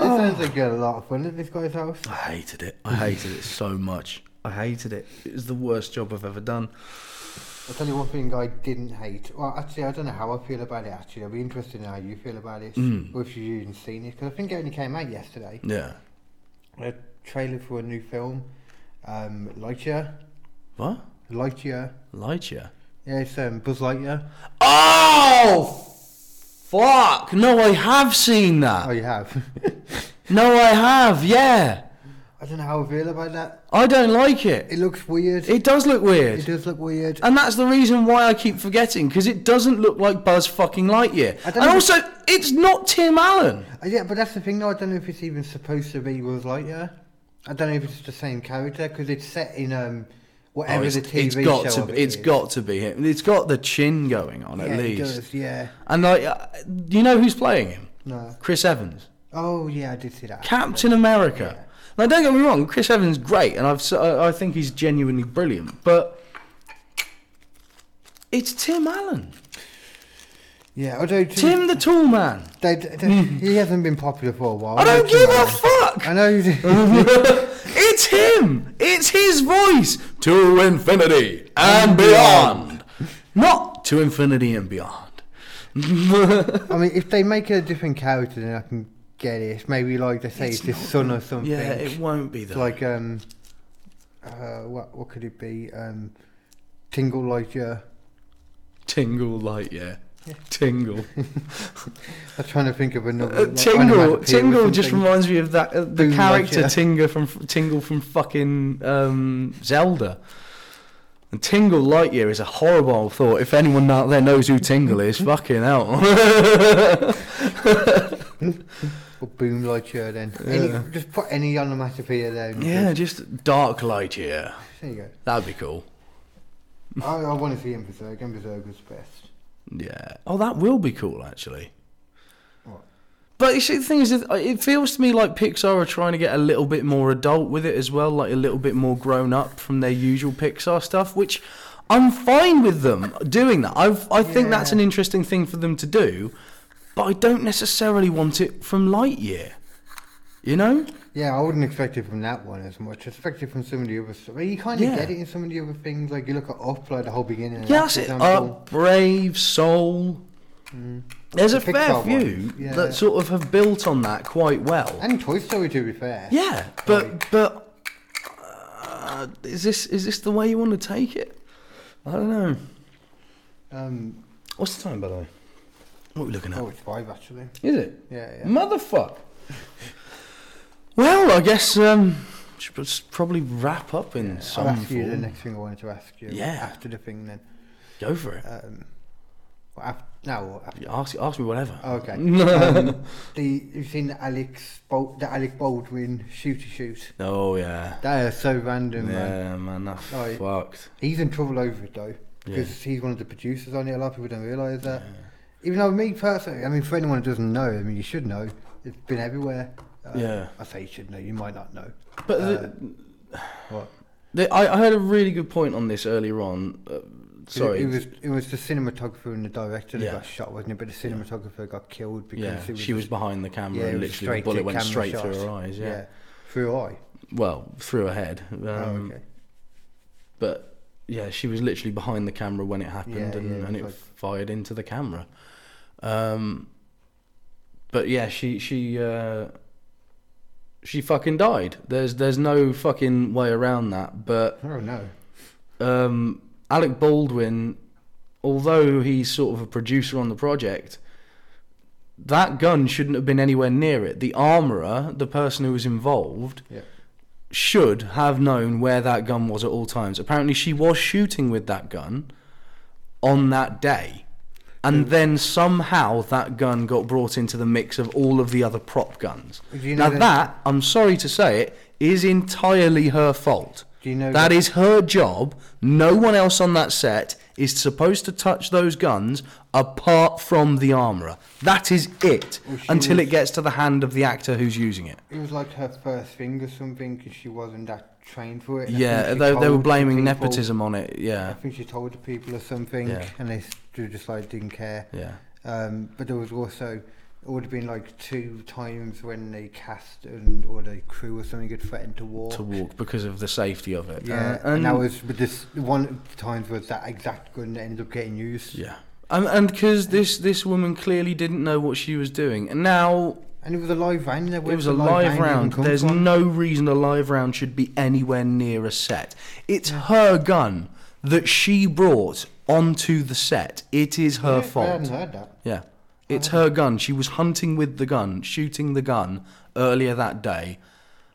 [SPEAKER 4] Oh.
[SPEAKER 1] sounds like you had a lot of fun at this guy's house.
[SPEAKER 4] I hated it. I hated it so much. I hated it. It was the worst job I've ever done.
[SPEAKER 1] I'll tell you one thing I didn't hate. Well, actually, I don't know how I feel about it, actually. I'll be interested in how you feel about it,
[SPEAKER 4] Mm.
[SPEAKER 1] or if you've even seen it, because I think it only came out yesterday.
[SPEAKER 4] Yeah.
[SPEAKER 1] A trailer for a new film, um, Lightyear.
[SPEAKER 4] What?
[SPEAKER 1] Lightyear.
[SPEAKER 4] Lightyear.
[SPEAKER 1] Yeah, it's um, Buzz Lightyear.
[SPEAKER 4] Oh, fuck! No, I have seen
[SPEAKER 1] Oh,
[SPEAKER 4] that.
[SPEAKER 1] you have.
[SPEAKER 4] No, I have. Yeah,
[SPEAKER 1] I don't know how I feel about that.
[SPEAKER 4] I don't like it.
[SPEAKER 1] It looks weird. It,
[SPEAKER 4] It Uh, does look weird.
[SPEAKER 1] does look weird.
[SPEAKER 4] And that's the reason why I keep forgetting, because it doesn't look like Buzz fucking Lightyear.
[SPEAKER 1] I
[SPEAKER 4] And
[SPEAKER 1] don't know-
[SPEAKER 4] also, it's not Tim Allen.
[SPEAKER 1] Uh, yeah, but that's the thing though. I don't know if it's even supposed to be Buzz Lightyear. I don't know if it's the same character because it's set in um whatever
[SPEAKER 4] Oh, it's,
[SPEAKER 1] the TV
[SPEAKER 4] it's got
[SPEAKER 1] show.
[SPEAKER 4] to.
[SPEAKER 1] of
[SPEAKER 4] Be,
[SPEAKER 1] it
[SPEAKER 4] it's
[SPEAKER 1] is.
[SPEAKER 4] got to be him. It's got the chin going on
[SPEAKER 1] yeah,
[SPEAKER 4] at least.
[SPEAKER 1] It does, yeah.
[SPEAKER 4] And like, uh, you know who's playing him?
[SPEAKER 1] No.
[SPEAKER 4] Chris Evans,
[SPEAKER 1] Oh yeah, I did see that.
[SPEAKER 4] Captain America. Now, don't get me wrong, Chris Evans is great, and I've s- I I think he's genuinely brilliant. But it's Tim Allen,
[SPEAKER 1] yeah, although
[SPEAKER 4] Tim the Tall Man.
[SPEAKER 1] they, they, he hasn't been popular for a while.
[SPEAKER 4] I don't
[SPEAKER 1] That's
[SPEAKER 4] give
[SPEAKER 1] why.
[SPEAKER 4] a fuck. Uh-huh.
[SPEAKER 1] I know. You did.
[SPEAKER 4] it's him. It's his voice to infinity and beyond, not to infinity and beyond.
[SPEAKER 1] I mean, if they make a different character, then I can get it. Maybe like they say it's, his son or something.
[SPEAKER 4] yeah, it won't be
[SPEAKER 1] It's
[SPEAKER 4] that.
[SPEAKER 1] like um, uh, what what could it be? Um, Tingle Lightyear.
[SPEAKER 4] Tingle light, yeah. Tingle.
[SPEAKER 1] I'm trying to think of another.
[SPEAKER 4] Uh,
[SPEAKER 1] like,
[SPEAKER 4] Tingle,
[SPEAKER 1] onomatopoeia or
[SPEAKER 4] Tingle just
[SPEAKER 1] something.
[SPEAKER 4] reminds me of that uh, the
[SPEAKER 1] Boom,
[SPEAKER 4] character
[SPEAKER 1] like, yeah.
[SPEAKER 4] Tingle from Tingle from fucking um, Zelda. And Tingle Lightyear is a horrible thought. If anyone out there knows who Tingle is, fucking hell.
[SPEAKER 1] Or boom Lightyear then. Any, just put any onomatopoeia there. and
[SPEAKER 4] Yeah, just dark light here.
[SPEAKER 1] just- There you
[SPEAKER 4] That'd be cool.
[SPEAKER 1] go. I, I want to see him Berserk, and Berserk was best.
[SPEAKER 4] Yeah. Oh, that will be cool actually.
[SPEAKER 1] What?
[SPEAKER 4] But you see, the thing is, it- uh, it feels to me like Pixar are trying to get a little bit more adult with it as well, like a little bit more grown up from their usual Pixar stuff, which I'm fine with them doing that. I've, I think that's an interesting thing for them to do, but I don't necessarily want it from Lightyear. You know?
[SPEAKER 1] Yeah, I wouldn't expect it from that one as much. I expect it from some of the other stuff. You kind of
[SPEAKER 4] Yeah.
[SPEAKER 1] get it in some of the other things. Like you look at Up, like the whole beginning. of
[SPEAKER 4] Yeah,
[SPEAKER 1] that,
[SPEAKER 4] that's
[SPEAKER 1] for
[SPEAKER 4] it. Uh,
[SPEAKER 1] example. Mm.
[SPEAKER 4] Up, Brave, Soul. There's a
[SPEAKER 1] The
[SPEAKER 4] fair
[SPEAKER 1] Pixar
[SPEAKER 4] few
[SPEAKER 1] ones, yeah.
[SPEAKER 4] that sort of have built on that quite well.
[SPEAKER 1] And Toy Story, to be fair.
[SPEAKER 4] Yeah, but but uh, is this is this the way you want to take it? I don't know.
[SPEAKER 1] Um,
[SPEAKER 4] What's the time by the way? What are we looking at?
[SPEAKER 1] oh, it's five actually.
[SPEAKER 4] Is it?
[SPEAKER 1] Yeah, yeah.
[SPEAKER 4] Motherfuck. Well, I guess um, should just probably wrap up in some
[SPEAKER 1] I'll ask you the
[SPEAKER 4] form.
[SPEAKER 1] next thing I wanted to ask you.
[SPEAKER 4] Yeah.
[SPEAKER 1] After the thing then.
[SPEAKER 4] Go for it.
[SPEAKER 1] Um, well, after, now what? After,
[SPEAKER 4] ask ask me whatever.
[SPEAKER 1] okay. um, the you've seen the Alex Bol- the Alec Baldwin shooty shoot.
[SPEAKER 4] oh yeah.
[SPEAKER 1] They are so random, man.
[SPEAKER 4] Oh, Yeah, man, that's
[SPEAKER 1] Like-
[SPEAKER 4] fucked.
[SPEAKER 1] He's in trouble over it though, because he's one of the producers on it. A lot of people don't realise that. Even though me personally, I mean, for anyone who doesn't know, I mean, you should know. It's been everywhere. Uh,
[SPEAKER 4] Yeah.
[SPEAKER 1] I say you should know. You might not know.
[SPEAKER 4] But
[SPEAKER 1] Uh,
[SPEAKER 4] the,
[SPEAKER 1] What?
[SPEAKER 4] the, I, I heard a really good point on this earlier on. Uh, sorry,
[SPEAKER 1] It, it was it was the cinematographer and the director that
[SPEAKER 4] Yeah.
[SPEAKER 1] got shot, wasn't it? But the cinematographer got killed because
[SPEAKER 4] Yeah,
[SPEAKER 1] it was
[SPEAKER 4] she was behind the camera and
[SPEAKER 1] it was
[SPEAKER 4] literally the
[SPEAKER 1] straight
[SPEAKER 4] bullet
[SPEAKER 1] to
[SPEAKER 4] went
[SPEAKER 1] camera
[SPEAKER 4] straight
[SPEAKER 1] shot.
[SPEAKER 4] through her eyes. Yeah.
[SPEAKER 1] through her eye.
[SPEAKER 4] Well, through her head. Um,
[SPEAKER 1] oh, okay.
[SPEAKER 4] But yeah, she was literally behind the camera when it happened
[SPEAKER 1] Yeah,
[SPEAKER 4] and,
[SPEAKER 1] yeah,
[SPEAKER 4] and
[SPEAKER 1] it's
[SPEAKER 4] it
[SPEAKER 1] like-
[SPEAKER 4] fired into the camera. Um, but yeah, she she uh, she fucking died. There's there's no fucking way around that. But
[SPEAKER 1] Oh no.
[SPEAKER 4] um, Alec Baldwin, although he's sort of a producer on the project, that gun shouldn't have been anywhere near it. The armorer, the person who was involved,
[SPEAKER 1] Yeah.
[SPEAKER 4] should have known where that gun was at all times. Apparently, she was shooting with that gun on that day. And
[SPEAKER 1] Hmm.
[SPEAKER 4] then somehow that gun got brought into the mix of all of the other prop guns.
[SPEAKER 1] Do you know
[SPEAKER 4] now,
[SPEAKER 1] that-
[SPEAKER 4] that, I'm sorry to say it, is entirely her fault.
[SPEAKER 1] Do you know
[SPEAKER 4] That
[SPEAKER 1] that-
[SPEAKER 4] is her job. No one else on that set is supposed to touch those guns apart from the armourer. That is it
[SPEAKER 1] Well, she
[SPEAKER 4] until
[SPEAKER 1] was-
[SPEAKER 4] it gets to the hand of the actor who's using it.
[SPEAKER 1] It was like her first thing or something because she wasn't that trained for it. and I
[SPEAKER 4] Yeah,
[SPEAKER 1] think she
[SPEAKER 4] they, they were
[SPEAKER 1] told the
[SPEAKER 4] blaming
[SPEAKER 1] people-
[SPEAKER 4] nepotism on it.
[SPEAKER 1] I
[SPEAKER 4] Yeah,
[SPEAKER 1] think she told the people or something,
[SPEAKER 4] Yeah.
[SPEAKER 1] and they s- they just like didn't care.
[SPEAKER 4] yeah.
[SPEAKER 1] Um, but there was also it would have been like two times when they cast and or the crew or something had threatened to war.
[SPEAKER 4] To walk because of the safety of it.
[SPEAKER 1] Yeah,
[SPEAKER 4] Uh,
[SPEAKER 1] and, that was but this one of the times was that exact gun that ended up getting used.
[SPEAKER 4] yeah, and and because this this woman clearly didn't know what she was doing, and now
[SPEAKER 1] And it was a live round. There
[SPEAKER 4] It was a live round. There's no reason a live round should be anywhere near a set. It's her gun that she brought onto the set. It is her
[SPEAKER 1] I hadn't
[SPEAKER 4] fault.
[SPEAKER 1] heard that.
[SPEAKER 4] Yeah. It's her gun. She was hunting with the gun, shooting the gun earlier that day.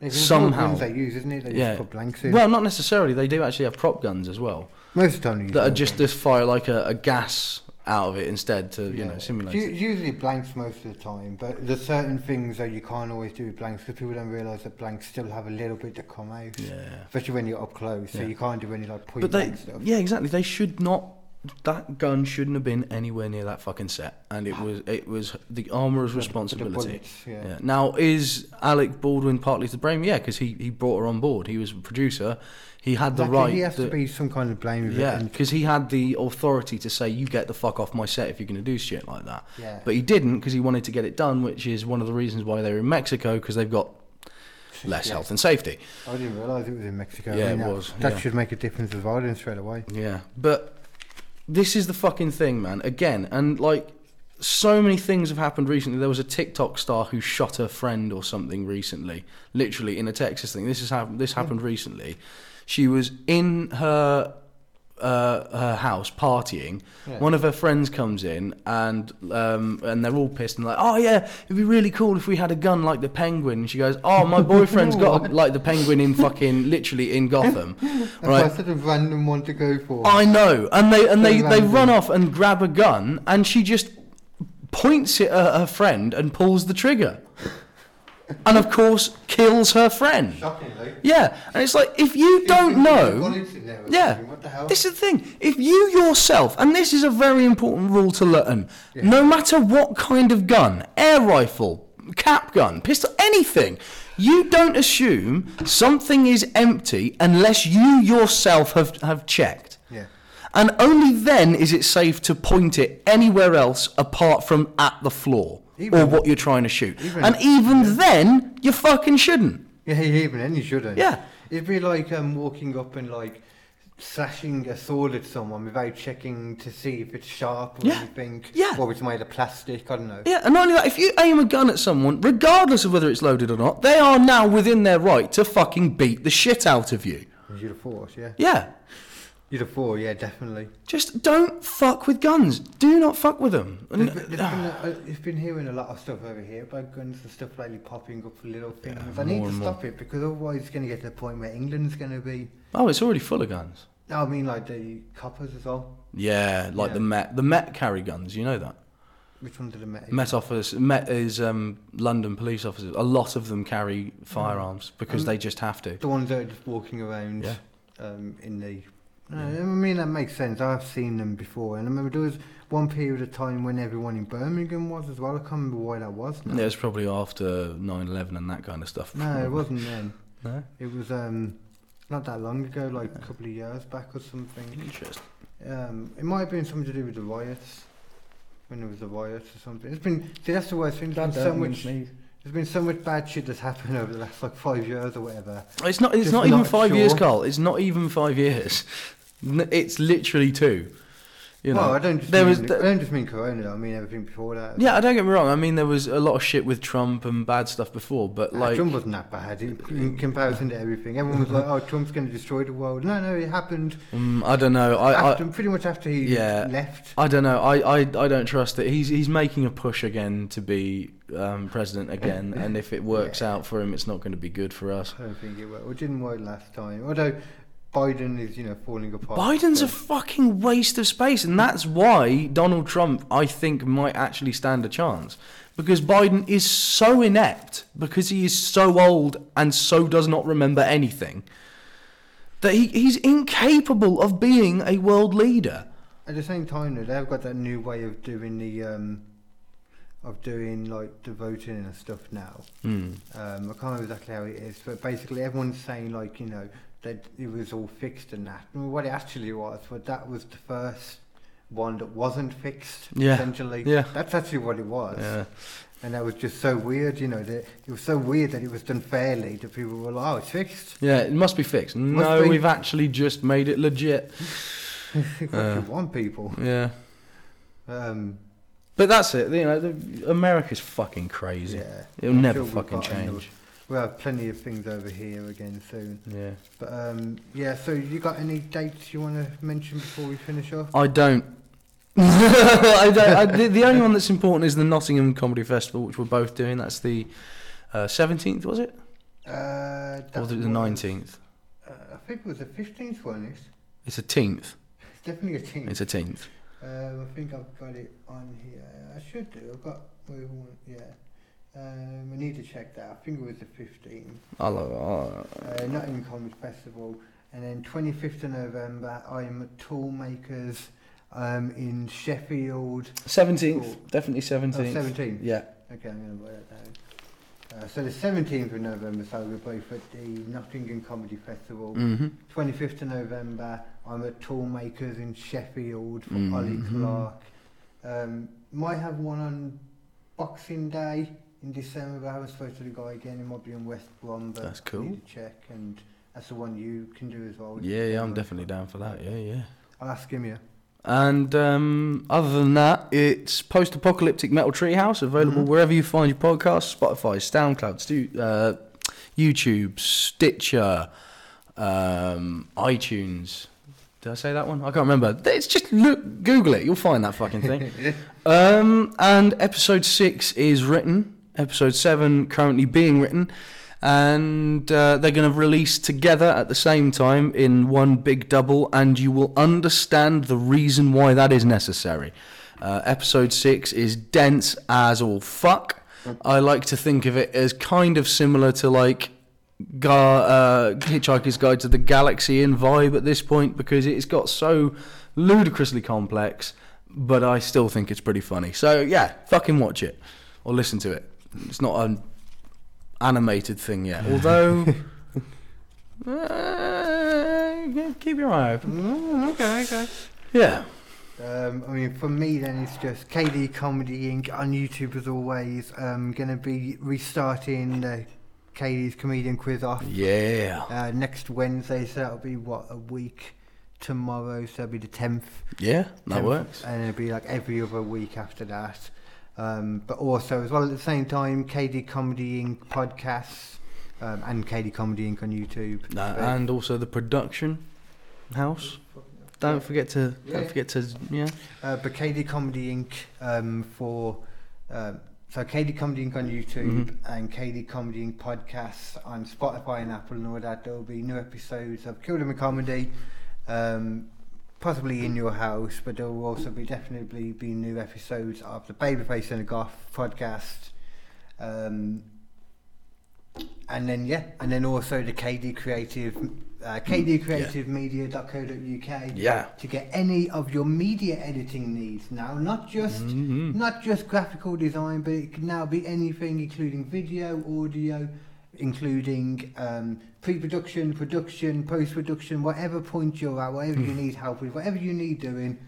[SPEAKER 1] It's all the
[SPEAKER 4] Somehow.
[SPEAKER 1] guns they use, isn't it? They
[SPEAKER 4] Yeah.
[SPEAKER 1] just put blanks in.
[SPEAKER 4] Well, not necessarily. They do actually have prop guns as well
[SPEAKER 1] Most of the time, they use
[SPEAKER 4] that are
[SPEAKER 1] blanks.
[SPEAKER 4] just to fire like a, a gas out of it instead to you know
[SPEAKER 1] Yeah.
[SPEAKER 4] simulate.
[SPEAKER 1] It's
[SPEAKER 4] it.
[SPEAKER 1] u- usually blanks most of the time, but there's certain things that you can't always do with blanks because people don't realise that blanks still have a little bit to come out.
[SPEAKER 4] Yeah.
[SPEAKER 1] Especially when you're up close, so you can't do any like point
[SPEAKER 4] But they,
[SPEAKER 1] blank stuff.
[SPEAKER 4] yeah, exactly. They should not. That gun shouldn't have been anywhere near that fucking set, and it was it was the armorer's responsibility.
[SPEAKER 1] bullets, yeah.
[SPEAKER 4] Now is Alec Baldwin partly to blame? Yeah, because he, he brought her on board. He was a producer. He had the
[SPEAKER 1] Like,
[SPEAKER 4] right.
[SPEAKER 1] He has
[SPEAKER 4] the-
[SPEAKER 1] to be some kind of blame of
[SPEAKER 4] yeah,
[SPEAKER 1] it. and-
[SPEAKER 4] because he had the authority to say, "You get the fuck off my set if you're going to do shit like that."
[SPEAKER 1] Yeah.
[SPEAKER 4] But he didn't because he wanted to get it done, which is one of the reasons why they're in Mexico because they've got less health and safety.
[SPEAKER 1] I didn't realise it was in Mexico. I
[SPEAKER 4] Yeah,
[SPEAKER 1] mean,
[SPEAKER 4] it
[SPEAKER 1] that,
[SPEAKER 4] was,
[SPEAKER 1] That
[SPEAKER 4] yeah.
[SPEAKER 1] should make a difference as well, then straight away.
[SPEAKER 4] Yeah, but this is the fucking thing, man. Again, and like so many things have happened recently. There was a TikTok star who shot her friend or something recently, literally in a Texas thing. This has happened. This happened recently. She was in her uh, her house partying. One of her friends comes in and um, and they're all pissed and like, oh yeah, it'd be really cool if we had a gun like the penguin. And she goes, oh, my boyfriend's got a, like the penguin in fucking literally in Gotham, right?
[SPEAKER 1] That's such a random one to go for.
[SPEAKER 4] I know, and they and they, they
[SPEAKER 1] random.
[SPEAKER 4] run off and grab a gun, and she just points it at her friend and pulls the trigger. And of course, kills her friend.
[SPEAKER 1] Shockingly.
[SPEAKER 4] Yeah, and it's like if you don't
[SPEAKER 1] you
[SPEAKER 4] know,
[SPEAKER 1] have bullets in there or
[SPEAKER 4] yeah,
[SPEAKER 1] something, what the hell?
[SPEAKER 4] this is the thing. If you yourself, and this is a very important rule to learn, no matter what kind of gun, air rifle, cap gun, pistol, anything, you don't assume something is empty unless you yourself have have checked.
[SPEAKER 1] Yeah.
[SPEAKER 4] And only then is it safe to point it anywhere else apart from at the floor or
[SPEAKER 1] Even-
[SPEAKER 4] what you're trying to shoot.
[SPEAKER 1] even-
[SPEAKER 4] and even then, you fucking shouldn't.
[SPEAKER 1] Yeah, even then you shouldn't.
[SPEAKER 4] Yeah.
[SPEAKER 1] It'd be like um, walking up and like slashing a sword at someone without checking to see if it's sharp or
[SPEAKER 4] Yeah.
[SPEAKER 1] anything.
[SPEAKER 4] Yeah.
[SPEAKER 1] Or it's made of plastic, I don't know.
[SPEAKER 4] Yeah, and not only that, if you aim a gun at someone, regardless of whether it's loaded or not, they are now within their right to fucking beat the shit out of you.
[SPEAKER 1] You'd have thought, yeah.
[SPEAKER 4] Yeah.
[SPEAKER 1] You'd have thought, yeah, definitely.
[SPEAKER 4] Just don't fuck with guns. Do not fuck with them. And-
[SPEAKER 1] There's been, there's been, a- I've been hearing a lot of stuff over here about guns and stuff lately popping up for little things. I need
[SPEAKER 4] more
[SPEAKER 1] to
[SPEAKER 4] and
[SPEAKER 1] stop it because otherwise it's going to get to the point where England's going to be.
[SPEAKER 4] oh, it's already full of guns.
[SPEAKER 1] No, I mean like the coppers as well.
[SPEAKER 4] Yeah, like the Met. The Met carry guns, you know that.
[SPEAKER 1] Which ones are the Met?
[SPEAKER 4] Met office, Met is um, London police officers. A lot of them carry firearms because they just have to.
[SPEAKER 1] The ones that are just walking around
[SPEAKER 4] Yeah.
[SPEAKER 1] um, in the. No, I mean, that makes sense. I've seen them before. And I remember there was one period of time when everyone in Birmingham was as well. I can't remember why that was now.
[SPEAKER 4] It was probably after 9/11 and that kind of stuff.
[SPEAKER 1] No, it wasn't then.
[SPEAKER 4] No.
[SPEAKER 1] It was um, not that long ago, like a couple of years back or something.
[SPEAKER 4] Interesting.
[SPEAKER 1] Um, it might have been something to do with the riots. When there was a riot or something. It's been. See, that's the worst thing. There's been, so much, there's been so much bad shit that's happened over the last like five years or whatever.
[SPEAKER 4] It's not. It's
[SPEAKER 1] Just
[SPEAKER 4] not even
[SPEAKER 1] not
[SPEAKER 4] five years,
[SPEAKER 1] sure.
[SPEAKER 4] Carl. It's not even five years. N- It's literally two. You know.
[SPEAKER 1] well, I don't just
[SPEAKER 4] there
[SPEAKER 1] mean,
[SPEAKER 4] was.
[SPEAKER 1] I
[SPEAKER 4] th-
[SPEAKER 1] don't just mean Corona. though, I mean everything before that.
[SPEAKER 4] yeah, I don't get me wrong. I mean, there was a lot of shit with Trump and bad stuff before, but
[SPEAKER 1] Ah,
[SPEAKER 4] like,
[SPEAKER 1] Trump wasn't that bad in, in comparison to everything. Everyone was like, "Oh, Trump's going to destroy the world." No, no, it happened
[SPEAKER 4] mm, I don't know. I, I
[SPEAKER 1] after, pretty much after he
[SPEAKER 4] Yeah.
[SPEAKER 1] left.
[SPEAKER 4] I don't know. I, I, I don't trust it. He's he's making a push again to be um, president again, and if it works out for him, it's not going to be good for us.
[SPEAKER 1] I don't think it worked. It didn't work last time. Although Biden is, you know, falling apart.
[SPEAKER 4] Biden's a fucking waste of space, and that's why Donald Trump, I think, might actually stand a chance because Biden is so inept because he is so old and so does not remember anything that he, he's incapable of being a world leader.
[SPEAKER 1] At the same time, though, they've got that new way of doing the um, of doing like the voting and stuff now. Mm.
[SPEAKER 4] Hmm.
[SPEAKER 1] Um, I can't remember exactly how it is, but basically everyone's saying like you know that it was all fixed and that. And what it actually was, but that was the first one that wasn't fixed.
[SPEAKER 4] Yeah.
[SPEAKER 1] Essentially,
[SPEAKER 4] Yeah.
[SPEAKER 1] That's actually what it was.
[SPEAKER 4] Yeah.
[SPEAKER 1] And that was just so weird, you know. That it was so weird that it was done fairly that people were like, "Oh, it's fixed.
[SPEAKER 4] Yeah, it must be fixed.
[SPEAKER 1] Must
[SPEAKER 4] no,
[SPEAKER 1] be.
[SPEAKER 4] we've actually just made it legit.
[SPEAKER 1] what you want, people."
[SPEAKER 4] Yeah.
[SPEAKER 1] Um,
[SPEAKER 4] But that's it. You know, the, America's fucking crazy.
[SPEAKER 1] Yeah.
[SPEAKER 4] It'll
[SPEAKER 1] I'm
[SPEAKER 4] never
[SPEAKER 1] sure we've
[SPEAKER 4] fucking
[SPEAKER 1] got another-
[SPEAKER 4] change.
[SPEAKER 1] We'll have plenty of things over here again soon.
[SPEAKER 4] Yeah.
[SPEAKER 1] But um, yeah, so you got any dates you want to mention before we finish off?
[SPEAKER 4] I don't. I don't. I, the, the only one that's important is the Nottingham Comedy Festival, which we're both doing. That's the uh, seventeenth, was it,
[SPEAKER 1] Uh, that
[SPEAKER 4] or the
[SPEAKER 1] was-
[SPEAKER 4] nineteenth?
[SPEAKER 1] Uh, I think it was the 15th one. It's
[SPEAKER 4] It's a teenth.
[SPEAKER 1] it's definitely a team.
[SPEAKER 4] It's a teenth.
[SPEAKER 1] Um, I think I've got it on here. I should do. I've got. we want- Yeah. Um, I need to check that. I think it was the 15th.
[SPEAKER 4] I'll, I'll,
[SPEAKER 1] Uh, Nottingham Comedy Festival. And then 25th of November, I'm at Toolmakers um, in Sheffield. Oh,
[SPEAKER 4] seventeenth, definitely seventeenth.
[SPEAKER 1] 17th.
[SPEAKER 4] Yeah.
[SPEAKER 1] Okay, I'm going to write that down. Uh, so the 17th of November, so we're both at the Nottingham Comedy Festival.
[SPEAKER 4] Mm-hmm.
[SPEAKER 1] 25th of November, I'm at Toolmakers in Sheffield for
[SPEAKER 4] Mm-hmm.
[SPEAKER 1] Ollie Clark. Um, might have one on Boxing Day in December, but I haven't spoken to the guy again. It might be in West Brom, but
[SPEAKER 4] That's
[SPEAKER 1] I
[SPEAKER 4] cool.
[SPEAKER 1] need to check. And that's the one you can do as well.
[SPEAKER 4] Yeah, oh, yeah. I'm definitely down for that. Yeah, yeah.
[SPEAKER 1] I'll ask him, yeah.
[SPEAKER 4] And um, other than that, it's post apocalyptic metal treehouse available wherever you find your podcasts Spotify, SoundCloud, Stu- uh, YouTube, Stitcher, um, iTunes. Did I say that one? I can't remember. It's just look, Google it. You'll find that fucking thing. um, and episode six is written. Episode seven currently being written, and uh, they're going to release together at the same time in one big double. And you will understand the reason why that is necessary. Uh, episode six is dense as all fuck. I like to think of it as kind of similar to like Ga- uh, Hitchhiker's Guide to the Galaxy in vibe at this point because it's got so ludicrously complex, but I still think it's pretty funny. So yeah, fucking watch it or listen to it. It's not an animated thing yet, although. uh, yeah, keep your eye open.
[SPEAKER 1] Mm, okay, okay.
[SPEAKER 4] Yeah.
[SPEAKER 1] Um, I mean, for me, then it's just KD Comedy Inc. on YouTube as always. Um, going to be restarting the KD's Comedian Quiz Off
[SPEAKER 4] Yeah.
[SPEAKER 1] uh, next Wednesday, so that'll be what a week tomorrow. So that'll be the tenth.
[SPEAKER 4] Yeah, that works.
[SPEAKER 1] And it'll be like every other week after that. Um, but also, as well, at the same time, KD Comedy Inc. podcasts um, and KD Comedy Inc. on YouTube.
[SPEAKER 4] No,
[SPEAKER 1] Uh,
[SPEAKER 4] and also the production house. Don't forget to don't
[SPEAKER 1] Yeah.
[SPEAKER 4] forget to yeah.
[SPEAKER 1] uh, but KD Comedy Inc. Um, for um, so KD Comedy Inc. on YouTube and KD Comedy Inc. podcasts on Spotify and Apple and all that. There will be new episodes of Killed 'Em in Comedy, um, possibly in your house, but there will also be definitely be new episodes of the Babyface and the Goth podcast. Um, and then yeah, and then also the KD Creative, uh, kdcreativemedia.co.uk
[SPEAKER 4] Mm, Yeah.
[SPEAKER 1] to get any of your media editing needs now not just
[SPEAKER 4] Mm-hmm.
[SPEAKER 1] not just graphical design but it can now be anything including video audio including um, pre-production production post-production whatever point you're at whatever
[SPEAKER 4] Mm.
[SPEAKER 1] you need help with whatever you need doing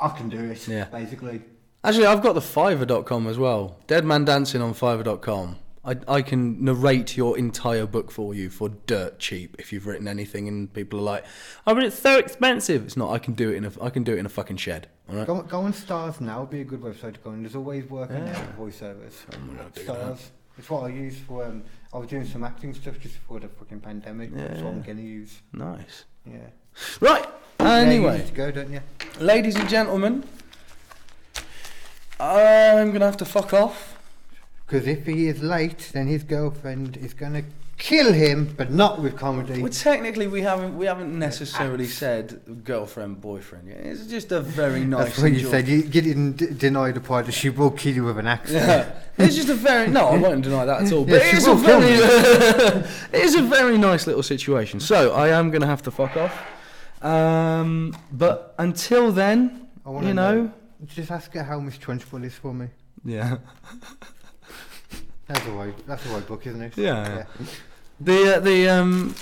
[SPEAKER 1] i can do it
[SPEAKER 4] Yeah.
[SPEAKER 1] basically
[SPEAKER 4] Actually, I've got the Fiverr.com as well. Dead Man Dancing on Fiverr.com. I, I can narrate your entire book for you for dirt cheap if you've written anything and people are like, "Oh, but it's so expensive." It's not. I can do it in a I can do it in a fucking shed. All right.
[SPEAKER 1] go, go on stars now would be a good website to go on there's always work on there with voiceovers
[SPEAKER 4] Oh,
[SPEAKER 1] stars it's what i use for um, i was doing some acting stuff just before the fucking pandemic that's what i'm gonna use
[SPEAKER 4] Nice.
[SPEAKER 1] yeah
[SPEAKER 4] Right.
[SPEAKER 1] Yeah, you
[SPEAKER 4] Anyway,
[SPEAKER 1] need to go, don't you?
[SPEAKER 4] ladies and gentlemen, I'm gonna have to fuck off.
[SPEAKER 1] Because if he is late, then his girlfriend is going to kill him, but not with comedy.
[SPEAKER 4] Well, technically, we haven't we haven't necessarily said girlfriend boyfriend. yet. It's just a very nice.
[SPEAKER 1] That's what you
[SPEAKER 4] enjoy-
[SPEAKER 1] said. You, you didn't d- deny the part that she will kill you with an axe.
[SPEAKER 4] Yeah. It's just a very no. I won't deny that at all. But
[SPEAKER 1] Yes, you
[SPEAKER 4] it's a
[SPEAKER 1] will kill
[SPEAKER 4] very it is a very nice little situation. So I am going to have to fuck off. Um, but until then,
[SPEAKER 1] I wanna
[SPEAKER 4] you know,
[SPEAKER 1] Just ask her how Miss Trunchbull is for me.
[SPEAKER 4] yeah.
[SPEAKER 1] That's a right. That's a right book, isn't it?
[SPEAKER 4] Yeah. The uh, the um,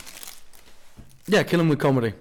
[SPEAKER 4] yeah, kill 'em with comedy.